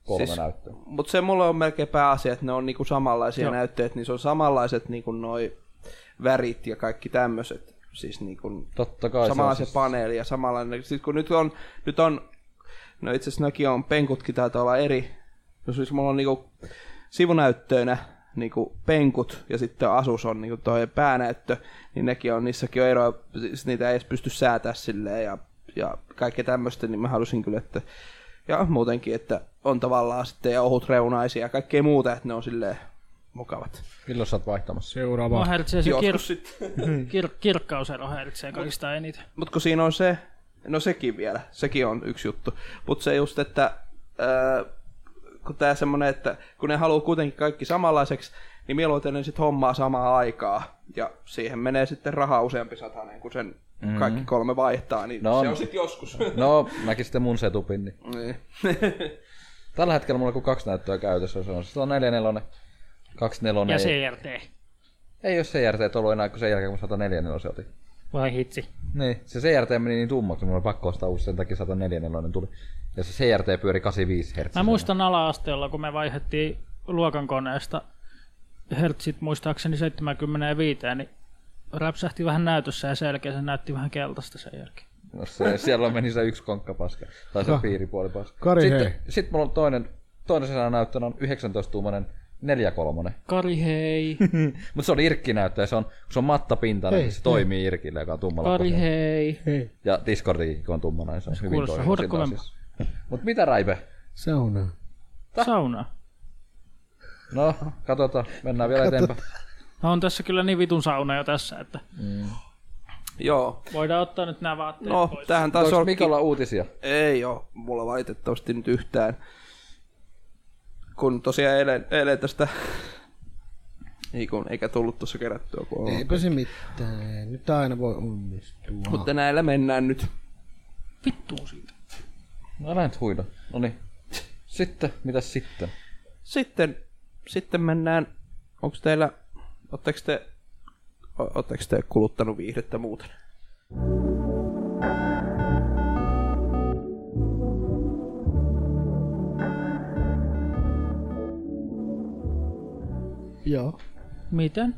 kolme
Siis-
siis... näyttöä.
mut se mulle on melkein pääasia, että ne on niinku samanlaisia
Joo.
Joo. näyttöjä, että niissä on samanlaiset niinku noi värit ja kaikki tämmöiset. Siis niinku
Totta kai
Samalla se
siis-
paneeli ja samanlainen. Siis kun nyt on, nyt on no itse asiassa näkin on, penkutkin taitaa olla eri. No siis mulla on niinku sivunäyttöinä niinku penkut ja sitten asus on niinku toi päänäyttö, niin nekin on, niissäkin on eroja, siis niitä ei edes pysty säätää silleen ja, ja kaikkea tämmöistä, niin mä halusin kyllä, että ja muutenkin, että on tavallaan sitten ja ohut reunaisia ja kaikkea muuta, että ne on silleen mukavat.
Milloin sä oot vaihtamassa?
Mua
Seuraava.
häiritsee se kir-
Joskus sitten.
kir- kirkkausero häiritsee kaikista eniten.
Mutta kun siinä on se, no sekin vielä, sekin on yksi juttu. Mutta se just, että ää, kun tää semmonen, että kun ne haluaa kuitenkin kaikki samanlaiseksi, niin mieluiten ne sit hommaa samaa aikaa. Ja siihen menee sitten rahaa useampi satainen, kun sen mm-hmm. kaikki kolme vaihtaa, niin
Mhm. No
no, se
on.
on sit joskus. [laughs]
No, mäkin sitten mun setupin. Niin.
niin.
Tällä hetkellä mulla on kuin kaksi näyttöä käytössä. Se on siis 144, 24.
Ja CRT.
Ei ole CRT ollut enää, kun sen jälkeen kun 144 se otin.
Voi hitsi.
Niin, se CRT meni niin tummaksi, mulla oli pakko ostaa uusi, sen takia 144 tuli. Ja se CRT pyöri 85 Hz.
Mä muistan ala-asteella, kun me vaihdettiin luokan koneesta hertsit muistaakseni 75, niin räpsähti vähän näytössä ja sen jälkeen se näytti vähän keltaista sen jälkeen.
No se, siellä meni se yksi konkka paska. Tai se piiripuoli paska.
Kari,
sitten,
hei.
sitten mulla on toinen, toinen näyttönä on 19-tuumainen 4-3.
Kari hei,
Mutta se on irkkinäyttö ja se on, kun se on mattapintainen, niin se toimii irkillä, joka on tummalla
Kari
pohjalla.
hei.
Ja Discordikin kun on tummana, niin se on hyvin
kuulostaa
toimiva.
huuda
silloin
kovempaa.
siis. Mut mitä Raipe?
Sauna.
Sauna.
No, katsotaan. Mennään vielä eteenpäin.
No on tässä kyllä niin vitun sauna jo tässä, että
Joo,
voidaan ottaa nyt nämä vaatteet
no
pois.
tähän taas
Onko
on...
Mikolla uutisia?
Ei oo mulla valitettavasti nyt yhtään. Kun tosiaan eilen, eilen tästä... [laughs] Ei kun, eikä tullut tuossa kerättyä, kun on.
Eipä se mitään. Nyt aina voi onnistua.
Mutta näillä mennään nyt.
Vittuun siitä.
No älä nyt huida. No niin. Sitten, mitä sitten?
Sitten, sitten mennään, onko teillä, ootteko te, o- ootteko te kuluttanut viihdettä muuten?
Joo.
Miten?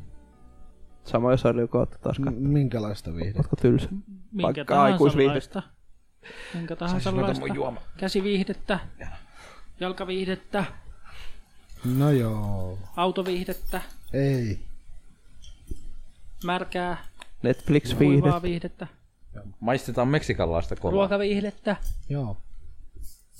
Samoja sarjoja kautta taas katsoa.
M- minkälaista
Mm.
viihdettä?
Ootko tylsä?
Minkä
Vaikka
tahansa
aikuisviihdettä.
laista. Minkä tahansa laista. Käsiviihdettä, jalkaviihdettä,
No joo,
autoviihdettä,
ei.
märkää,
Netflix-viihde.
kuivaa viihdettä,
Maistetaan meksikanlaista kovaa.
ruokaviihdettä,
Joo.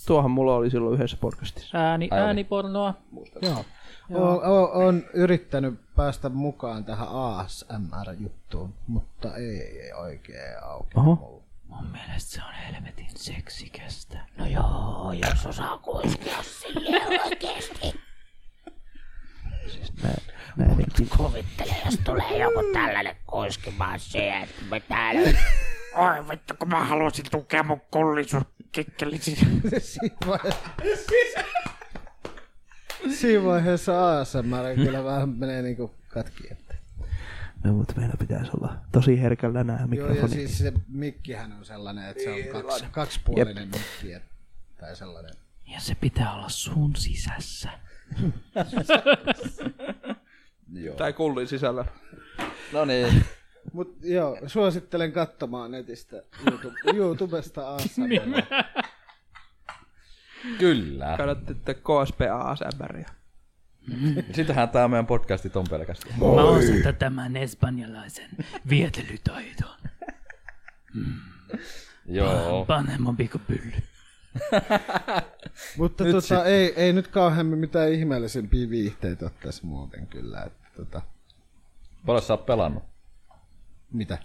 Tuohan mulla oli silloin yhdessä podcastissa.
ääni,
Ai oli.
äänipornoa.
Joo. O- o- on yrittänyt päästä mukaan tähän ASMR-juttuun, mutta ei oikein auki. Oho.
Mun mielestä se on helvetin seksikästä.
Siinä vaiheessa, siinä vaiheessa ASMR kyllä vähän menee niinku katki. Että.
No, mutta meillä pitäisi olla tosi herkällä nämä
Joo, ja
mikrofonit.
siis se mikkihän on sellainen, että se on kaksi, kaksipuolinen mikki. et- Tai sellainen.
Ja se pitää olla sun sisässä.
Tai kullin sisällä.
No niin.
Mut joo, suosittelen katsomaan netistä YouTube, [laughs] YouTubesta ASMR.
Kyllä.
Kannatatte KSPA ASMRia.
Sitähän tämä meidän podcasti on pelkästään.
Moi. Mä osata tämän espanjalaisen vietelytaidon.
Joo.
Panemampi kuin pylly.
Mutta tota, ei, ei nyt kauheammin mitään ihmeellisempiä viihteitä ole tässä muuten kyllä. Että, tota,
Paljon sä oot pelannut?
mitä?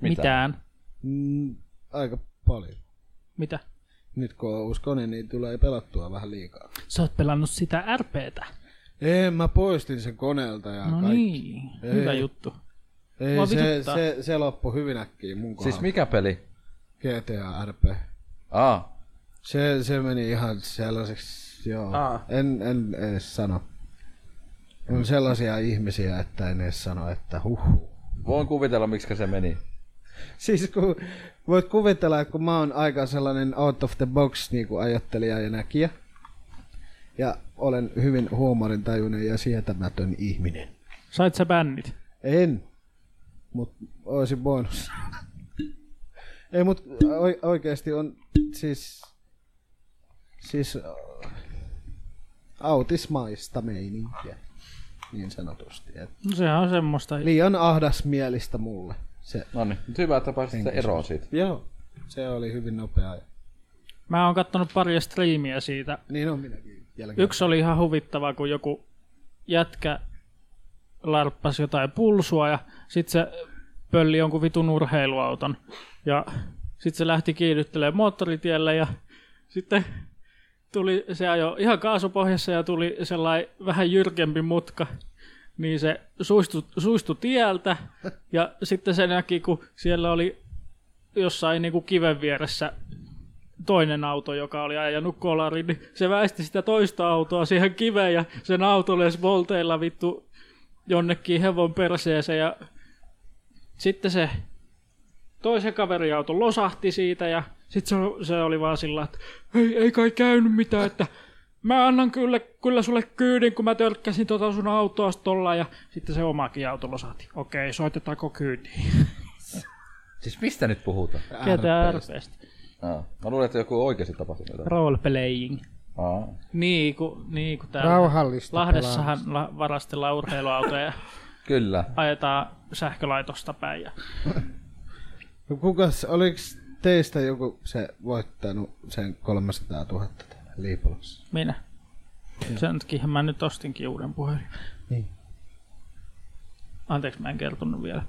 Mitään.
Mm, aika paljon.
Mitä?
Nyt kun on uskoni, niin tulee pelattua vähän liikaa.
Sä oot pelannut sitä RPtä.
Ei, mä poistin sen koneelta ja
No
kaikki.
niin, hyvä juttu.
Ei,
Mua
se,
vituttaa.
se, se loppui hyvin äkkiä mun kohdalla.
Siis
Siis
mikä peli?
GTA RP.
Aa,
Se, se meni ihan sellaiseksi, joo.
Aa.
En, en edes sano. On sellaisia ihmisiä, että en edes sano, että huhu.
voin kuvitella miksi se meni.
[laughs] Siis kun voit kuvitella, että kun mä oon aika sellainen out of the box niin kuin ajattelija ja näkijä. Ja olen hyvin huumorintajuinen ja sietämätön ihminen.
Sait sä bännit?
En, mutta olisin bonus. Ei, mutta oikeasti on siis, siis äh, autismaista meininkiä, niin sanotusti. Et
No sehän on semmoista.
liian ahdasmielistä mulle. Se,
No niin, nyt hyvä, että pääsit se eroon siitä.
joo, se oli hyvin nopea.
Mä oon kattonut paria striimiä siitä.
Niin on minäkin jälkeen.
Yksi oli ihan huvittava, kun joku jätkä larppasi jotain pulsua ja sit se pölli jonkun vitun urheiluauton. Ja sit se lähti kiihdyttelemään moottoritielle ja sitten tuli, se ajo ihan kaasupohjassa ja tuli sellainen vähän jyrkempi mutka. Niin se suistui, suistui tieltä ja sitten se näki, kun siellä oli jossain niin kuin kiven vieressä toinen auto, joka oli ajanut kolarin, niin se väisti sitä toista autoa siihen kiveen ja sen auto les volteilla vittu jonnekin hevon perseeseen ja sitten se toisen kaverin auto losahti siitä ja sitten se, se oli vaan sillä, että ei, ei kai käynyt mitään, että mä annan kyllä, kyllä sulle kyydin, kun mä törkkäsin tota sun autoa tolla ja sitten se omakin auto losahti. Okei, soitetaanko kyytiin?
Siis mistä nyt puhutaan?
Ketä RPstä?
Aa, mä luulen, että joku oikeasti tapahtui jotain.
Roleplaying.
Aa.
Niin, kun, niin, kun täällä
Rauhallista
Lahdessahan la- varastellaan urheiluautoja ja
Kyllä.
ajetaan sähkölaitosta päin. Ja...
No Kukas, oliks teistä joku se voittanut sen 300 000 täällä Liipolassa?
Minä. Sen takia mä nyt ostinkin uuden puhelin.
Niin.
Anteeksi, mä en kertonut vielä.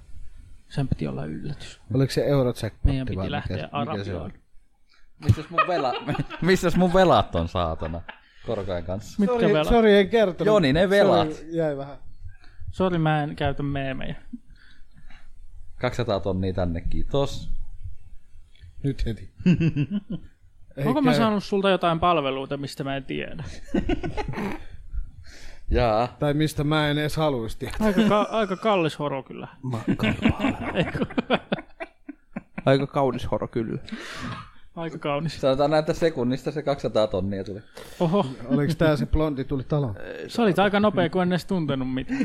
Sen piti olla yllätys.
Oliko se Eurojackpotti
Meidän piti
vai
lähteä
mikä, mikä se
Arabiaan.
oli?
Missäs mun, vela, [laughs] missäs mun velat on saatana? Korkojen kanssa.
Mitkä
Sori,
velat?
sori, en kertonut.
Joni, niin ne velat.
Sori, jäi vähän.
Sori, mä en käytä meemejä.
200 tonnia tänne, kiitos.
Nyt heti.
Ei Onko mä saanut sulta jotain palveluita, mistä mä en tiedä?
Jaa.
Tai mistä mä en edes haluaisi tietää.
Aika, ka- [laughs] aika kallis horo kyllä. [laughs]
Aika kaunis horo kyllä.
Aika kaunis.
Sanotaan näitä sekunnista se 200 tonnia tuli.
Oho,
Oliko tää se blondi tuli taloon?
sä olit aika nopea, kun en edes tuntenut mitään.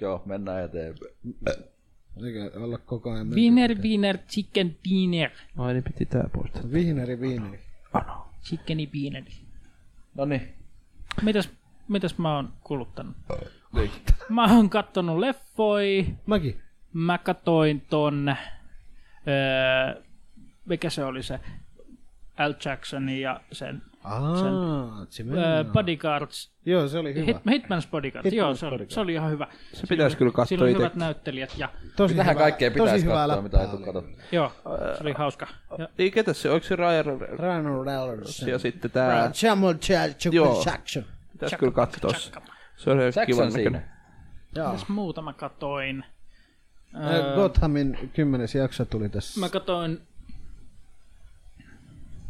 Joo, mennään eteenpäin.
Eikä olla koko ajan...
Wiener, wiener, chicken wiener.
Ai niin piti tää poistaa.
Viineri, viineri.
Chickeni wiener.
No niin.
Mitäs, mitäs mä oon kuluttanut? Mä oon kattonut leffoi.
Mäkin.
Mä katoin ton... Öö, mikä se oli se? Al Jacksonin ja sen
Aa,
öö,
Jimena.
Bodyguards.
Joo, se oli
Hit,
hyvä.
Hitman's Bodyguards. Joo, se oli, se oli ihan hyvä.
Se pitäisi kyllä
Sillä
katsoa
oli
itse.
hyvät näyttelijät ja
Tosi
Tähän
hyvä.
kaikkea
tosi
pitäisi
hyvä
katsoa,
läppä
mitä ei
oli.
tule katsoa.
joo, se oli hauska. Ja
Ei ketä se, oliko se Ryan Reynolds
Ryan Reynolds.
ja sitten tää,
Samuel Jackson.
Joo.
Jackson.
pitäisi kyllä katsoa se. Se oli kivan
Jackson
näköinen.
siinä.
mitäs muuta mä katoin?
Äh, Gothamin kymmenes jakso tuli tässä.
Mä katoin...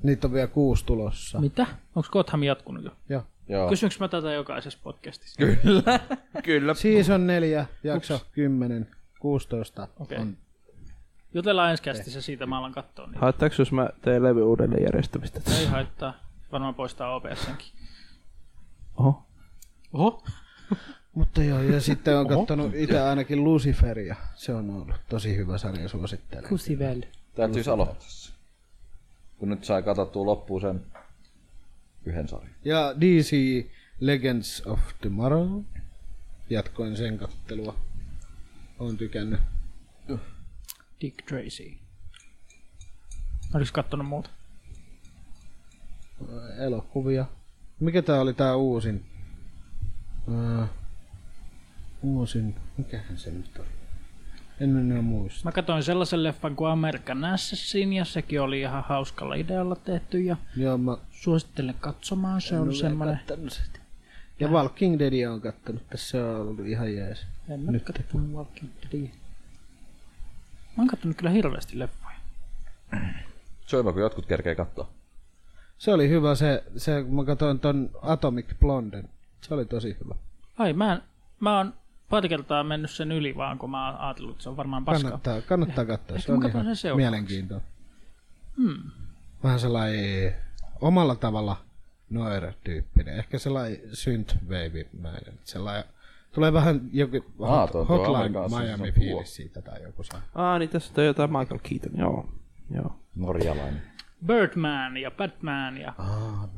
Niitä on vielä kuusi tulossa.
Mitä? Onko Gotham jatkunut jo?
Joo.
Joo.
Kysynkö mä tätä jokaisessa podcastissa?
Kyllä.
Season 4, jakso 10, 16.
Okei.
On.
Jutellaan ensi kästissä siitä, mä alan katsoa niitä.
Haittaako jos mä teen levy uudelleen järjestämistä?
Ei haittaa. Varmaan poistaa OBS-senkin.
Oho.
Oho.
Mutta joo, ja sitten on kattonut itse ainakin Luciferia. Se on ollut tosi hyvä sarja, suosittelen.
Kusivel.
Täytyy aloittaa se. Kun nyt sai katsottua loppuun sen yhden sarjan.
Ja DC Legends of Tomorrow. Jatkoin sen kattelua. Oon tykännyt.
Dick Tracy. Olis kattonut muuta?
elokuvia. Mikä tää oli tää uusin? Öö, uusin, mikähän se nyt oli? En enää muista.
Mä katsoin sellaisen leffan kuin American Assassin ja sekin oli ihan hauskalla idealla tehty ja
Joo, mä
suosittelen katsomaan. Se on semmoinen...
kattanut sitä.
Äh.
Ja Walking Deadia on kattanut, tässä se on ollut ihan jees.
En mä kattonut Walking Deadia. Mä oon kattonut kyllä hirveästi leffoja.
Söimä, kun jotkut kerkee katsoa.
Se oli hyvä se, se kun mä katsoin ton Atomic Blonden. Se oli tosi hyvä.
Ai mä, en, mä oon pari kertaa mennyt sen yli vaan, kun mä oon ajatellut, että se on varmaan paskaa.
Kannattaa, kannattaa katsoa,
Ehkä
se
mä
on
katson
ihan
sen seuraavaksi.
mielenkiintoa. Hmm. Vähän sellainen omalla tavalla noir-tyyppinen, ehkä sellainen synthwave-mäinen. Sellainen, tulee vähän joku
Aa,
hot,
tuo- tuo
hotline
Amerikan Assassin's
Miami
on tuo.
fiilis siitä tai joku saa.
Aa, niin tässä on jotain Michael Keaton, joo. Joo.
Norjalainen.
Birdman ja Batman ja...
Ah,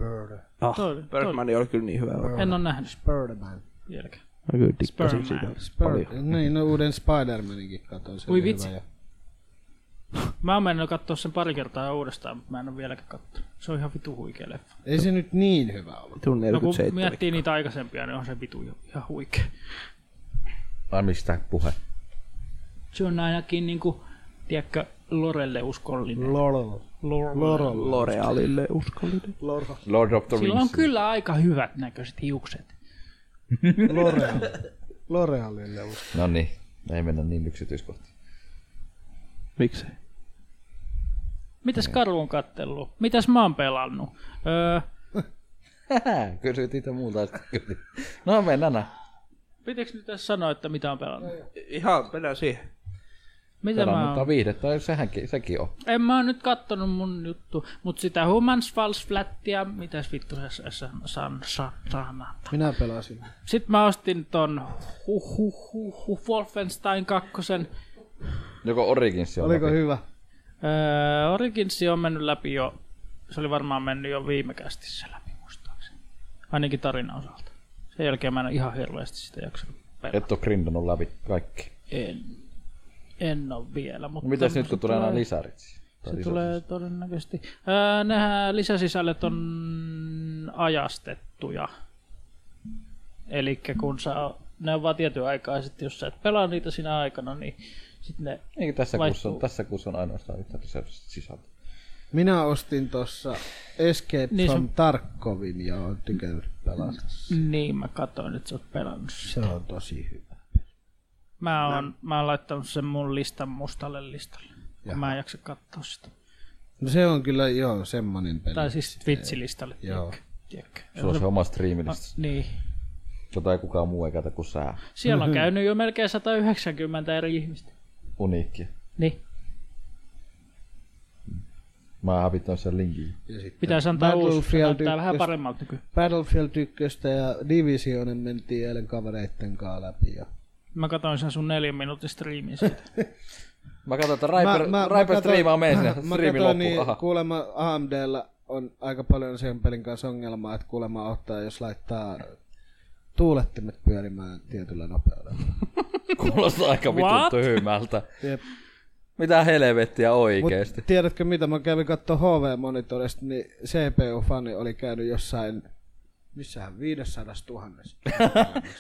Toi-
Birdman oli kyllä niin hyvä. elokuva.
En ole nähnyt
Birdman.
vieläkään.
Mä kyllä dikkasin
Spurman.
siitä paljon.
Bird, niin, no uuden Spider-Maninkin katsoin. Se
Ui
oli
vitsi.
hyvä ja-
Mä oon mennyt katsoa sen pari kertaa uudestaan, mutta mä en ole vieläkään katsonut. Se on ihan vitu huikea leffa.
Ei se nyt niin hyvä ollut.
Tuun
No kun
47.
miettii niitä aikaisempia, niin on se vitu jo ihan huikea.
Ai mistä puhe?
Se on ainakin niinku, tiedätkö, Lorelle
Mm.
uskollinen.
Lol.
Lorelle.
L'Orealille uskollinen.
Lord of the
Sillä on
Rings.
kyllä aika hyvät näköiset hiukset.
L'Orealille uskon.
No niin, ei mennä niin yksityiskohtiin. [laughs]
Miksei?
Mitäs Karu on kattellut? Mitäs mä oon pelannut? Öö,
Hähä, Kysyit itse muuta. sitten kysyt. No mennään. nä.
pitikö nyt tässä sanoa, että mitä on pelannut?
Ihan, mennään siihen.
Mitä mä
Pelannut
oon?
on viihdettä, ja sehänkin, sekin on.
En mä oon nyt kattonut mun juttu, mut sitä Humans Falls Flattia, mitäs vittu se se- se- san, san, san,
Minä pelasin.
Sitten mä ostin ton huh, huh, huh, huh, Wolfenstein 2.
Joko Origins on
Oliko
läpi?
hyvä?
Öö, Originsi on mennyt läpi jo, se oli varmaan mennyt jo viime kästissä läpi muistaakseni. Ainakin tarinan osalta. Sen jälkeen mä en oo ihan hirveästi sitä jaksanut pelata.
Et oo grindannut läpi kaikki.
En, en oo vielä, mutta...
No mitäs nyt,
se
kun tulee nämä lisärit? Tai
Se
lisä-
tulee todennäköisesti. Öö, nämä lisäsisällöt on ajastettuja. Eli kun sä, ne on vaan tietyn aikaa, ja sitten jos sä et pelaa niitä sinä aikana, niin sitten ne...
Eikö tässä kuussa,
vaihtuu.
on, tässä kuussa on ainoastaan yhtä lisäystä sisältöä?
Minä ostin tuossa Escape
Niin,
niin
se-
from Tarkovin ja olen tykännyt pelata.
Niin, mä katsoin, että sä oot pelannut.
Se on tosi hyvä.
Mä oon, mä oon laittanut sen mun listan mustalle listalle. Jaha. Mä en jaksa katsoa sitä.
No se on kyllä joo semmonen peli.
Tai siis Twitch-listalle.
Joo.
tiedätkö, tiedätkö.
Sulla on se oma striimilistassa,
Niin.
jota ei kukaan muu ei käytä kuin sä.
Siellä
Mhm.
on käynyt jo melkein 190 eri ihmistä.
Uniikki.
Niin.
Mä oon hävittänyt sen linkin.
Pitäisi antaa uusi,
Battlefield
näyttää vähän
ykkös.
paremmalta nykyään.
Battlefield 1 ja Divisionin mentiin eilen kavereitten kanssa läpi. Ja...
Mä katsoin sen sun neljän minuutin striimin siitä.
Mä katson, että Raiper, Raiper striimaa [laughs] meidän sinne.
[laughs] Mä
Striimi
katsoin,
loppuu.
niin
Aha.
kuulemma AMDllä on aika paljon sen pelin kanssa ongelmaa, että kuulemma ottaa, jos laittaa tuulettimet pyörimään tietyllä nopeudella.
Kuulostaa aika vitun
What?
tyhmältä.
Jep.
Mitä helvettiä oikeesti.
Mut tiedätkö mitä, mä kävin katsoa HV-monitorista, niin CPU-fani oli käynyt jossain, missähän 500 000.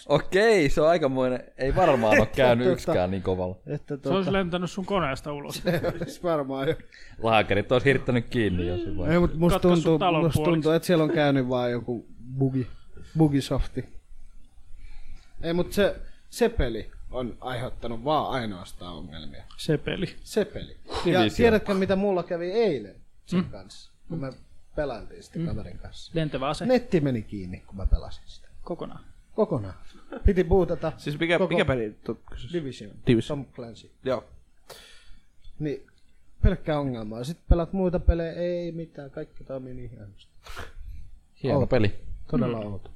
Okei, se on aikamoinen. [laughs] Ei varmaan ole käynyt
Tota-
yksikään niin kovalla.
[laughs] Että
Se olisi
tuota,
lentänyt sun koneesta ulos.
olisi varmaan jo.
Laakerit olisi hirttänyt kiinni jos se vaan.
Ei, mutta musta
Katkaissut
tuntuu,
talon
musta
puoliksi.
tuntuu, että siellä on käynyt vaan joku bugi, bugisofti. Ei, mutta se, se peli on aiheuttanut vaan ainoastaan ongelmia.
Se peli.
Se peli. Ja tiedätkö, mitä mulla kävi eilen sen Niin mm. kanssa, kun me pelailtiin sitä mm. kaverin kanssa.
Lentävä ase.
Netti meni kiinni, kun mä pelasin sitä.
Kokonaan.
Kokonaan. Piti buutata
Siis mikä,
Koko-
mikä peli? nyt on kyseessä?
Division.
Division.
Tom Clancy.
Joo.
Niin pelkkää ongelmaa. Sitten pelaat muita pelejä, ei mitään, kaikki toimii niin hienosti.
Hieno peli.
Todella mm. outo.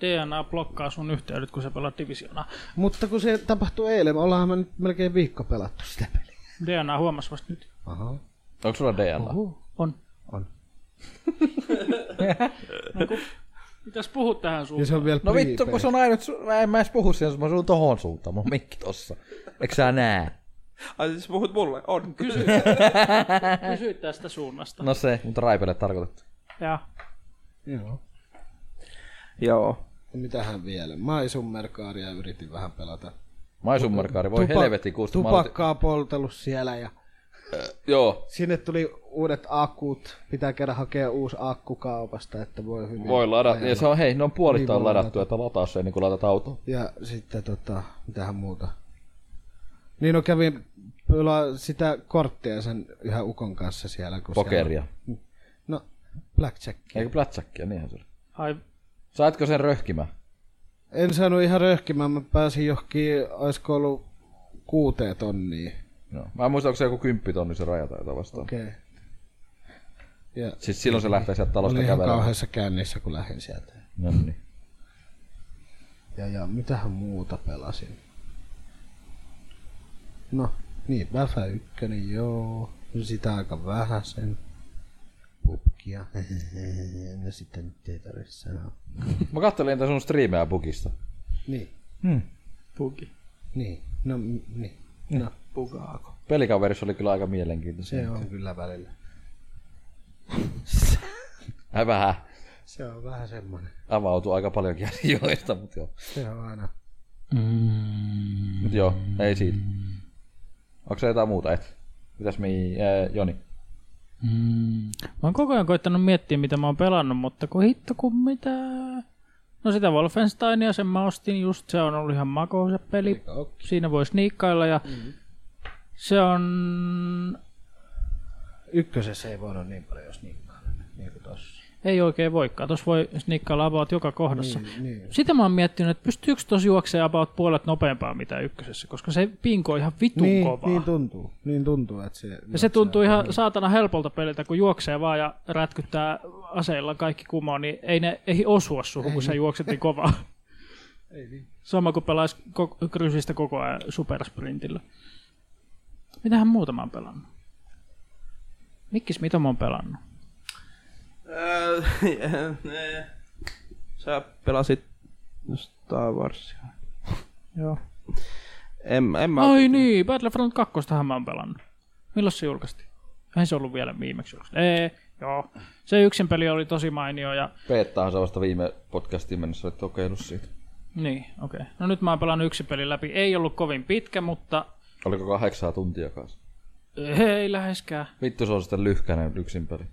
DNA blokkaa sun yhteydet, kun sä pelaat divisioonaa.
Mutta kun se tapahtui eilen, me ollaan me nyt melkein viikko pelattu sitä peliä.
DNA huomasi vasta nyt.
Onko sulla DNA?
On. On. [laughs] no kun, mitäs puhut tähän
Ja
suuntaan?
se on vielä
No
prepaid.
vittu, kun se on ainut, su- mä en mä edes puhu siihen, mä suun tohon suuntaan, mun mikki tossa. Eikö sä näe?
Ai siis puhut mulle? On. Kysy.
Kysyit tästä suunnasta.
No se, mutta raipele tarkoitettu.
Ja
Joo.
[laughs] Joo.
Ja Mitähän vielä? Mä ei sun merkaaria yritin vähän pelata.
Maisummerkaari, voi
Tupa-
helvetin kuusta. mä aloitin-
Tupakkaa poltellut siellä ja
Joo,
sinne tuli uudet akut. Pitää käydä hakea uusi akku kaupasta, että voi hyvin.
voi ladata. Ja se on, hei, ne on puolittain
Niin voi
ladattu, että lataa se ennen kuin laitat autoon.
Ja sitten tota, mitähän muuta. Niin no kävin pelaa sitä korttia sen yhä ukon kanssa siellä. Kun
Pokeria.
Siellä, no, blackjackia.
Eikö plätsäkkiä, niinhän se oli.
ai,
Saatko sen röhkimään?
En saanut ihan röhkimään, mä pääsin johonkin, olisiko ollut kuuteen tonnia.
Joo. Mä en muista, onko se joku kymppitonni se raja tai jotain vastaan. Okay.
Okei. Okay. Ja
Siis silloin se lähtee sieltä
Oli
talosta
ihan
kävelemään.
kauheassa käynnissä, kun lähdin sieltä.
No niin.
Ja, ja mitähän muuta pelasin? No, niin, Väfä ykkönen, joo. No Sitä aika vähäsen. Pupkia. [laughs] No sitten nyt ei tarvitse sanoa.
Mä kattelin niitä sun striimejä bugista.
Niin,
puki.
niin, no m- niin.
[laughs]
No,
Pukaako?
Pelikaverissa oli kyllä aika mielenkiintoisia.
se on kyllä välillä.
Äh, vähän
Se on vähän semmonen.
avautui aika paljonkin asioista, mutta joo.
Se on aina.
Mut joo, ei siitä. Onko se jotain muuta? Et? Mitäs mi... Äh, Joni?
Mä oon koko ajan koittanut miettiä, mitä mä oon pelannut, mutta kun hitto kun mitä... No sitä Wolfensteinia, sen mä ostin just, se on ollut ihan mako se peli. Siinä voi sniikkailla ja se on...
Ykkösessä ei voinut niin paljon jos niin paljon. Niin kuin tossa.
Ei oikein voikaan, tuossa voi sniikkailla about joka kohdassa. Niin, niin. Sitä mä oon miettinyt, että pystyykö tuossa juokseen about puolet nopeampaa mitä ykkösessä, koska se pinko on ihan vitun
Niin,
kovaa.
niin tuntuu. Niin tuntuu, että se...
Ja se tuntuu ihan saatana helpolta peliltä, kun juoksee vaan ja rätkyttää aseilla kaikki kumoon, niin ei ne ei niin. osua suhun, kun sä juokset niin [laughs] kovaa. Sama kuin pelaisi ko- krysistä koko ajan supersprintillä. Mitähän muuta mä oon pelannut? Mikkis, mitä mä oon pelannut?
Äh, [laughs] Sä pelasit Star Warsia.
Joo.
En, en mä...
Ai niin, Battlefront 2 mä oon pelannut. Milloin se julkaistiin? Ei se ollut vielä viimeksi julkaistu. Ei, joo. Se yksin peli oli tosi mainio ja
Peettahan se vasta viime podcastiin mennessä olet kokeillut siitä.
Niin, okei. Okay. No nyt mä oon pelannut yksi peli läpi. Ei ollut kovin pitkä, mutta eh,
Oliko kahdeksaa tuntia kanssa?
ei läheskään.
Vittu se on sitten lyhkäinen yksin peli.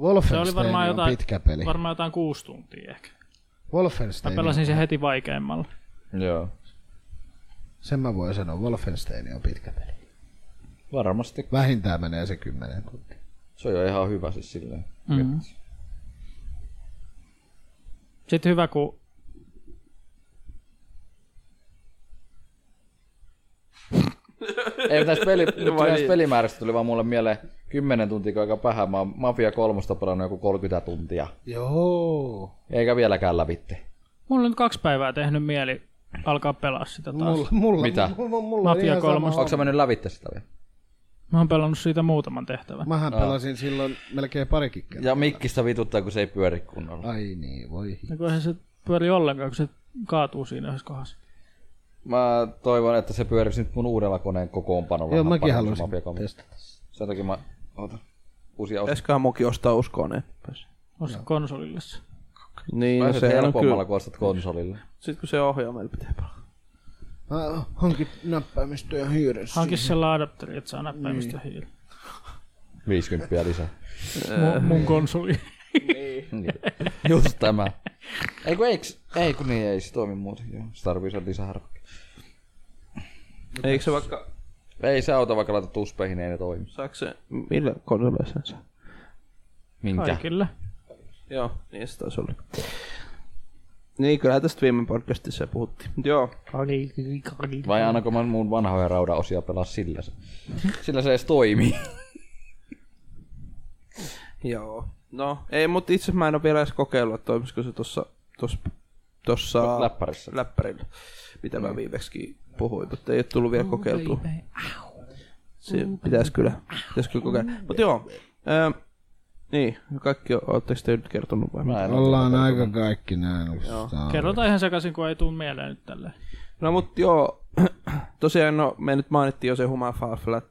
Wolfenstein
Se oli varmaan jotain,
pitkä peli.
varmaan jotain kuusi tuntia ehkä. Mä
Wolfenstein.
pelasin sen heti vaikeimmalla.
Joo.
Sen mä voin sanoa, Wolfenstein on pitkä peli.
Varmasti.
Vähintään menee se kymmenen tuntia.
Se on jo ihan hyvä siis silleen.
Mm-hmm. Sitten hyvä,
[laughs]
kun...
niin? Ei, mutta näistä, peli, näistä pelimäärästä tuli vaan mulle mieleen 10 tuntia aika vähän. Mä oon Mafia kolmosta pelannut joku 30 tuntia.
Joo.
Eikä vieläkään lävitte.
Mulla on nyt kaksi päivää tehnyt mieli alkaa pelaa sitä taas. Mulla.
Mulla, [laughs] mulla,
Mitä?
Mulla, mulla oli
Mafia
ihan sama.
3.
Onko sä mennyt lävitte sitä vielä?
Mä oon pelannut siitä muutaman tehtävän.
Mähän
No.
pelasin silloin melkein parikin kertaa.
Ja mikkistä vituttaa, kun se ei pyöri kunnolla.
Ai niin, voi.
Ja kun eihän se pyöri ollenkaan, kun se kaatuu siinä yhdessä kohdassa.
Mä toivon, että se pyörisi nyt mun uudella koneen kokoonpanolla.
Joo,
vähän
mäkin
paremmin
haluaisin
Mafia kolmosta.
testata.
Sen takia mä otan uusia osia.
Pitäisiköhän moki ostaa uskoneen?
Osta konsolille se.
Niin, no
Pääset
se on
helpommalla,
kyllä.
kun ostat konsolille.
Sitten kun se ohjaa, meillä pitää pelata.
Mä hankin näppäimistöä hiiren.
Hanki se adapteri, että saa näppäimistä hiili.
50 lisää. Niin.
Mun, mun konsoli.
Mm. Just tämä. Ei kun eiks, ei kun niin, ei se toimi muuten. Joo, se tarvii sen lisäharvakin.
Eikö se vaikka,
Ei se auta, vaikka laitat uspeihin, ei ne toimi.
saako se, millä konsoleissa se?
Minkä?
Kaikille.
Joo, niin se taisi olla. Niin, kyllähän tästä viime podcastissa puhuttiin. Mut joo,
Vai aina kun mä mun vanhoja raudaosia pelaa sillä se. Sillä se edes toimii.
joo. No, ei, mutta itse mä en ole vielä edes kokeillut, että toimisiko se tuossa tossa, tossa
Läppärissä.
läppärillä, Niin. mitä mä viimeksi puhuin, mutta ei ole tullut vielä kokeiltua. Se pitäisi kyllä, pitäisi kyllä kokeilla. Mutta joo, ää, niin, kaikki o- ootteko te nyt kertonut vai?
Mä en oo-
Ollaan aika kaikki näin.
Kerrotaan ihan sekaisin, kun ei tuu mieleen nyt tälleen.
No mut joo, [clears throat] tosiaan no, me nyt mainittiin jo se Human Fall Flat,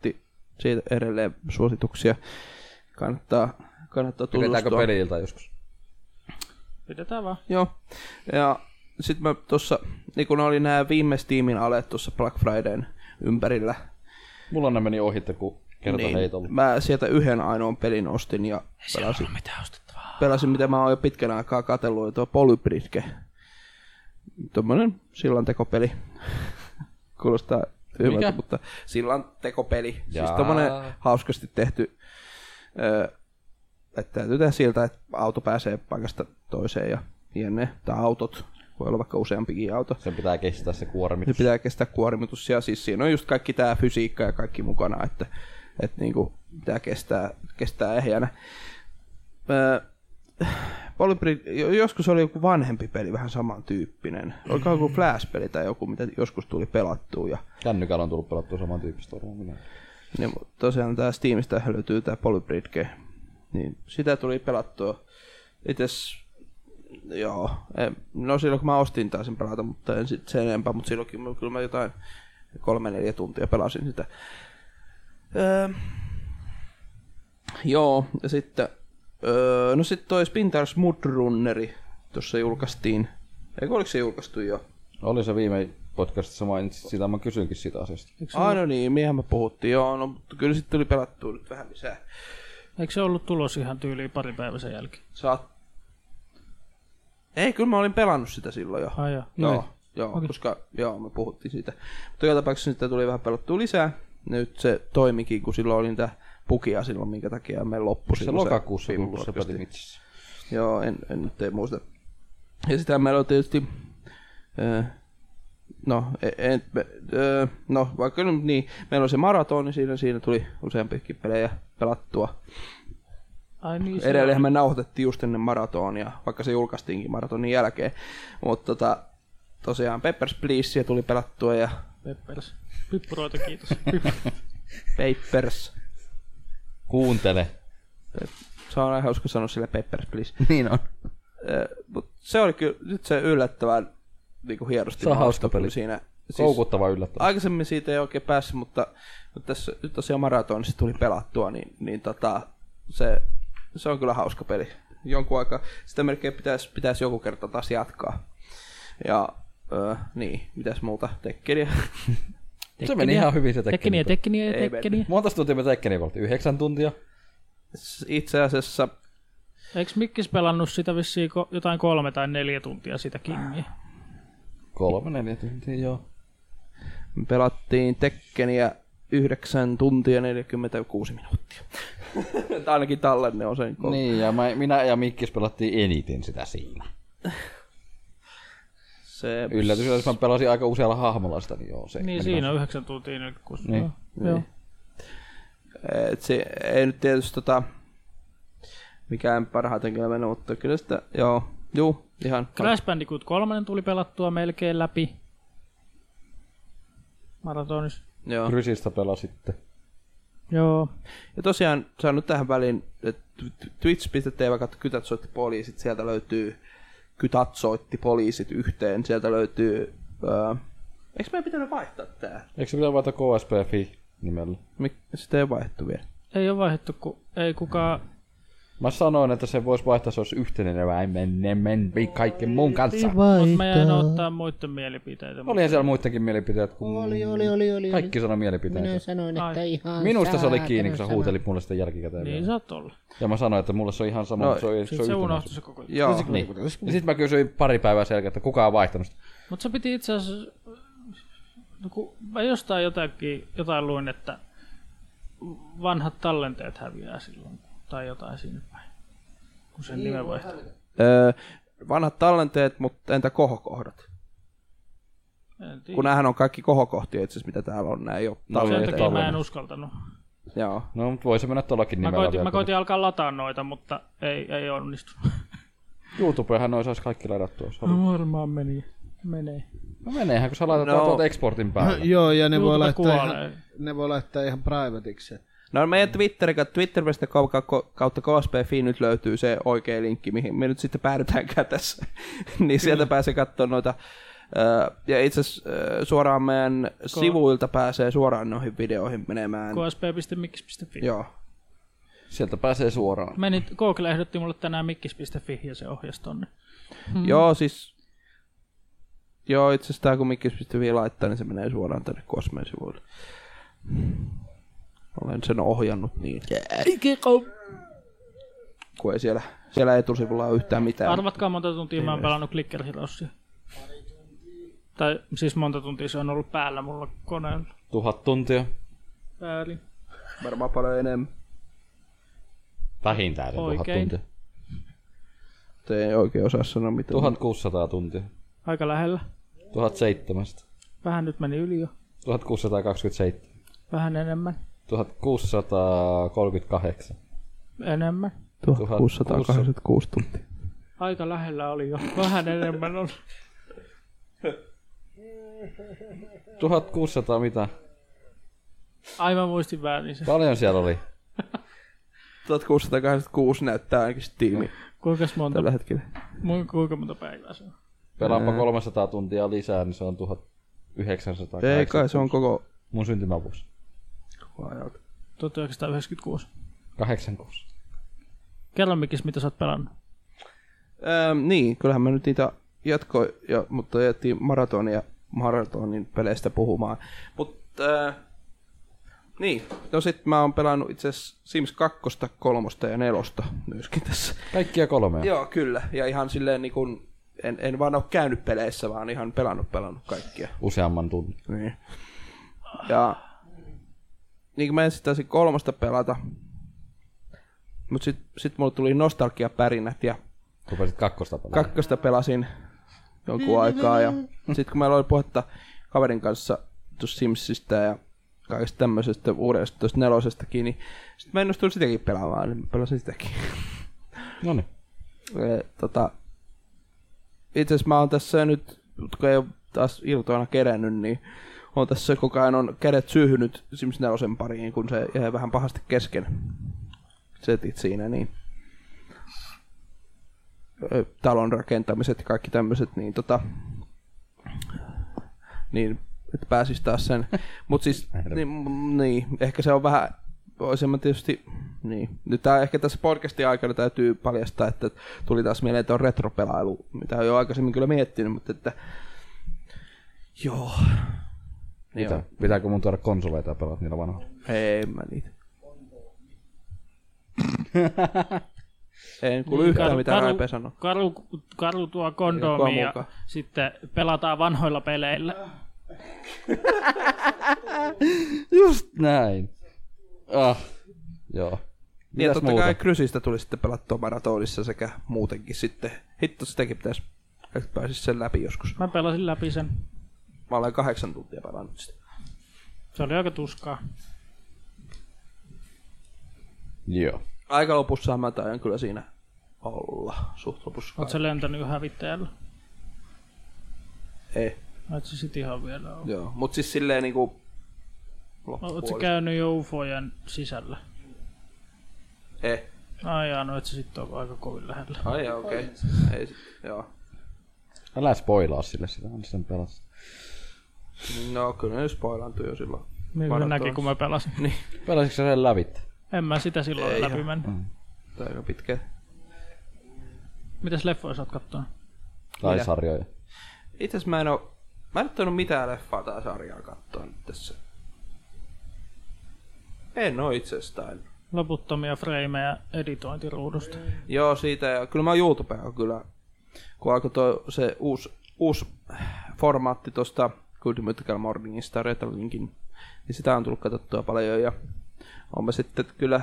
siitä edelleen suosituksia. Kannattaa, kannattaa
Pidetäänkö
tutustua.
peliltä joskus?
Pidetään vaan.
Joo, ja sitten mä tuossa, niin kun oli nämä viime Steamin alet tuossa Black Fridayn ympärillä,
Mulla ne meni ohitte, kun kerta niin.
niin
heit ollut.
mä sieltä yhden ainoan pelin ostin ja pelasin,
Mitä ostettavaa?
pelasin mitä mä oon jo pitkän aikaa katsellut, tuo Polybridge. Tuommoinen sillantekopeli. [laughs] Kuulostaa hyvältä, mutta sillantekopeli. Siis
Jaa.
tuommoinen hauskasti tehty, ö, että täytyy tehdä siltä, että auto pääsee paikasta toiseen ja jne. Tai autot, voi olla vaikka useampikin auto.
Sen pitää kestää se niin
Se
kuormitus.
Niin pitää kestää kuormitus ja siis siinä on just kaikki tämä fysiikka ja kaikki mukana, että, että niin kuin pitää kestää, kestää ehjänä. Öö, Polybrid- jo- joskus oli joku vanhempi peli, vähän samantyyppinen. Oliko joku Flash-peli tai joku, mitä joskus tuli pelattua. Ja,
Kännykällä on tullut pelattua samantyyppistä varmaan minä.
ja mu- Niin, tosiaan tämä Steamista löytyy tämä Polybridge. Niin sitä tuli pelattua. Ites, joo, en, no silloin kun mä ostin taisin pelata, mutta en sit sen enempää, mutta silloinkin mä, kyllä mä jotain kolme neljä tuntia pelasin sitä. Öö, joo, ja sitten, öö, no sitten toi Spintars Mudrunneri tuossa julkaistiin. Eikö oliko se julkaistu jo?
Oli se viime podcastissa mainitsit sitä, mä kysyinkin siitä asiasta.
Ah, no niin, miehän me puhuttiin, joo, no mutta kyllä sitten tuli pelattua nyt vähän lisää.
Eikö se ollut tulos ihan tyyliin pari päivää sen jälkeen?
Saat... Ei, kyllä mä olin pelannut sitä silloin jo.
Ai joo. niin.
joo, joo koska joo, me puhuttiin siitä. Mutta joka tapauksessa sitä tuli vähän pelattua lisää. Nyt se toimikin, kun silloin oli niitä pukia silloin, minkä takia me loppu
Se
silloin
lokakuussa
viime
tullut se
podcasti.
peli Mitsissä.
Joo, en, en nyt ei muista. Ja sitä meillä on tietysti... Öö, no, en, öö, no, vaikka nyt niin, meillä on se maratoni, siinä, siinä tuli useampikin pelejä pelattua.
Ai niin, se
Edelleenhän me nauhoitettiin just ennen maratonia, vaikka se julkaistiinkin maratonin jälkeen. Mutta tota, tosiaan Peppers Pleasea tuli pelattua ja
Peppers. Pippuroita, [laughs] kiitos.
Papers.
Kuuntele.
Se on ihan hauska sanoa sille Peppers Please.
Niin on.
Mutta se oli kyllä nyt se yllättävän niin kuin hienosti.
Se on hauska
mahdollistanut
peli.
Siinä. Siis,
Koukuttava yllättävä.
aikaisemmin siitä ei oikein päässyt, mutta mutta tässä nyt tosiaan maratonissa tuli pelattua, niin, niin tota, se, se on kyllä hauska peli. Jonkun aikaa, sitä melkein pitäisi, pitäisi joku kerta taas jatkaa. Ja öö, niin, mitäs muuta? Tekkeliä.
Se meni ihan hyvin se
Tekkeniä,
tekkeni.
tekkeniä,
Ei
tekkeniä.
Monta tuntia me tekkeniä pelattiin? Yhdeksän tuntia?
[laughs] Itse asiassa
Eikö Mikkis pelannut sitä vissiin ko- jotain kolme tai neljä tuntia sitä kingiä?
Kolme, neljä tuntia, joo.
me pelattiin Tekkeniä 9 tuntia 46 minuuttia. [laughs] Tai ainakin tallenne on sen koko.
Niin, ja mä, minä ja Mikkis pelattiin eniten sitä siinä.
Se,
Yllätys, jos mä pelasin aika usealla hahmolla sitä, niin joo se.
Niin
meni
siinä on 9 tuntia 46
Niin.
Joo.
Eh, Et se ei nyt tietysti tota, mikään parhaiten kyllä mennyt, mutta kyllä sitä, joo, juu, ihan.
Crash Bandicoot 3 tuli pelattua melkein läpi. Maratonissa.
Joo.
Niin. Rysistä pelasitte.
Joo.
Ja tosiaan sanon nyt tähän väliin, että tw- twitch.tv kautta kytatsoitti poliisit, sieltä löytyy kytatsoitti poliisit yhteen, sieltä löytyy... Öö, eikö meidän pitänyt vaihtaa tää?
Eikö se pitää vaihtaa KSPFI nimellä?
Mik, sitä ei vaihtu vielä.
Ei ole vaihdettu, kun ei kukaan...
Mä sanoin, että se voisi vaihtaa, se olisi yhtenevä, ei menne, menne kaiken muun kanssa.
Mutta mä jäin ottaa muiden mielipiteitä. Oli.
Olihan siellä muitakin mielipiteitä kuin
Oli, oli, oli, oli.
kaikki sanoi
Minä
mielipiteensä.
sanoin, että
Ai.
ihan
Minusta se oli
saatana
kiinni, kun sä
sama.
huutelit mulle sitä jälkikäteen.
Niin
vielä.
saat olla.
Ja mä sanoin, että mulle se on ihan sama,
No,
mutta se on, se
Sitten
on
se
yhtenevä.
unohtui se koko ajan.
Joo.
Niin. Ja sit mä kysyin pari päivää sen jälkeen, että kuka on vaihtanut sitä.
Mutta se piti itse asiassa... No kun mä jostain jotakin, jotain luin, että vanhat tallenteet häviää silloin. Tai jotain sinne päin. Kun sen nimen vaihtaa.
Öö, vanhat tallenteet, mutta entä kohokohdat?
En tiedä.
Kun näähän on kaikki kohokohtia itse asiassa, mitä täällä on, nää ei ole
No,
Sen
ei
takia mä en
tallennus.
uskaltanut.
Niin, Joo.
No, mutta voi se mennä tollakin
Mä
nimellä
koitin,
vielä.
mä koitin alkaa lataa noita, mutta ei, ei onnistunut.
YouTubehan noin saisi kaikki ladattua. jos haluaa.
No varmaan meni. Menee.
No meneehän, kun sä laitat
No.
no. tuolta exportin päälle.
Joo, ja ne voi,
Joutupa
laittaa ihan,
kuolee.
ne voi laittaa ihan privateiksi.
No meidän Twitterin kautta, twitter.com ka- kautta KSPFi nyt löytyy se oikea linkki, mihin me nyt sitten päädytäänkään tässä. [laughs] niin sieltä pääsee katsomaan noita. ö, Ja itse asiassa ö, suoraan meidän sivuilta pääsee suoraan noihin videoihin menemään.
ksp.mix.fi.
Joo.
Sieltä pääsee suoraan.
Meni, Google ehdotti mulle tänään mikkis.fi ja se ohjasi tonne.
Mm. Joo, siis... Joo, itse asiassa tää kun mikki pystyy vielä laittaa, niin se menee suoraan tänne Kosmeen sivuille. Olen sen ohjannut niin, kun ei siellä, siellä etusivulla ole yhtään mitään.
Arvatkaa monta tuntia mä oon pelannut Clicker Heroesia. Tai siis monta tuntia se on ollut päällä mulla koneella.
Tuhat tuntia.
Väärin.
Varmaan paljon enemmän.
Vähintään se tuhat
Oikein.
tuntia.
Mut Ei oikein osaa sanoa mitään.
1600 tuntia.
Aika lähellä.
1700.
Vähän nyt meni yli jo.
1627.
Vähän enemmän.
1638.
Enemmän.
1686 tuntia.
Aika lähellä oli jo. [laughs] Vähän enemmän on.
1600 mitä?
Aivan muistin väärin se.
Paljon siellä oli?
1686 näyttää ainakin se tiimi
Kuinka monta,
tällä hetkellä.
mu- kuinka monta päivää se on?
Pelaanpa 300 tuntia lisää, niin se on 1900.
Ei kai se on koko
Mun syntymävuosi.
ajalta.
1996.
86.
Kerro mikis, mitä sä oot pelannut.
Ähm, niin, kyllähän mä nyt niitä jatkoi, ja, mutta jätettiin maratonia maratonin peleistä puhumaan. Mutta äh, niin, no sit mä oon pelannut itse asiassa Sims 2, 3 ja 4 myöskin tässä.
Kaikkia kolmea.
Joo, kyllä. Ja ihan silleen niin kun, en, en vaan ole käynyt peleissä, vaan ihan pelannut, pelannut kaikkia.
Useamman tunnin.
Niin. Ja niin kuin mä ensin taisin kolmosta pelata, mutta sitten sit mulle tuli nostalgiapärinät ja
Rupesit kakkosta pelaamaan.
kakkosta pelasin jonkun aikaa ja sitten kun meillä oli puhetta kaverin kanssa tuosta Simsistä ja kaikesta tämmöisestä uudesta tuosta nelosestakin, niin sitten mä innostuin sitäkin pelaamaan, niin mä pelasin sitäkin.
No niin.
Ee, tota, itse asiassa mä oon tässä nyt, kun ei ole taas iltoina kerännyt, niin on tässä koko ajan on kädet syyhynyt Sims 4 pariin, kun se jäi vähän pahasti kesken. Setit siinä, niin Ö, talon rakentamiset ja kaikki tämmöiset, niin tota, niin, että pääsis taas sen.
[laughs]
Mut siis, niin, mm, niin, ehkä se on vähän, voisin mä tietysti, niin. Nyt tää ehkä tässä podcastin aikana täytyy paljastaa, että tuli taas mieleen tuo retropelailu, mitä on jo aikaisemmin kyllä miettinyt, mutta että, joo.
Mitä? Pitääkö mun tuoda konsoleita ja pelata niillä vanhoilla?
Ei, en mä niitä. en
Niin,
kuulu yhtään mitä Raipe sanoo.
Niin, Karu, karu tuo
Ei
kondoomia
kukaan
ja
mukaan.
sitten pelataan vanhoilla peleillä.
Just näin. Ah. Joo.
Niin ja
Mitäs
totta
muuta?
kai Krysistä tuli sitten pelattua maratonissa sekä muutenkin sitten. Hitto, sitäkin pitäisi että pääsisi sen läpi joskus.
Mä pelasin läpi sen.
Mä olen kahdeksan tuntia pelannut sitä.
Se oli aika tuskaa.
Joo.
Aika lopussa mä tajan kyllä siinä olla. Suht lopussa.
Oot sä lentänyt jo hävittäjällä?
Ei.
No et sä sit ihan vielä oo.
Eh, Joo. Mut siis silleen niinku...
Oot
Loppupuoli.
sä käynyt jo ufojen sisällä?
Ei.
Ai jaa, no et sä sit oo aika kovin lähellä.
Eh, Ai joo, okei. Ei sit, joo.
Älä spoilaa sille sitä, anna sen pelata.
No kyllä ne spoilaantui jo silloin.
Niin kuin
Varotaan.
näki, kun mä pelasin.
Niin. Pelasitko sä sen lävit?
En mä sitä silloin
Ei
läpi
ihan.
mennyt.
Mm.
Tää on aika pitkä.
Mitäs leffoja sä oot kattonut?
Tai
Mitä?
sarjoja?
Itse asiassa mä en oo... Mä en oo tainnut mitään leffaa tai sarjaa katsoa nyt tässä. En oo itsestään.
Loputtomia freimejä editointiruudusta.
Joo, siitä. Ja kyllä mä oon YouTubea kyllä, kun alkoi toi, se uusi, uusi formaatti tuosta Good Mythical Morningista, Retalinkin, niin sitä on tullut katsottua paljon ja on mä sitten kyllä,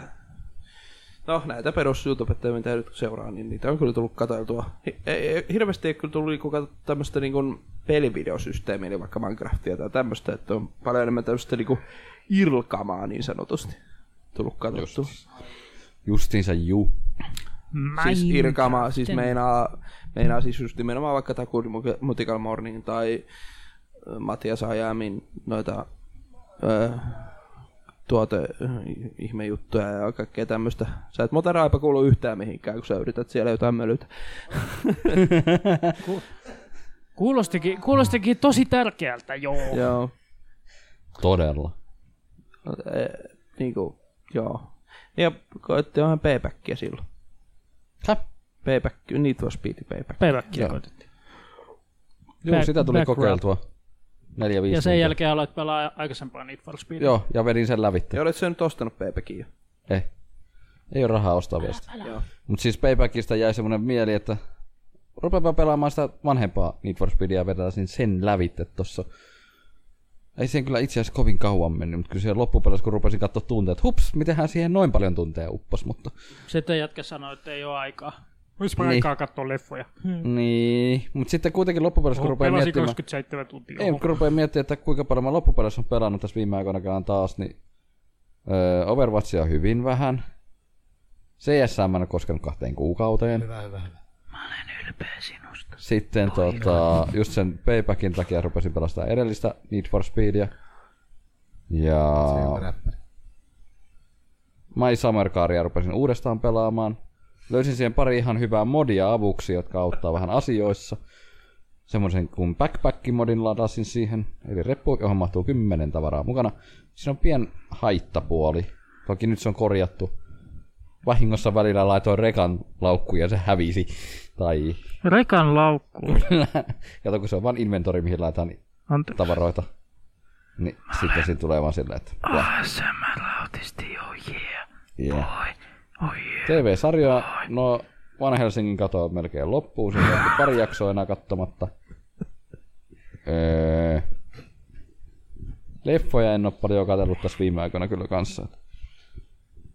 no näitä perus youtube mitä nyt seuraa, niin niitä on kyllä tullut katsoiltua. Hi- ei- ei- Hirveästi ei kyllä tullut niinku katsottua tämmöistä niinku pelivideosysteemiä, eli vaikka Minecraftia tai tämmöistä, että on paljon enemmän tämmöistä niinku ilkamaa niin sanotusti tullut katsottua.
Justiinsa juu.
Siis irkama, siis meinaa, meinaa siis just nimenomaan vaikka tämä Good Mutical Morning tai ö, Matias Ajamin noita ö, tuote ö, ihmejuttuja ja kaikkea tämmöistä. Sä et moderaipa kuulu yhtään mihinkään, kun sä yrität siellä jotain mölytä.
Kuulostikin, kuulostikin tosi tärkeältä, joo.
Joo.
Todella.
E, niinku, joo. Ja koitti vähän paybackia silloin.
Häh?
Payback, Need for Speed payback.
Päiväkkiä koitettiin.
Juu,
Back-
sitä tuli
background.
kokeiltua. Neljä, viisi
Ja sen
tuntia.
jälkeen aloit pelaa aikaisempaa Need for Speed.
Joo, ja vedin sen lävitte.
Ja olet sä nyt ostanut paybacia jo?
Ei. Ei ole rahaa ostaa vielä sitä. Mut siis Paybackista jäi semmonen mieli, että rupeapa pelaamaan sitä vanhempaa Need for Speedia ja vetäisin sen lävitte tossa. Ei siihen kyllä itse asiassa kovin kauan mennyt, mutta kyllä siellä loppupeleissä kun rupesin katsoa tunteja, että hups, mitenhän siihen noin paljon tunteja uppos, mutta
Sitten jätkä sanoi, että ei ole aikaa. Olispa
Niin.
aikaa katsoa leffoja.
niin, mutta sitten kuitenkin loppupeleissä kun rupeaa
Pelasi
miettimään,
27 tuntia.
ei, mut kun rupeaa miettimään, että kuinka paljon mä loppupeleissä on pelannut tässä viime aikoinakaan taas, niin öö, Overwatchia hyvin vähän, CS mä en ole koskenut kahteen kuukauteen,
Hyvä, hyvä, hyvä.
Sitten tota, just sen paybackin takia rupesin pelastamaan edellistä Need for Speedia. Ja
Räppäri.
My Summer Caria rupesin uudestaan pelaamaan. Löysin siihen pari ihan hyvää modia avuksi, jotka auttaa vähän asioissa. Semmoisen kuin Backpack-modin ladasin siihen, eli reppu, johon mahtuu kymmenen tavaraa mukana. Siinä on pien haittapuoli. Toki nyt se on korjattu. Vahingossa välillä laitoin rekan laukkuun ja se hävisi. Tai [laughs]
Rekan laukku.
Kato, kun se on vain inventori, mihin laitetaan ni-
Anteeksi.
tavaroita. Niin sitten siinä tulee vaan silleen, että ja,
ASMR autisti, Ah, oh yeah.
yeah.
Oh yeah.
TV-sarja, no Van Helsingin katoa melkein loppuun, siinä on pari jaksoa enää katsomatta. Öö, leffoja en ole paljon katsellut tässä viime aikoina kyllä kanssa.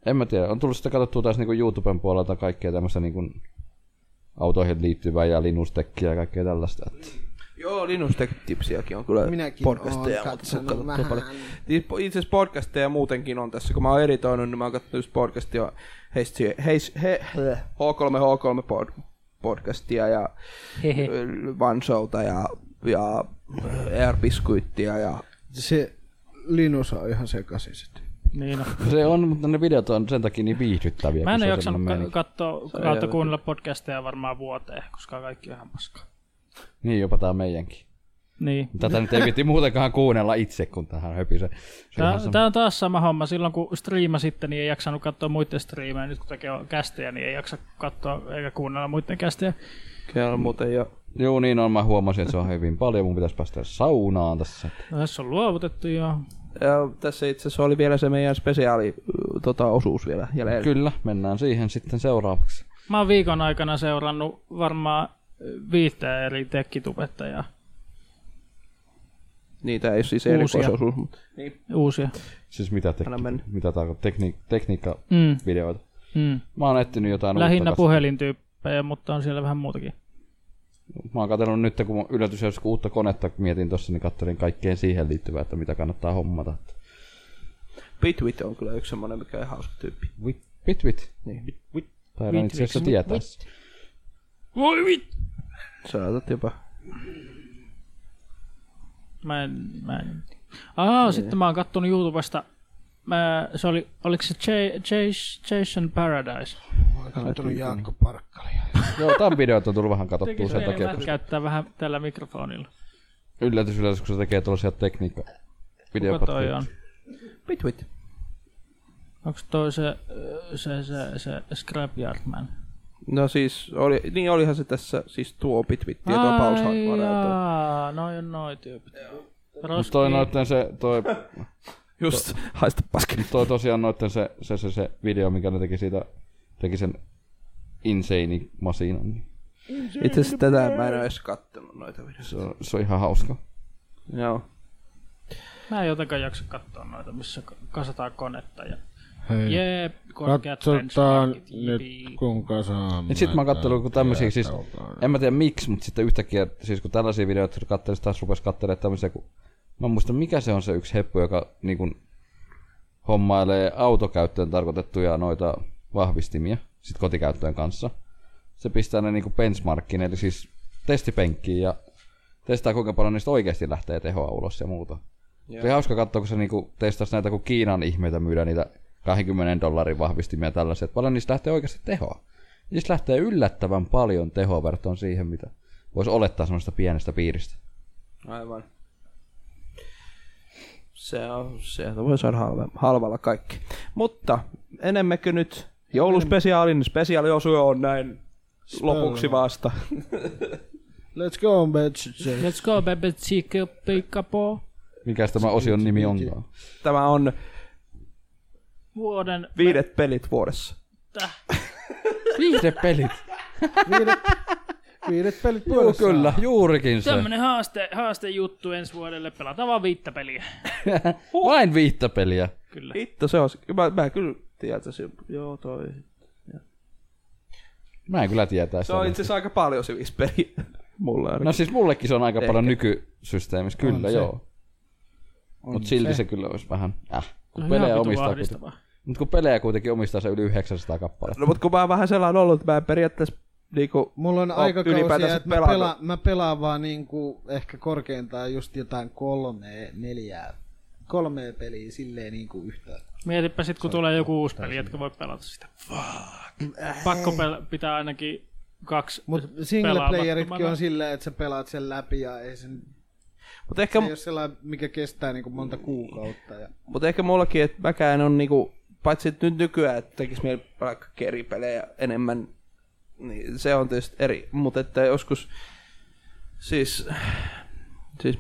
En mä tiedä, on tullut sitä katsottua taas niinku YouTuben puolelta kaikkea tämmöistä niinku autoihin liittyvää ja linustekkiä ja kaikkea tällaista. Että
Joo, Linus Tech Tipsiäkin on kyllä
Minäkin
podcasteja,
oon
mutta se
katsonut
on katsottu
vähän.
paljon. Niin, Itse asiassa podcasteja muutenkin on tässä, kun mä oon editoinut, niin mä oon katsonut just podcastia, heis, heis, he, he, H3, H3 pod, podcastia ja
Hehe.
Vansouta ja, ja äh, Air Biscuittia ja
Se Linus on ihan sekaisin sitten.
Niin on.
Se on, mutta ne videot on sen takia niin viihdyttäviä.
Mä
kun
en
se
ole
on
jaksanut
semmonen
ka-
meininki.
katsoa kautta kuunnella podcasteja varmaan vuoteen, koska kaikki on ihan paskaa.
Niin, jopa tää meidänkin.
Niin.
Tätä nyt ei piti muutenkaan kuunnella itse, kun tähän höpisee. Se on
Tää,
ihan sama.
tää on taas sama homma. Silloin kun striima sitten, niin ei jaksanut katsoa muiden striimejä. Nyt kun tekee kästejä, niin ei jaksa katsoa eikä kuunnella muiden kästejä.
kyllä muuten jo.
Joo, niin on. Mä huomasin, että se on hyvin paljon. Mun pitäisi päästä saunaan tässä.
No, tässä on luovutettu jo.
Ja tässä itse asiassa oli vielä se meidän spesiaali ö, tota, osuus vielä jäljellä.
Kyllä, mennään siihen sitten seuraavaksi.
Mä oon viikon aikana seurannut varmaan viittä eri tekkitubettajaa.
Niitä ei siis
Uusia.
erikoisosuus, mutta
Niin. Uusia.
Siis mitä, tek-
Anna mennä.
mitä tarkoittaa? Tekni- tekniikkavideoita.
Mm, mm.
Mä oon etsinyt jotain
Lähinnä
uutta.
puhelintyyppejä, mutta on siellä vähän muutakin.
kas- Mä oon katsellut nyt, kun mä yllätys jos uutta konetta mietin tuossa, niin katselin kaikkeen siihen liittyvää, että mitä kannattaa hommata.
Bitwit on kyllä yksi semmoinen, mikä on hauska tyyppi.
Wit- Pitvit.
Niin.
Taidan itse asiassa tietää.
Voi vit!
Saatat jopa.
Mä en, mä en. Niin. Aa, sitten mä oon kattonut YouTubesta. Mä, se oli, oliko se J, J, Jason Paradise?
Katsonut Jaakko Parkkalia.
Joo, tämän videot on tullut vähän katsottua
Tekin
sen
se
takia, koska
käyttää vähän tällä mikrofonilla.
yllätys yllätys, kun se tekee tuollaisia tekniikka
Kuka toi on?
Pitwit.
Onko toi se, se, se, se Scrapyard Man?
No siis, oli, niin olihan se tässä siis tuo Pitwit ja tuo Paushankvarelta.
jaa, noi on noi tyypit.
Mutta
Roski.
toi noitten se, toi,
Just, [laughs] haista paskeli.
toi tosiaan noitten se, se, se, se video, mikä ne teki siitä, teki sen insane masinan, niin
Itse asiassa tätä mä en ole edes kattonut noita videoita.
se on, se on ihan hauska.
Joo.
Mä en jotenkaan jaksa katsoa noita, missä k- kasataan konetta ja
Hei.
jep, korkeat
Katsotaan
benchmarkit,
nyt,
jipii.
kun kasaan.
Niin sit mä oon kattellut, kun tämmösiä, siis en mä tiedä miksi, mutta sitten yhtäkkiä, siis kun tällaisia videoita katselin, taas rupes katselemaan tämmöisiä, kun mä en muista mikä se on se yksi heppu, joka niin kun, hommailee autokäyttöön tarkoitettuja noita vahvistimia sit kotikäyttöön kanssa. Se pistää ne niinku benchmarkkiin, eli siis testipenkkiin ja testaa kuinka paljon niistä oikeasti lähtee tehoa ulos ja muuta. Se oli hauska katsoa, kun se niinku testasi näitä, kun Kiinan ihmeitä myydään niitä 20 dollarin vahvistimia ja tällaisia, että paljon niistä lähtee oikeasti tehoa. Niistä Siis lähtee yllättävän paljon tehoa verrattuna siihen, mitä voisi olettaa semmoista pienestä piiristä.
Aivan. Se on, sieltä voi saada halve, halvalla kaikki. Mutta enemmekö nyt jouluspesiaalin spesiaaliosuja on näin lopuksi vasta. [laughs]
Let's go, bitch.
[laughs] Let's go, baby, chica, pikapo.
Mikäs tämä osion nimi onkaan?
Tämä on
Vuoden
viidet pelit vuodessa.
Viihdepelit.
Viidet pelit
Joo,
vuodessa.
[laughs] kyllä, juurikin se.
tämmönen haaste, haastejuttu ensi vuodelle. Pelataan vaan viittä peliä.
Vain viittä peliä.
Kyllä.
Hitto, se on. Mä, mä kyllä tietäisin. Joo, toi.
Mä en kyllä tietää
Se on
sitä.
itse asiassa aika paljon se viisi peli. [laughs] Mulla ainakin.
No siis mullekin se on aika
Ehkä.
paljon nykysysteemissä, kyllä
se.
joo. Mutta silti se kyllä olisi vähän, äh, kun pelejä
No ihan vitu
omistaa. kuitenkin-
ahdistavaa.
Mut kun pelejä kuitenkin omistaa se yli 900 kappaletta.
No, mutta kun mä oon vähän sellainen ollut, että mä en periaatteessa niinku...
Mulla on
oo
aikakausia,
ylipäätänsä
että mä,
pelannut.
pela, mä pelaan vaan niinku ehkä korkeintaan just jotain kolme, neljää, kolme peliä silleen niinku yhtä.
Mietipä sit, kun tulee joku uusi peli, etkä voi pelata sitä. Fuck. Pakko pel- pitää ainakin kaksi
Mut singleplayeritkin on silleen, että sä pelaat sen läpi ja ei sen,
Mutta
se
ehkä,
Siis-
ei ole sellainen, mikä kestää niinku monta kuukautta. Ja...
mut ehkä mullakin, että mäkään on niinku... Paitsi että nyt nykyään, että tekis mieli vaikka eri pelejä enemmän, niin se on tietysti eri. Mutta että joskus... Siis... Siis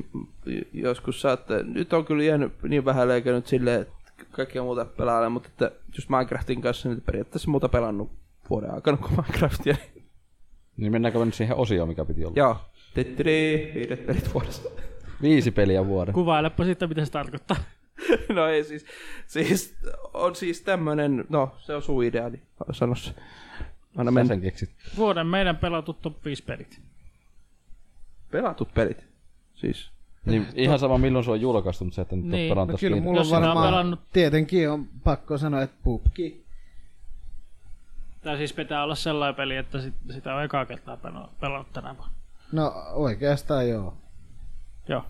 joskus saatte... Nyt on kyllä jäänyt niin vähän leikänyt silleen, että kaikkea muuta pelailee, mutta että just Minecraftin kanssa nyt periaatteessa muuta pelannut vuoden aikana kuin Minecraftia. [laughs] niin-
Niin mennäänkö me nyt siihen osioon, mikä piti olla?
Joo. Tittiri, viidet pelit vuodessa.
Viisi peliä vuoden.
Kuvailepa sitten, mitä se tarkoittaa.
[laughs] No ei siis, siis on siis tämmönen, no se on sun idea, niin sano se. Anna
Sä
mennä.
sen keksit.
Vuoden meidän pelatut top 5 pelit.
Pelatut pelit. Siis.
Niin, ihan sama milloin se on julkaistu, mutta se, että nyt
Niin,
niin,
no
on pelannut
Kyllä mulla
Jos
on
en oo
varmaan,
No.
pelannut-
tietenkin on pakko sanoa, että pupki.
Tää siis pitää olla sellainen peli, että sit, sitä on ekaa kertaa pelo- pelannut tänä vuonna.
No oikeastaan joo.
Joo.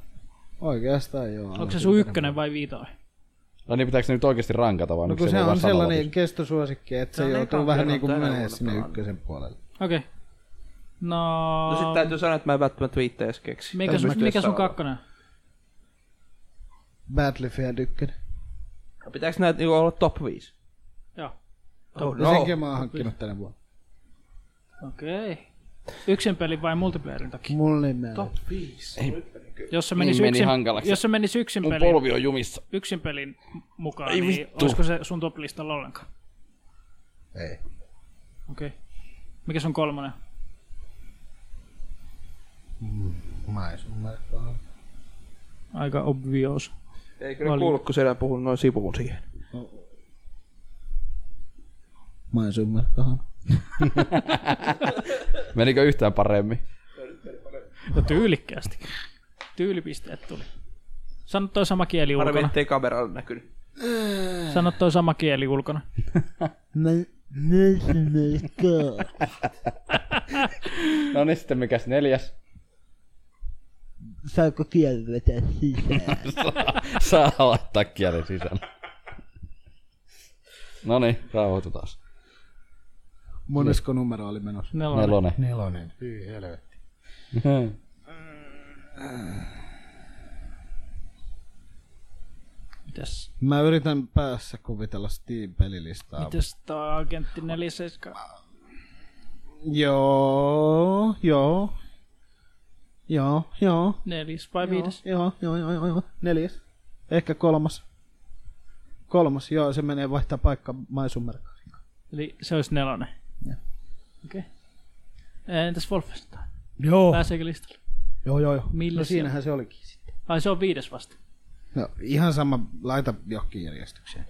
Oikeastaan joo.
Onko se sun ykkönen vai viitoinen?
No niin, pitääkö se nyt oikeasti rankata
No
vai nyt
kun se
voi vaan
on
sanoa
sellainen
lopussa?
kestosuosikki, että se
on
joutuu
ekan
vähän
kerran
niin kuin
tänä
menee
vuonna
sinne
pelannut.
ykkösen puolelle.
Okei. Okay. No...
No sit täytyy sanoa, että mä en välttämättä viittä edes keksi.
mikä,
Tän
sun,
pystyy
mikä
edes
sun
sanoa.
kakkonen? on?
Battlefield 1.
Pitääks näitä niinku olla top 5?
Joo.
Oh,
No. Senkin mä oon hankkinut tänä vuonna.
Okei. Okay. Yksin peli vai multiplayerin takia?
Mulla ei mene.
Jos se menisi
Niin meni
yksin,
hankalaksi.
Jos se menisi yksin
Mun
pelin,
polvi on jumissa.
yksin pelin mukaan,
Ei
niin
vittu.
olisiko se sun top-listalla ollenkaan?
Ei.
Okei. Okay. Mikä sun kolmonen?
Mä en sun mene.
Aika obvious.
Ei kyllä
Oli.
kuulu, kun siellä puhun noin sivuun siihen.
Mä en sun mene.
Menikö yhtään paremmin?
Ja tyylikkäästi. Tyylipisteet tuli. Sano toi sama kieli
Harvi,
ulkona.
ettei kameralla näkynyt.
Sano toi sama kieli ulkona.
No niin, sitten mikäs neljäs?
Saako kielen vetää
[laughs]
sisään?
Saa laittaa kielen sisään. No niin, rauhoitu taas.
Monesko numero oli menossa?
Nelonen.
Nelonen.
niin
Nelonen. Hyi helvetti.
Mitäs,
Mä yritän päässä kuvitella Steam-pelilistaa.
mitäs toi agentti 47?
Joo, joo. Joo, joo.
Nelis vai viides?
Joo, joo, joo, joo, joo. Neljäs. Ehkä kolmas. Kolmas, joo, se menee vaihtaa paikkaa maisummerkkaan.
Eli se olisi nelonen. Okei. Okay. Entäs Wolfenstein?
Joo.
Pääseekö listalle?
Joo, joo, joo.
Millä
no
siellä?
siinähän se olikin sitten.
Ai se on viides vasta.
No, ihan sama, laita johonkin järjestykseen.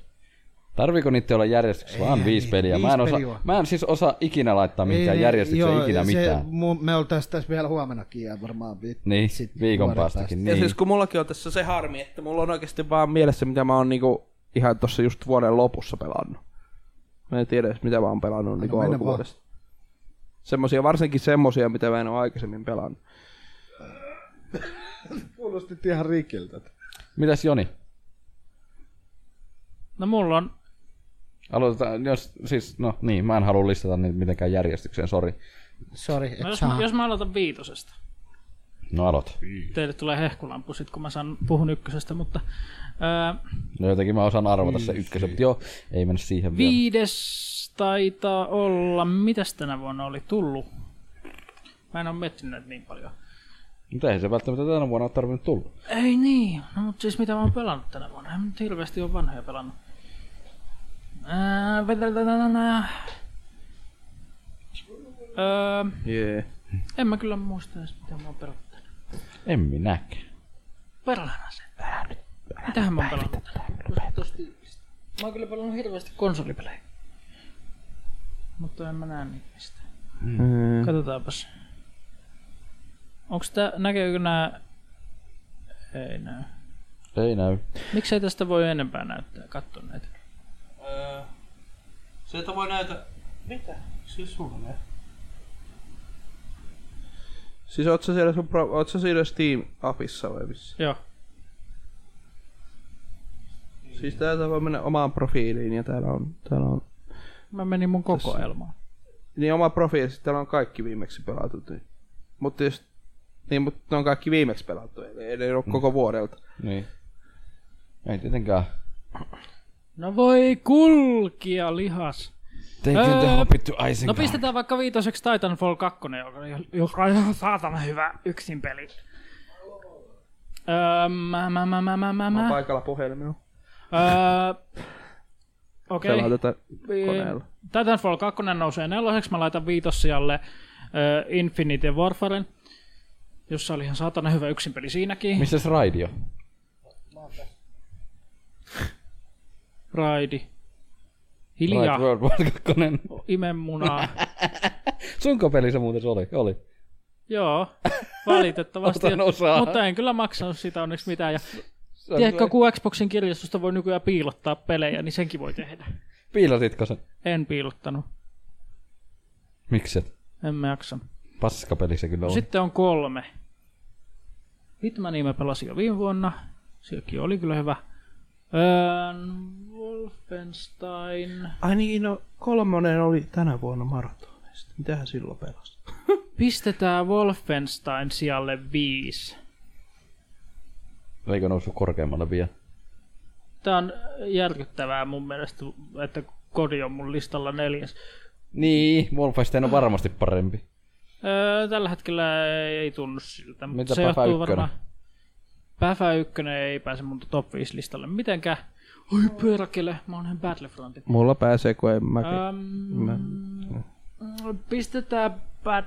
Tarviiko niitä olla järjestyksessä? Vaan viisi peliä.
viisi
Mä en,
peliä
osaa,
on.
mä en siis osaa ikinä laittaa mihinkään
Ei,
järjestykseen
niin, joo,
ikinä
se,
mitään.
Mu, me oltais tässä vielä huomenakin ja varmaan vi,
Niin,
sit
viikon
vuoden
päästäkin.
Ja
Niin.
siis kun mullakin on tässä se harmi, että mulla on oikeasti vaan mielessä, mitä mä oon niinku ihan tuossa just vuoden lopussa pelannut. Mä en tiedä edes, mitä mä oon pelannut no, niinku
mennä
alkuvuodesta. Semmosia, varsinkin semmosia, mitä mä en oo aikaisemmin pelannut.
Kuulostit ihan rikiltä.
Mitäs Joni?
No mulla on
Aloitetaan, jos, siis, no niin, mä en halua listata niitä mitenkään järjestykseen, sori.
Sori, et
No jos,
saa.
mä, jos mä aloitan viitosesta,
No aloita.
teille tulee hehkulampu sit, kun mä saan, puhun ykkösestä, mutta öö,
No jotenkin mä osaan arvata se ykkösen, mutta joo, ei mennä siihen vielä.
viides taitaa olla, mitäs tänä vuonna oli tullut? Mä en oo miettinyt näitä niin paljon.
Mutta ei se välttämättä tänä vuonna ole tarvinnut tulla.
Ei niin, no mutta siis mitä mä oon pelannut tänä vuonna, en mä nyt hirveästi oo vanhoja pelannut. Ää, veteltätänänä. Öö,
Jee. Yeah.
en mä kyllä muista edes, mitä mä oon pelannut.
En minäkään.
Perhana se. Mitähän mä oon pelannut? Tuosta tyypistä. Mä oon kyllä pelannut hirveästi konsolipelejä. Mutta en mä näe niitä mistään. Mm. Katsotaanpas. Onks tää, näkeekö nää... Ei näy.
Ei näy.
Miksei tästä voi enempää näyttää, katso näitä.
Sieltä voi näytä... Mitä? Siis sulla ne? Siis oot sä siellä, sun pro... oot sä siellä Steam-apissa vai missä?
Joo.
Siis täältä voi mennä omaan profiiliin ja täällä on, täällä on...
Mä menin mun kokoelmaan.
Niin oma profiili, sit täällä on kaikki viimeksi pelatut. niin. Mutta jos... Niin, mutta ne on kaikki viimeksi pelattu, eli ei ne ole koko vuodelta.
Ah.
Niin. Ei tietenkään.
No voi kulkia lihas.
Thank you
Öö,
the hobbit to Isengard.
No pistetään vaikka viitoseksi Titanfall 2, joka on ihan- joka on ihan [laughs] saatana hyvä yksin peli. Öö, mä, mä, mä, mä, mä, mä,
Mä oon
mä.
paikalla puhelimella.
Öö, Okei.
Okay. tätä
Ei,
koneella.
Titanfall 2 nousee neloseksi, mä laitan viitossijalle uh, Infinite Warfaren, jossa oli ihan saatana hyvä yksin peli siinäkin.
Missä se radio?
Raidi.
Raid
Hiljaa,
World War 2.
ime munaa.
Sunko peli se muuten se oli? Oli.
Joo, valitettavasti.
Otan osaa.
Mutta en kyllä maksanut sitä onneksi mitään. Ja
Se on
tiedätkö,
kyllä-
kun Xboxin kirjastosta voi nykyään piilottaa pelejä, niin senkin voi tehdä.
Piilotitko sen?
En piilottanut,
Mikset?
en mä jaksanut.
Paska peli se kyllä on.
Sitten on kolme. Hitmania mä pelasin jo viime vuonna. Sekin oli kyllä hyvä. Öö, Wolfenstein.
Ai niin, no kolmonen oli tänä vuonna maratonista. Mitähän silloin pelasi?
Pistetään Wolfenstein sijalle 5.
Eikö noussut korkeammalle vielä?
Tää on järkyttävää mun mielestä, että kodi on mun listalla neljäs.
Niin, Wolfenstein on varmasti parempi.
Öö, tällä hetkellä ei, ei tunnu siltä, mutta
Mitä
se
Päfä
johtuu
ykkönen?
varmaan... Päfä 1 ei pääse mun top 5 listalle mitenkään. Oi pyöräkele, mä oon ihan Battlefrontin
Mulla pääsee, kun en mäkin.
Ähm, Pistetään Bad,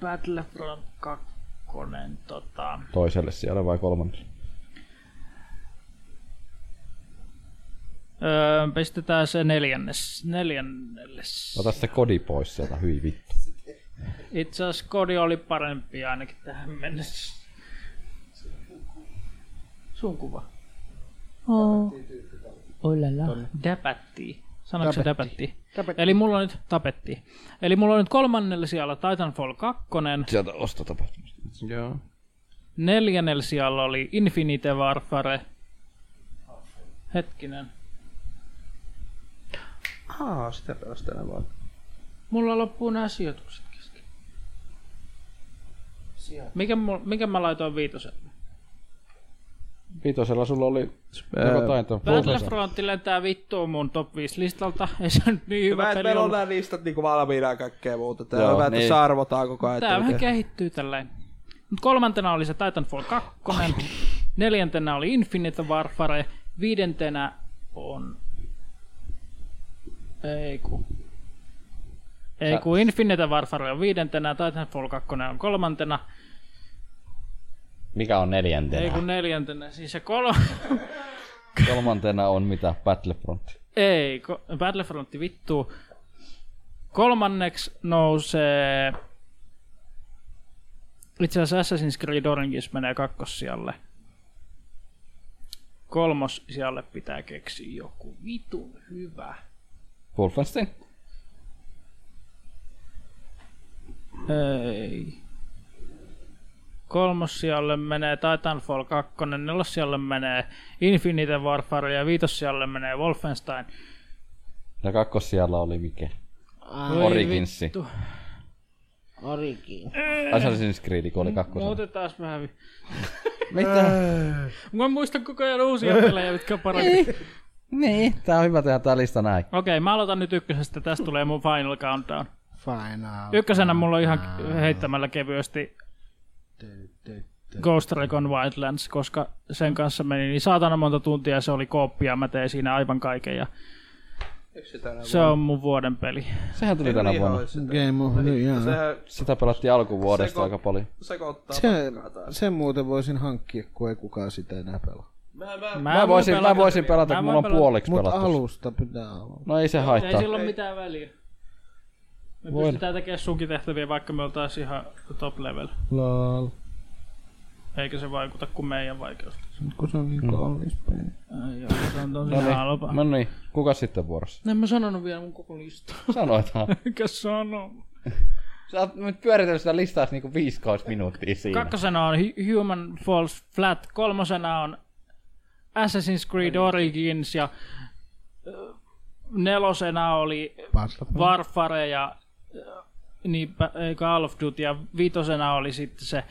Battlefront 2 tota,
Toiselle siellä vai kolmannelle?
öö, pistetään se neljännes, neljännes.
Ota se kodi pois sieltä, hyi vittu.
Itse asiassa kodi oli parempi ainakin tähän mennessä. Sun kuva. Oh. Olala. Däpättiin. Sanoitko se däpättiin? Eli mulla on nyt tapettiin. Eli mulla on nyt kolmannella sijalla Titanfall 2.
Sieltä ostotapahtumista.
Joo.
Neljännellä sijalla oli Infinite Warfare. Hetkinen.
Aa, sitä pelasi tänä vuonna.
Mulla loppuu nämä sijoitukset kesken. Mikä, mul, mikä mä laitoin viitosen?
Vitosella sulla oli
Ää,
joko Titanfall.
Battlefront lentää vittuun mun top 5 listalta. [laughs] Ei se nyt niin hyvä
Hyvä, että
peli
meillä on
ollut.
nämä listat niinku valmiina ja kaikkea muuta. Tää
Joo,
on hyvä, että
niin.
se arvotaan koko ajan.
Tää
että
vähän
miten-
kehittyy tälleen. Mut kolmantena oli se Titanfall 2. Neljäntenä oli Infinite Warfare. Viidentenä on... Ei ku... Ei ku Infinite Warfare on viidentenä, Titanfall 2 on kolmantena,
Mikä on
ei
neljäntenä?
kun neljäntenä, siis se kol... [laughs]
Kolmantena on mitä? Battlefront.
ei, ko... Battlefrontti vittuu. Kolmanneksi nousee... Itse asiassa Assassin's Creed Origins menee kakkossijalle. Kolmos sijalle pitää keksiä joku vitun hyvä.
Wolfenstein.
Ei. Kolmos sijalle menee Titanfall 2, nelos sijalle menee Infinite Warfare ja viitos sijalle menee Wolfenstein.
Ja kakkossijalla oli mikä?
Voi
Originsi.
vittu.
Orikin.
Assassin's Creed, kun oli
No
kakkosella.
otetaan vähän. vi-
[laughs] Mitä?
Mä muistan koko ajan uusia pelejä, mitkä on parempi. Okei,
Niin, tää on hyvä tehdä tää lista näin.
mä aloitan nyt ykkösestä. Tästä tulee mun Final Countdown.
Final.
Ykkösenä mulla on ihan heittämällä kevyesti Ghost Recon Wildlands, koska sen kanssa meni niin saatana monta tuntia ja se oli kooppi ja mä tein siinä aivan kaiken ja se on mun vuoden peli.
Sehän tuli tänä vuonna.
Game of the Year.
Sehän
Sitä pelattiin alkuvuodesta
Seko-
aika paljon.
sekoittaa.
Sen, sen muuten voisin hankkia, kun ei kukaan sitä enää pelaa.
Mä,
Mä
voin
voisin,
pelata-
mä voisin pelata,
mä
kun
voin
mulla on
pelata-
puoliksi
Mutta
pelattu.
alusta pitää olla.
No ei se
Ei
haittaa.
sillä ole mitään väliä. Me pystytään tekemään sunkin tehtäviä, vaikka me oltaisiin ihan top level.
Lol.
Eikä se vaikuta kuin meidän vaikeus.
Kun se on niin kallis peli.
Ai joo, se on tosi
No
halpa.
niin, no niin. Kuka sitten vuorossa?
En mä sanonut vielä mun koko listaa. [laughs]
Sanoithan.
Mikä sano?
Sä oot nyt pyöritellyt sitä listaa niinku 15 minuuttia siinä.
Kakkosena on Hu- Human Falls Flat, kolmosena on Assassin's Creed Origins ja ö, nelosena oli Warfare ja ö, niinpä, ö, Call of Duty ja viitosena oli sitten se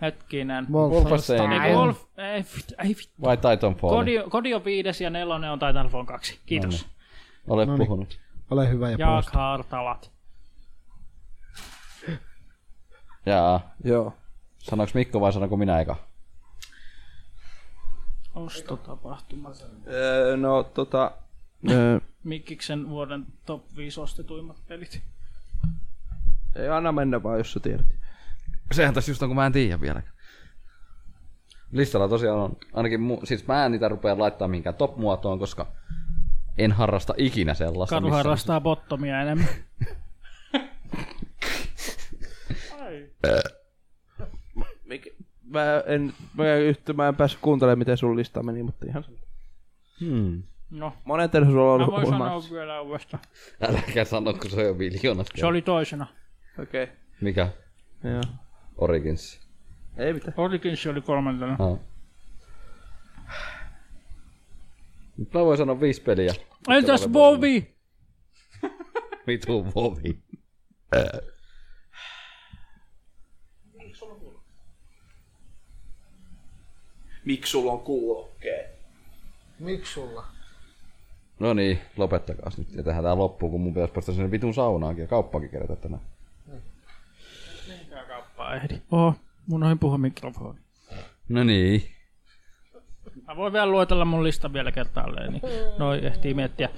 hetkinen.
Wolfenstein
Ei, kun Wolf, ei, vit- ei, vit-
vai Titanfall?
Kodi, Kodi on viides ja nelonen on Titanfall 2. Kiitos.
Olet puhunut.
Ole hyvä ja
Jaak Hartalat.
Jaa.
Joo.
Sanoks Mikko vai sanoko minä eka?
Ostotapahtuma.
Öö, no tota...
Mikkiksen vuoden top 5 ostetuimmat pelit.
Ei anna mennä vaan, jos sä tiedät.
Sehän tässä just on, kun mä en tiedä vielä. Listalla tosiaan on, ainakin mu, siis mä en niitä rupea laittaa minkään top-muotoon, koska en harrasta ikinä sellaista.
Karu
missä-
harrastaa bottomia enemmän.
Mik, mä en, mä en, yhtä, mä en päässyt kuuntelemaan, miten sun lista meni, mutta ihan sama.
Hmm.
No,
Monen terve sulla on
mä
ollut
voin
huomaa.
sanoa vielä uudestaan.
Äläkä sano, kun se on jo miljoonat.
Se oli toisena.
Okei. Okay.
Mikä?
Joo.
Origins.
Ei mitään.
Origins oli kolmantena.
No. Nyt mä voin sanoa viisi peliä.
Entäs Bobi?
Vitu vovi.
Miksi sulla on kuulokkeet?
Miksi sulla?
No niin, lopettakaa nyt. Ja tähän tää loppuu, kun mun pitäisi päästä sinne vitun saunaankin ja kauppaankin kerätä tänään.
Kappaa ehdi. Oho, mun ohi puhua mikrofoni.
No niin.
Mä voin vielä luetella mun listan vielä kertaalleen, niin noin ehtii miettiä.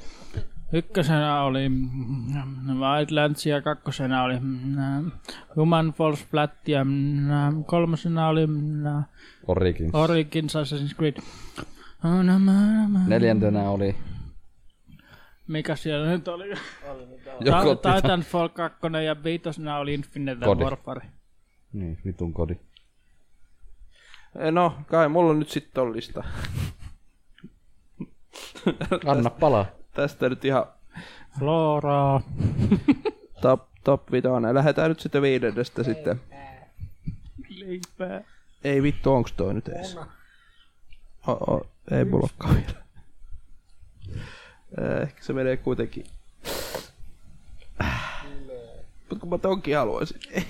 Ykkösenä oli mm, Wildlands ja kakkosena oli mm, Human Falls Flat ja mm, kolmosena oli mm,
Origins.
Origins Assassin's Creed. Oh, no, no, no.
Neljäntenä oli
Mikä siellä nyt oli?
joko...
Ta- Titanfall 2 ja viitosena oli Infinite
Kodi.
Warfare.
Niin, vitun kodi.
No, kai mulla nyt sitten on lista.
Anna palaa.
Tästä nyt ihan
Floraa.
top, top vitonen. Lähdetään nyt sitten viidennestä sitten.
Leipää.
Ei vittu, onks toi nyt ees? Oh, oh, ei mullakaan vielä. Eh, Ehkä se menee kuitenkin. Mut kun mä tonkin haluaisin, ei.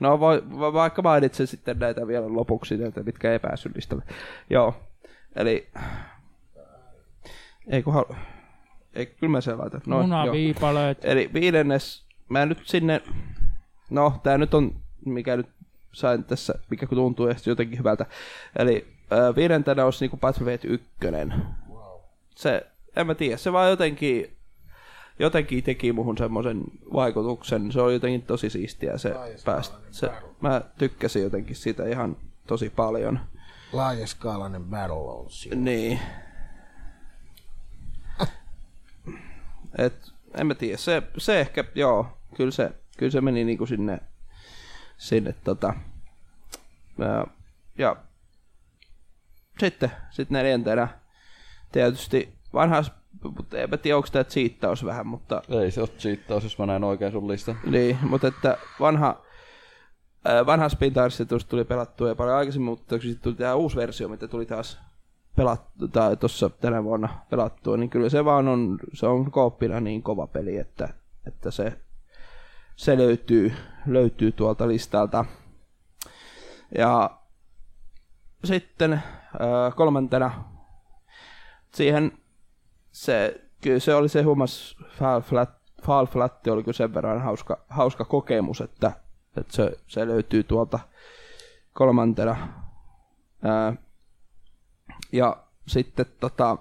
No voi, va- vaikka mainitsen sitten näitä vielä lopuksi, näitä mitkä ei päässyt listalle. Joo, eli... Ei kun halu... Ei, kyllä mä sen laitan. No, joo.
Munaviipalöit.
Eli viidennes, mä nyt sinne, no tää nyt on, mikä nyt sain tässä, mikä kun tuntuu ehkä jotenkin hyvältä. Eli ö, viidentenä olisi niinku Battlefield 1. Wow. Se, en mä tiedä, se vaan jotenkin, jotenkin teki muhun semmoisen vaikutuksen. Se oli jotenkin tosi siistiä se päästä.
niin
Se, mä tykkäsin jotenkin siitä ihan tosi paljon.
Laajaskaalainen battle on siinä.
Niin. Et, en mä tiedä, se, se ehkä, joo, kyllä se, kyllä se meni niinku sinne, sinne tota, ää, ja sitten, sitten neljäntenä tietysti vanha, mutta en mä tiedä, onko tämä siittaus vähän, mutta
Ei se oo cheattaus, jos mä näen oikein sun listan.
niin, mutta että vanha, ää, vanha Spin Tarsitus tuli pelattua ja paljon aikaisemmin, mutta sitten tuli tämä uusi versio, mitä tuli taas pelattu, tai tuossa tänä vuonna pelattua, niin kyllä se vaan on, se on kooppina niin kova peli, että, että se, se löytyy, löytyy tuolta listalta. Ja sitten ää, kolmantena siihen se, kyllä se oli se huomas Fall Flat, Fall Flat oli kyllä sen verran hauska, hauska kokemus, että, että se, se löytyy tuolta kolmantena. Ää, ja sitten tota,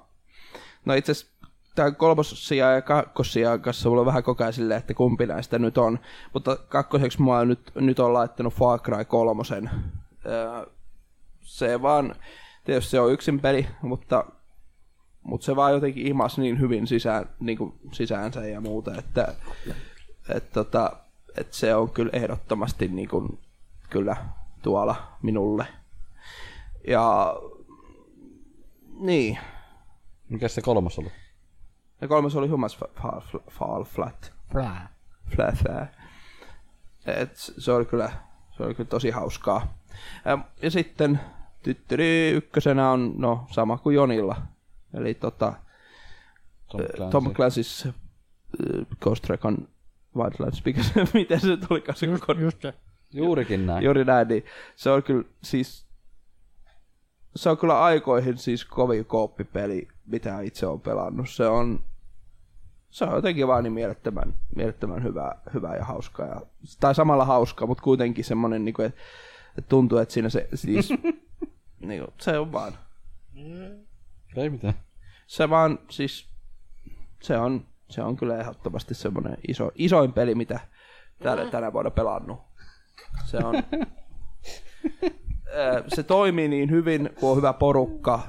no itse asiassa tämän kolmossijan ja kakkossijan kanssa mulla on vähän koko ajan silleen, että kumpi näistä nyt on. Mutta kakkoseksi mä nyt, nyt on laittanut Far Cry kolmosen. Ää, se vaan, tietysti se on yksin peli, mutta mutta se vaan jotenkin imas niin hyvin sisään, niin kuin sisäänsä ja muuta, että et tota, et se on kyllä ehdottomasti niin kuin, kyllä tuolla minulle. Ja niin,
Mikäs se kolmas oli?
ja kolmas oli Humas Fall, fall Flat. Flat. Flat. Et se oli kyllä, se oli kyllä tosi hauskaa. Äm, Ja sitten tyttöri ykkösenä on no, sama kuin Jonilla. Eli tota,
Tom Clancy.
Tom Clancy's äh, Ghost Recon Wildlands, mikä se, [laughs] miten se tulikaan se kor-
Just se.
Juurikin näin.
juuri näin, niin se on kyllä siis se on kyllä aikoihin siis kovin kooppipeli, mitä itse on pelannut. Se on, se on jotenkin vaan niin mielettömän, mielettömän hyvä, hyvä ja hauska. Ja, tai samalla hauska, mutta kuitenkin semmoinen, niin että et tuntuu, että siinä se
[laughs]
siis, niin kuin, se on vaan,
Ei mitään.
se vaan siis, se on, se on kyllä ehdottomasti semmoinen iso, isoin peli, mitä tänä, tänä vuonna pelannut. Se on, Ö, se toimii niin hyvin, kun on hyvä porukka.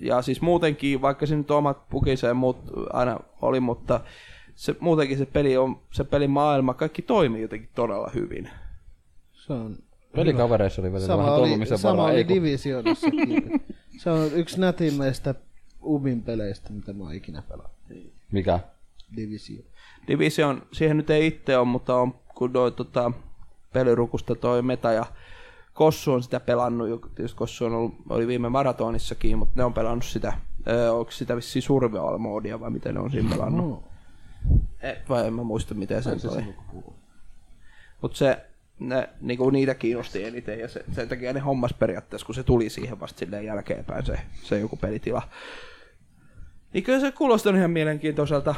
Ja siis muutenkin, vaikka siinä nyt on omat pukinsa ja muut aina oli, mutta se, muutenkin se peli on, se pelimaailma, kaikki toimii jotenkin todella hyvin.
Se on
Pelikavereissa oli välillä
sama
vähän
oli,
toivomisen
sama
varaa. Ei
oli
kun [laughs]
Divisionassakin. se on yksi nätimmäistä Ubin peleistä, mitä mä oon ikinä pelannut.
Mikä?
Division.
Division, siihen nyt ei itse ole, mutta on, kun noi, tota, pelirukusta toi Meta ja Kossu on sitä pelannut, jo- tietysti Kossu on ollut, oli viime maratonissakin, mutta ne on pelannut sitä, öö, onko sitä vissiin survival moodia vai miten ne on siinä pelannut? No.
Eh,
E, vai en mä muista miten se oli. Mutta se, ne, niinku niitä kiinnosti eniten ja se, sen takia ne hommas periaatteessa, kun se tuli siihen vasta silleen jälkeenpäin se, se joku pelitila. Niin kyllä se kuulostaa ihan mielenkiintoiselta.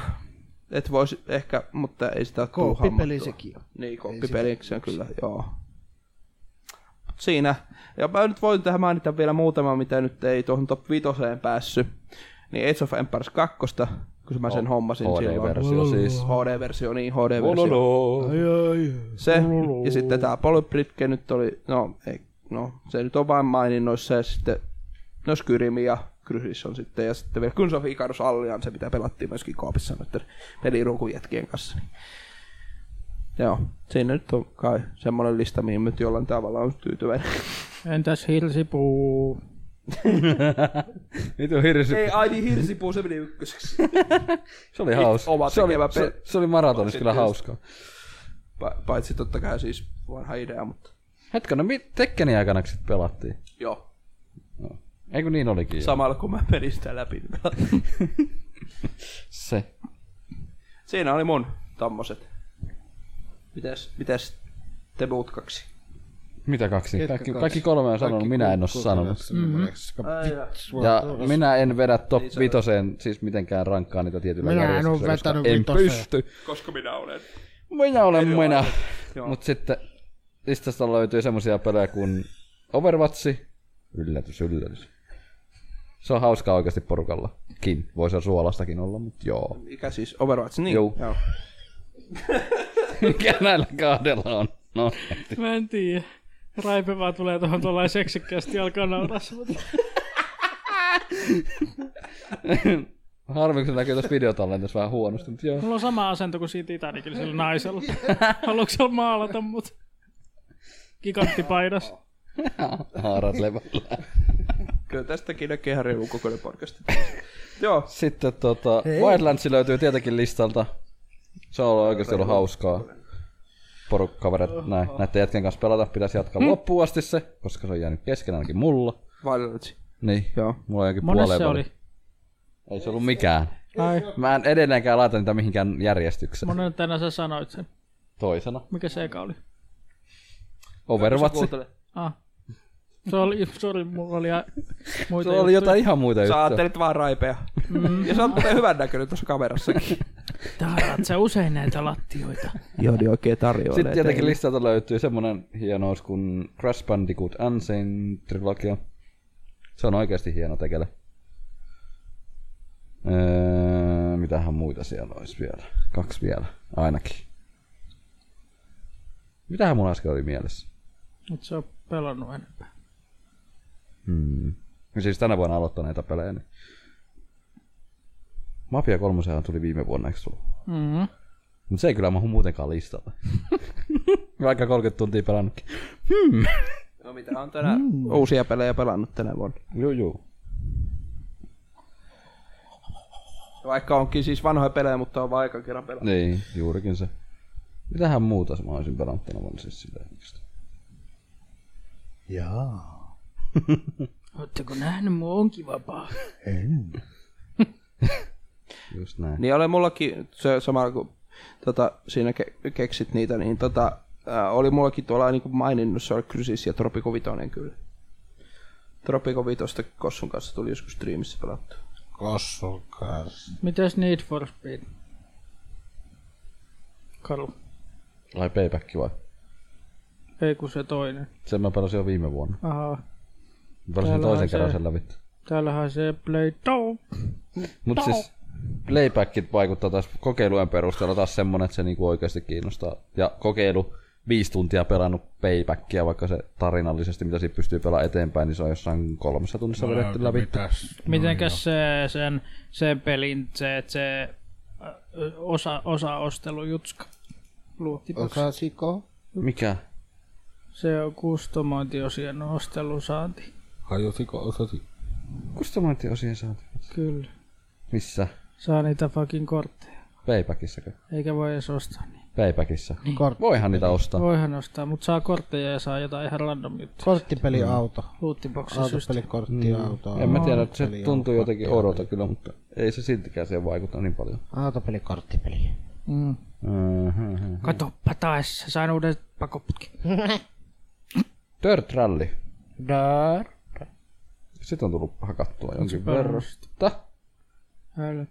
Et voisi ehkä, mutta ei sitä tullut
Kooppipeli
hammattua.
sekin on.
Niin, kooppipeliksi on kyllä, joo. Mut Siinä. Ja mä nyt voin tähän mainita vielä muutama, mitä nyt ei tuohon top 5 päässyt. Niin Age of Empires 2, kun mä sen hommasin silloin.
HD-versio siis.
HD-versio, niin HD-versio.
Ololo.
Se, ja sitten tämä Polybritke nyt oli, no, ei, no se nyt on vain maininnoissa, ja sitten no Skyrim ja Crysis on sitten, ja sitten vielä Guns of Icarus Alliance, mitä pelattiin myöskin koopissa noiden pelirukujätkien kanssa. Niin. Joo, siinä nyt on kai semmoinen lista, mihin nyt jollain tavalla on tyytyväinen.
Entäs hirsipuu?
Nyt on hirsi.
Ei, ai niin hirsipuu, se meni ykköseksi.
Se oli hauska.
Oma
Se oli,
tekevä
se,
pe-
se oli maratonissa kyllä
Sitten
hauskaa.
Pa- paitsi totta kai siis vanha idea, mutta
Hetkinen, no Tekkenin aikana sit pelattiin.
joo.
Eikö niin olikin? jo?
Samalla kun mä perin sitä läpi. niin pelasin.
Se.
Siinä oli mun tommoset. Mitäs, mitäs te muut kaksi?
Mitä kaksi? Kaikki, kaikki kolme on sanonut, minä en oo sanonut.
Mm-hmm.
Ja minä en vedä top vitoseen siis mitenkään rankkaa niitä tietyllä
Minä en oo
järjestyksellä, koska
vetänyt
en
vitoseen.
pysty.
Koska minä olen.
Minä olen minä.
Joo.
Mut sitten listasta löytyy semmosia pelejä kuin Overwatch. Yllätys, yllätys. Se on hauskaa oikeasti porukallakin. Voi se suolastakin olla, mutta joo.
Mikä siis Overwatch? Niin.
Juu.
Joo.
Mikä näillä kahdella on? No.
Mä en tiedä. Raipe vaan tulee tuohon tuollain seksikkäästi ja alkaa nauraa sut.
Harmi, kun se näkyy tuossa videotallenteessa vähän huonosti, mutta joo.
Mulla on sama asento kuin siinä Titanicilla sillä naisella. Haluatko sä maalata mut? Giganttipaidas.
Haarat levällä.
Kyllä tästäkin näkee ihan reilun kokoinen podcast. [laughs] joo.
Sitten tota, Wildlands löytyy tietenkin listalta. Se on oikeasti ollut hauskaa. Porukkaverit näin, näiden jätkien kanssa pelata. Pitäisi jatkaa loppuun asti se, koska se on jäänyt kesken ainakin mulla.
Valitettavasti.
Niin,
Joo.
mulla on jokin
Monessa
puoleen
se oli?
väliin. Ei se ollut mikään.
Ai.
Mä en edelleenkään laita niitä mihinkään järjestykseen.
Monen tänään sä sanoit sen.
Toisena.
Mikä se eka oli?
Overwatch.
Kuuntele.
Ah. Se oli, sorry, mulla oli a- muita
Se oli
juttuja.
jotain ihan muita
Sä
juttuja.
ajattelit vaan raipea. Ja sä oot muuten hyvän näköinen tuossa kamerassakin.
Tahdat sä usein näitä lattioita.
Joo, niin oikein tarjoilee.
Sitten tietenkin listalta löytyy semmonen hienous kuin Crash Bandicoot Unsane Trilogia. Se on oikeasti hieno tekele. Öö, mitähän muita siellä olisi vielä? Kaksi vielä, ainakin. Mitähän mun äsken oli mielessä?
Mut se on pelannut enempää.
Hmm. Siis tänä vuonna aloittaneita pelejä. Niin. Mafia 3 tuli viime vuonna, eikö tullut?
Mm-hmm.
Mut se ei kyllä mahu muutenkaan listalta. [laughs] Vaikka 30 tuntia pelannutkin.
No mitä on tänään uusia pelejä pelannut tänä vuonna.
Juu, juu.
Vaikka onkin siis vanhoja pelejä, mutta on vaan aikaan kerran pelannut.
Niin, juurikin se. Mitähän muuta mä olisin pelannut tänä vuonna siis sitä oikeastaan.
Ootteko nähnyt mun onkin vapaa?
Just näin.
Niin oli mullakin, se samalla kun tota, siinä ke- keksit niitä, niin tota, ää, oli mullakin tuolla niin kuin maininnut, se oli kyllä siis ja Tropico Vitoinen kyllä. Tropico Vitosta Kossun kanssa tuli joskus streamissä pelattu.
Mitäs Need for Speed? Karu.
Ai payback vai?
Ei kun se toinen.
Sen mä pelasin jo viime vuonna.
Ahaa.
Mä pelasin
Täällä on
toisen
se.
kerran sen lävitse.
Täällähän se Play Doh.
Mut siis playbackit vaikuttaa taas kokeilujen perusteella taas semmonen, että se niinku oikeasti kiinnostaa. Ja kokeilu viisi tuntia pelannut paybackia, vaikka se tarinallisesti, mitä siinä pystyy pelaamaan eteenpäin, niin se on jossain kolmessa tunnissa vedetty läpi.
Mitenkäs se, sen, sen pelin, se, se äh, osa, osa ostelu jutska? Luottiboksi.
Osasiko?
Mikä?
Se on kustomointiosien ostelusaanti.
Hajosiko osasi?
Kustomointiosien saanti.
Kyllä.
Missä?
Saa niitä fucking kortteja.
Paybackissako?
Eikä voi edes ostaa niitä.
Paybackissa.
Kort-
Voihan niitä ostaa.
Voihan ostaa, mutta saa kortteja ja saa jotain ihan random juttuja.
Korttipeliauto.
Luottiboksista.
Mm.
Autopelikorttiauto.
En mä tiedä, se tuntuu jotenkin odota kyllä, mutta ei se siltikään siihen vaikuta niin paljon.
Autopelikorttipeli.
Mm.
Mhm.
Katoppa taas, sain uuden pakoputki.
Dirt Rally.
Dar.
Sitä on tullut hakattua jonkin verran.
Älä.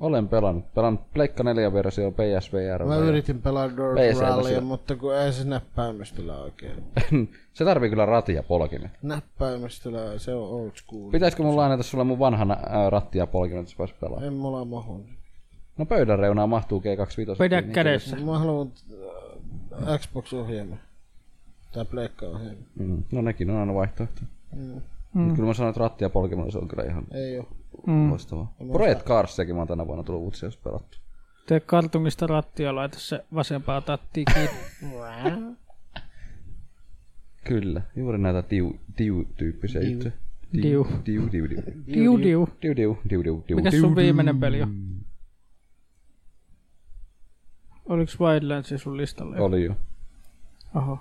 Olen pelannut. Pelannut Pleikka 4 versio PSVR.
Mä yritin pelaa Dirt
PC:llä
Rallya,
siellä.
mutta kun ei se näppäimistöllä oikein.
[laughs] se tarvii kyllä ratia polkimen.
Näppäimistöllä se on old school.
Pitäisikö mun lainata sulle mun vanhan ää, rattia polkimen, että sä vois pelaa?
En mulla mahu.
No pöydän reunaa mahtuu G25.
Pidä
Niin,
kädessä.
Mä haluan äh, Xbox-ohjelma. Tai Pleikka-ohjelma.
Mm. No nekin on aina vaihtoehto.
Mm.
Mut kyllä mä sanoin, että rattia polkimella se on kyllä ihan
Ei oo.
loistavaa. Project Carsiakin mä oon tänä vuonna tullut uutisia, jos pelattu.
Tee kartungista rattia, laita se vasempaa tattia kiinni.
Kyllä, juuri näitä tiu, tiu tyyppisiä juttuja.
Diu.
Diu, diu, diu.
Diu, diu.
Diu, diu, diu, diu, diu.
Mikä sun viimeinen peli on? Oliks Wildlands sun listalla?
Oli jo.
Oho.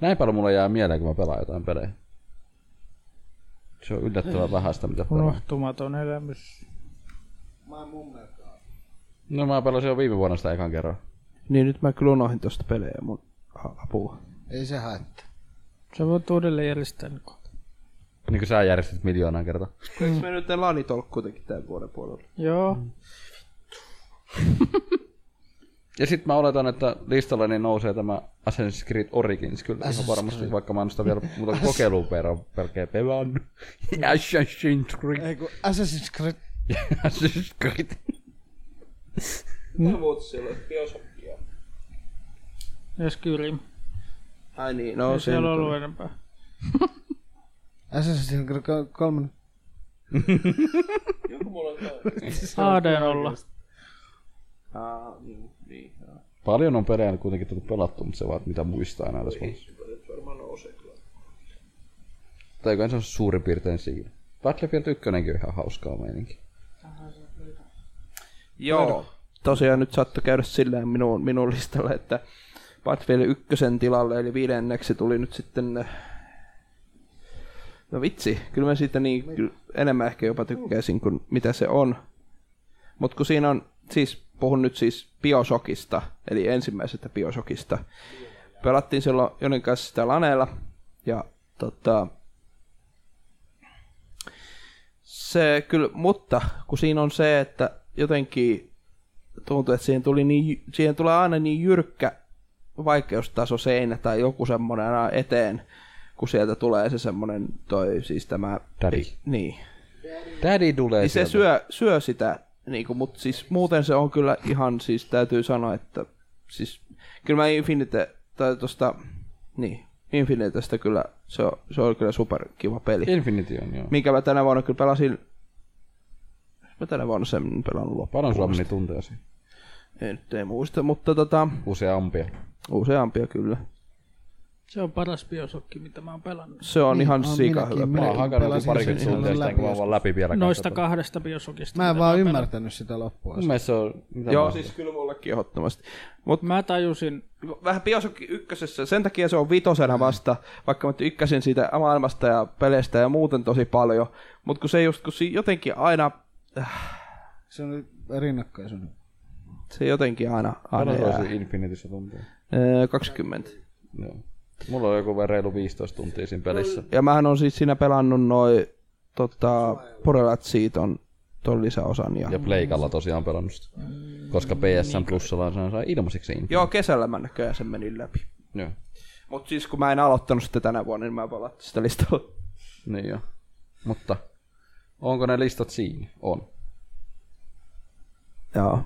Näin paljon mulla jää mieleen, kun mä pelaan jotain pelejä. Se on yllättävän vähäistä, mitä pelaa.
Unohtumaton elämys.
No mä pelasin jo viime vuonna sitä ekan kerran.
Niin nyt mä kyllä unohdin tosta pelejä mun apua.
Ei se haittaa.
Sä voit uudelleen järjestää nyt kohta.
Niin kuin sä järjestit miljoonaan kertaa.
Eikö Siis me nyt lanitolk kuitenkin tämän vuoden puolella?
Joo.
Ja sit mä oletan, että listalleni nousee tämä Assassin's Creed Origins kyllä ihan varmasti, vaikka mä en sitä vielä muuta kuin kokeiluun verran pelkää pelannut. Assassin's Creed.
Ei kun Assassin's Creed.
Assassin's Creed.
Mitä muut siellä on? Biosokkia.
Ja Skyrim.
Ai niin, no
Ei
se
siellä
nyt
ollut
oli.
enempää.
Assassin's Creed kol- kolmonen.
ADN olla.
Aa, niin, niin. joo.
Paljon on pelejä kuitenkin tullut pelattu, mutta se vaan, että mitä muistaa enää tässä
Niin.
vaiheessa. Tai kai se on suurin piirtein siinä. Battlefield 1 on ihan hauskaa meininki.
Joo. Tosiaan nyt saattoi käydä silleen minun, minun listalla, että Battlefield 1 tilalle, eli viidenneksi tuli nyt sitten... äh, No vitsi, kyllä mä siitä niin kyllä enemmän ehkä jopa tykkäisin kuin mitä se on. Mutta kun siinä on, siis puhun nyt siis Biosokista, eli ensimmäisestä Biosokista. Pelattiin silloin jonin kanssa sitä laneella, ja tota, se kyllä, mutta kun siinä on se, että jotenkin tuntuu, että siihen, tuli niin, siihen tulee aina niin jyrkkä vaikeustaso seinä tai joku semmoinen aina eteen, kun sieltä tulee se semmoinen toi siis tämä...
Daddy.
Niin.
Daddy tulee
Niin se syö, syö sitä, niin kuin, mutta siis muuten se on kyllä ihan, siis täytyy sanoa, että siis kyllä mä Infinite, tai tosta, niin, Infinitestä kyllä, se, on, se oli kyllä superkiva peli.
Infinity on, joo.
Minkä mä tänä vuonna kyllä pelasin, mä tänä vuonna sen pelannut loppuun.
Paljon sulla meni tunteja siinä.
Ei nyt ei muista, mutta tota,
Useampia.
useampia kyllä.
Se on paras biosokki, mitä mä oon pelannut.
Se on niin, ihan
oon
sika
minäkin,
hyvä
minä-
peli.
Mä oon hakannut joku
pelasin
parikymmentä
sen ihan
tuntia sitä,
läpi
enkä mä oon vaan läpi vielä
Noista
katsotaan.
kahdesta biosokista.
Mä en
mitä
vaan
oon
ymmärtänyt sitä loppua.
Mun mielestä se on... Mitä
Joo,
mä-
siis kyllä mullekin ehdottomasti. Mut
pelannut. Mä tajusin,
vähän Bioshock ykkösessä, sen takia se on vitosena vasta, vaikka mä tykkäsin siitä maailmasta ja peleistä ja muuten tosi paljon, mutta kun se just, kun se jotenkin aina,
Se on rinnakkaisuus.
se jotenkin aina, aina
Paljon sulla
jää.
siinä Infinityssä tunteja.
Öö, 20.
Joo. Mulla on joku reilu 15 tuntia siinä
No.
pelissä.
Ja mähän on siis siinä pelannut noin tota, Borderlandsia ton, ton lisäosan. Ja...
Ja Pleikalla tosiaan pelannut sitä. Koska
Niin.
PSN Plusalla sen sai ilmaiseksi se Infinity.
Joo, kesällä mä näköjään sen menin läpi.
Joo.
Mutta siis kun mä en aloittanut sitä tänä vuonna, niin mä palaan sitä listalla.
Niin joo. Mutta onko ne listat siinä? On.
Joo.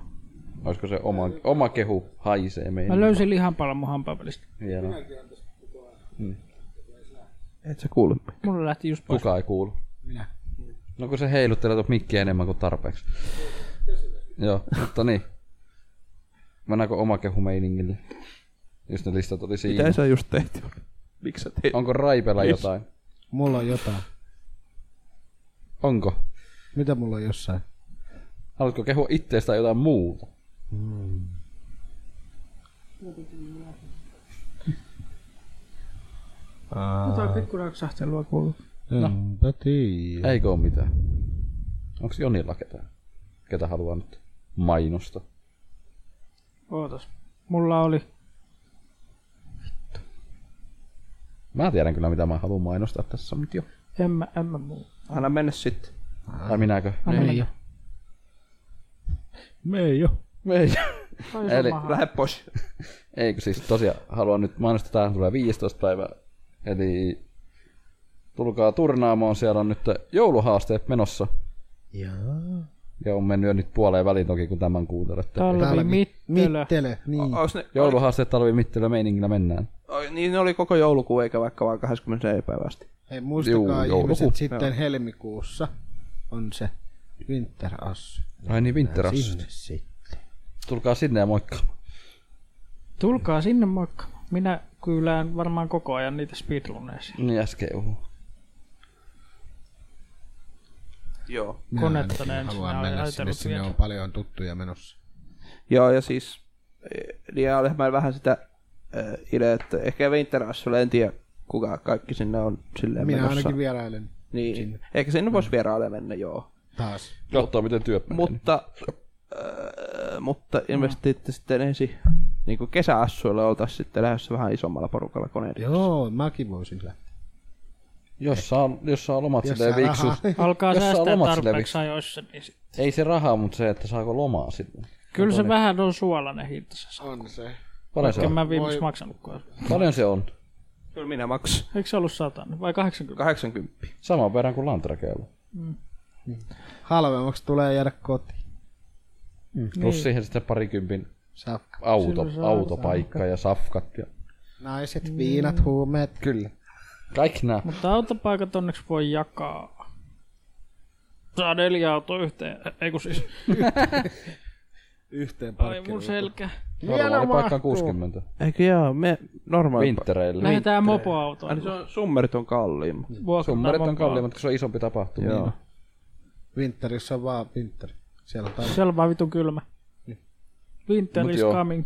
Olisiko se oma, oma kehu haisee
mä
meidän?
löysin lihanpalan mun hampaapelistä.
Hienoa. Mm.
Et sä kuule.
Mulla lähti just pois.
Kuka ei kuulu? Minä. No kun se heiluttelee tuota mikkiä enemmän kuin tarpeeksi. Joo, mutta niin. Mennäänkö oma kehu meiningille? Jos ne listat oli siinä.
Mitä sä just tehty? Miksi sä teit?
Onko Raipella jotain?
Mulla on jotain.
Onko?
Mitä mulla on jossain?
Haluatko kehua itteestä tai jotain muuta?
Jotain pikkuraksahtelulla kuuluu.
Enpä tiiä.
Eikö ole mitään? Onko Jonilla ketään? Ketä haluaa nyt mainosta?
Ootas. Mulla oli
Mä tiedän kyllä mitä mä haluan mainostaa tässä, mutta joo.
En mä, en mä muu.
Anna mennä sitten.
Tai minäkö?
Anna mennä.
Ei.
Toi
Eli
sama.
Lähde pois.
Eikö siis tosiaan haluan nyt mainostaa, tähän tulee 15 päivää. Eli tulkaa turnaamoon, siellä on nyt jouluhaasteet menossa. Ja on mennyt jo nyt puoleen väliin toki, kun tämän kuuntelette.
Talvi mittelö.
Mittele, niin.
Ois ne,
Jouluhaasteet talvimittelä meiningillä mennään.
oi, niin ne oli koko joulukuu eikä vaikka vaan 24 päivää asti.
Hei, muistakaa
Juu,
ihmiset
joulukuu.
sitten helmikuussa.
on se Winter Ass.
Ai niin, Winter Ass.
Sinne sitten.
Tulkaa sinne ja moikka.
Tulkaa sinne moikka. Minä kyylään varmaan koko ajan niitä speedruneisia.
Niin äsken uhu.
Joo.
Konetta ne
Minä
ensin.
haluan mennä sinne, sinne on paljon tuttuja menossa.
Joo, ja siis, eh, niin olihan mä vähän sitä äh, ideaa, että ehkä Winterassulle en tiedä, kuka kaikki sinne on silleen
Minä
menossa.
ainakin vierailen
niin, sinne. ehkä sinne voisi vieraille mennä, joo.
taas.
Katsotaan miten työt menee.
Mutta, äh,
Mm.
mutta ilmeisesti että sitten ensin niin kuin kesäassuille oltaisiin sitten lähdössä vähän isommalla porukalla koneiden.
Joo, mäkin voisin lähteä.
Jos saa, jos saa lomat silleen viksus.
Alkaa
Jos saa
säästää
lomat
tarpeeksi ajoissa. Niin sit.
Ei se rahaa, mutta se, että saako lomaa sitten.
Kyllä se vähän on suolainen hinta se saa.
On se.
Paljon se
Kyllä
on.
mä viimeksi maksanutkaan.
Paljon se on.
Kyllä minä maksan.
Eikö se ollut 100 vai 80?
80.
Saman verran kuin lantrakeilla.
Halvemmaksi tulee jäädä kotiin.
Plus siihen sitten parikympin
Safka.
auto, autopaikka ja safkat. Ja...
Mm.
Naiset, viinat, huumeet.
Kyllä. Kaikki nämä.
Mutta autopaikat onneksi voi jakaa. Saa neljä autoa yhteen. Ei kun siis.
Yhteen
Ai mun selkä.
Normaali paikka on 60.
Eikö joo, me normaali.
Vintereillä.
Lähetään mopoautoon.
Ai, se on, summerit on kalliimmat.
Mm.
Summerit on kalliimmat, kun se on isompi tapahtuma. Joo.
Winterissä on vaan Winter. Siellä on taas
Siellä on vaan vitun kylmä. Winter
Mut
is
joo.
coming.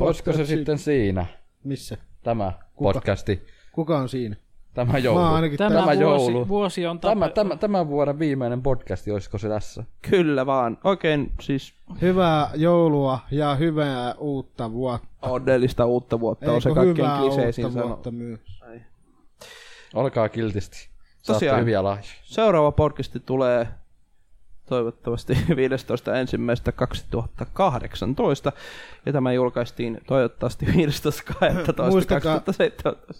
Olisiko se sitten siinä?
missä?
Tämä podcasti.
Kuka on siinä?
Tämä joulu.
Mä oon ainakin
Tämä,
Tämä
vuosi,
joulu.
vuosi on
Tämä,
tape-
tämä, tämän vuoden viimeinen podcasti, olisiko se tässä?
Kyllä vaan. Oikein siis
Hyvää joulua ja hyvää uutta vuotta.
onnellista uutta vuotta on se
Eikö
kaikkein
hyvää
kliseisin
uutta
sana.
vuotta myös?
Olkaa kiltisti. Saatte
Tosiaan.
hyviä lahjoja.
Seuraava podcasti tulee toivottavasti [laughs] 15.1.2018 ja tämä julkaistiin toivottavasti 15.2.2017.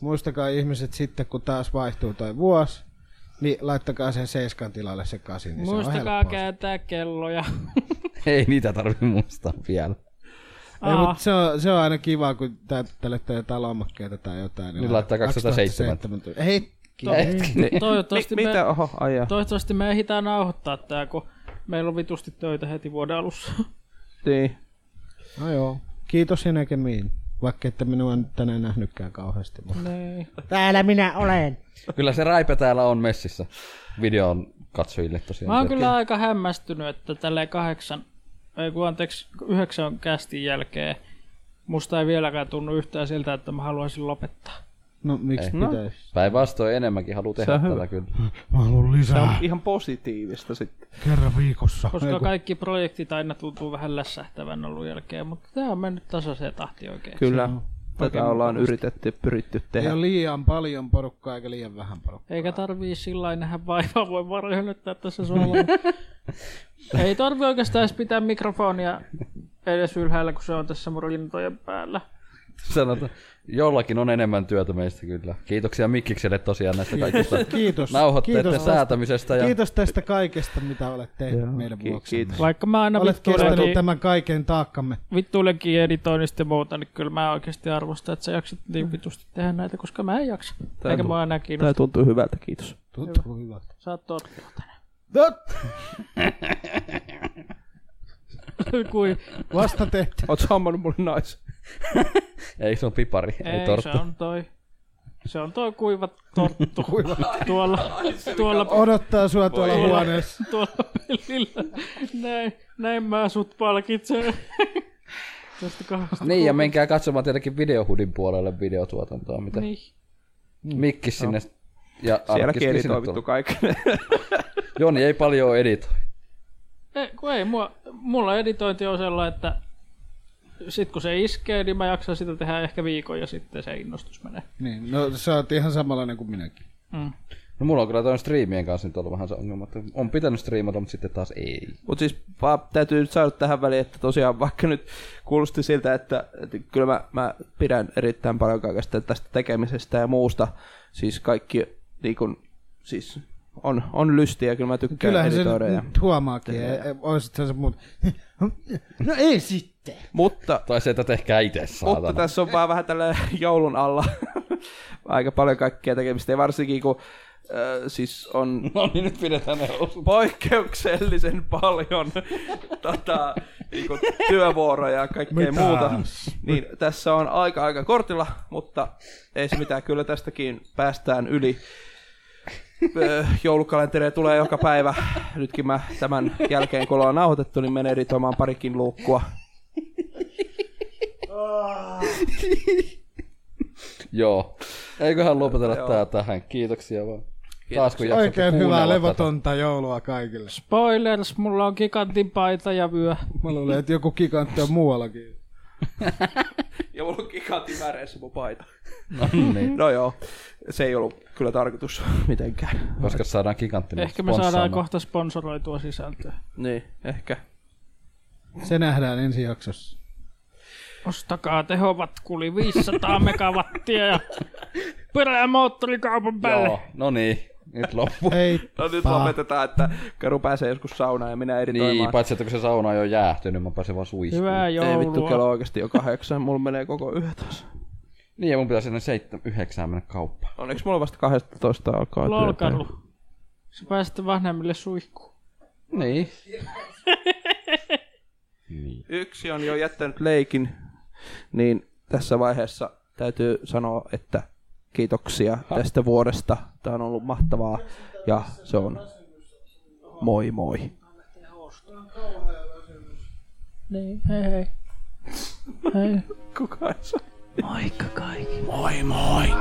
Muistakaa ihmiset sitten, kun taas vaihtuu toi vuosi, niin laittakaa sen seiskan tilalle se kasi, niin se on
Muistakaa
helppoa.
kääntää kelloja.
[laughs] Ei niitä tarvitse muistaa vielä.
Ei,
Aa.
mut se, on, se on aina kiva, kun täyttelette jotain lomakkeita tai jotain.
Niin laittaa
2017. Ei,
[laughs] Toivottavasti,
Mi-
me,
mitä? Oho, ai jaa.
toivottavasti me ehditään nauhoittaa tää, kun meillä on vitusti töitä heti vuoden alussa.
Niin.
no joo. Kiitos ja näkemiin. Vaikka ette minua nyt tänään nähnytkään kauheasti. Mutta.
Niin.
Täällä minä olen.
Kyllä se raipe täällä on messissä. Videon katsojille tosiaan.
Mä oon kyllä aika hämmästynyt, että tälleen kahdeksan, ei kun anteeksi, yhdeksän kästin jälkeen musta ei vieläkään tunnu yhtään siltä, että mä haluaisin lopettaa.
No miksi
Ei.
pitäisi?
Päinvastoin enemmänkin haluaa tehdä tätä kyllä. [laughs]
Mä haluan
Se on
lisää
Äh.
ihan positiivista sitten.
kerran viikossa.
Koska kaikki projektit aina tuntuu vähän lässähtävän alun jälkeen, mutta tää on mennyt tasaiseen tahtiin oikein.
Kyllä. Tätä ollaan yritetty ja pyritty
Ei
tehdä.
ole liian paljon porukkaa eikä liian vähän porukkaa.
Eikä tarvii sillä lailla nähdä vaivaa, voi vaan höllyttää tässä suolalla. Ei tarvi oikeastaan edes pitää mikrofonia edes ylhäällä, kun se on tässä mun rintojen päällä.
Sanotaan, jollakin on enemmän työtä meistä kyllä. Kiitoksia Mikkikselle tosiaan näistä kaikista
Kiitos.
nauhoitteiden
Kiitos, tästä,
säätämisestä. Ja
kiitos tästä kaikesta, mitä olet tehnyt meidän
Ki-
vuoksi.
kiitos.
Vaikka mä aina niin-
Olet kestänyt
vittuilenkin,
tämän kaiken taakkamme.
vittuilenkin editoinnista ja muuta, niin kyllä mä oikeasti arvostan, että sä jaksat niin vitusti tehdä näitä, koska mä en jaksa. Eikä mä aina
Tämä
kiinnosta.
tuntuu hyvältä, kiitos.
Tuntuu hyvältä.
Sä oot tottunut tänne. [laughs] Kui,
Vasta tehty.
Oot sammannut mulle nais.
[laughs] Ei se on pipari, ei,
ei, se
torttu.
on toi. Se on toi kuiva
[laughs]
torttu tuolla, tuolla
Odottaa sua tuolla huoneessa.
tuolla pelillä. Näin, näin mä sut palkitsen. [laughs] Tästä kahdesta.
Niin ja menkää katsomaan tietenkin videohudin puolelle videotuotantoa, mitä niin.
Niin. No.
Mikki sinne ja
Sielläkin
Arkiskin sinne
editoivittu
tulee.
kaikille.
Joni ei paljon editoi.
Ei, kun ei, mua, mulla editointi on sellainen, että sit kun se iskee, niin mä jaksan sitä tehdä ehkä viikon ja sitten se innostus menee.
Niin, no sä oot ihan samanlainen kuin minäkin.
No mulla on kyllä tuon striimien kanssa nyt ollut vähän se ongelma, että on pitänyt striimata, mutta sitten taas ei.
Mutta siis vaan täytyy nyt saada tähän väliin, että tosiaan vaikka nyt kuulosti siltä, että, että kyllä mä, mä pidän erittäin paljon kaikesta tästä tekemisestä ja muusta. Siis kaikki niin kun, siis on, on lystiä ja kyllä mä tykkään
Kyllähän se
editoida. Ja,
nyt huomaakin. Oisit sä se muut. [laughs] No ei sitten.
mutta
Tai se, että tehkää itse saatana.
Mutta [laughs] tässä on vaan vähän tällä joulun alla aika paljon kaikkea tekemistä. Ja varsinkin kun ö, siis on
No niin, nyt pidetään ne housut.
poikkeuksellisen paljon tota, niin kuin työvuoroja ja kaikkea Mitä? muuta. Niin tässä on aika aika kortilla, mutta ei se mitään, kyllä tästäkin päästään yli. Öö, Joulukalentereja tulee joka päivä. Nytkin mä tämän jälkeen, kun ollaan nauhoitettu, niin menen editoimaan parikin luukkua.
Joo. Eiköhän lopetella tää tähän. Kiitoksia vaan. Taas kun jaksatte
Oikein hyvää
kuunnella tätä.
levotonta joulua kaikille.
Spoilers, mulla on gigantin paita ja vyö.
Mä luulen, että joku gigantti on muuallakin.
Ja mulla on gigantin väreissä mun paita.
No [laughs] niin.
No joo, se ei ollut kyllä tarkoitus mitenkään.
Koska saadaan giganttinen
Ehkä me saadaan kohta sponsoroitua sisältöä.
Niin, ehkä.
Se nähdään ensi jaksossa.
Ostakaa tehovatkuli 500 [laughs] megawattia ja pyörää moottorikaupan päälle.
Joo, no niin. Nyt loppu.
Hei,
No nyt lopetetaan, että Karu pääsee joskus saunaan ja minä editoimaan.
Niin, paitsi että kun se sauna ei ole jäähtynyt, mä pääsen vaan suihkuun.
Hyvää joulua.
Ei vittu, kello on oikeasti jo kahdeksan. Mulla menee koko yö taas.
Niin, ja mun pitää sinne seitsemän, yhdeksään mennä kauppaan.
Onneksi mulla vasta 12 alkaa
Lolkaru. Sä pääset vanhemmille suihkuun.
Niin.
Yksi on jo jättänyt leikin, niin tässä vaiheessa täytyy sanoa, että kiitoksia tästä vuodesta. Tämä on ollut mahtavaa ja se on moi moi.
Niin, hei hei. hei.
Kuka ei saa?
Moikka kaikki.
Moi moi!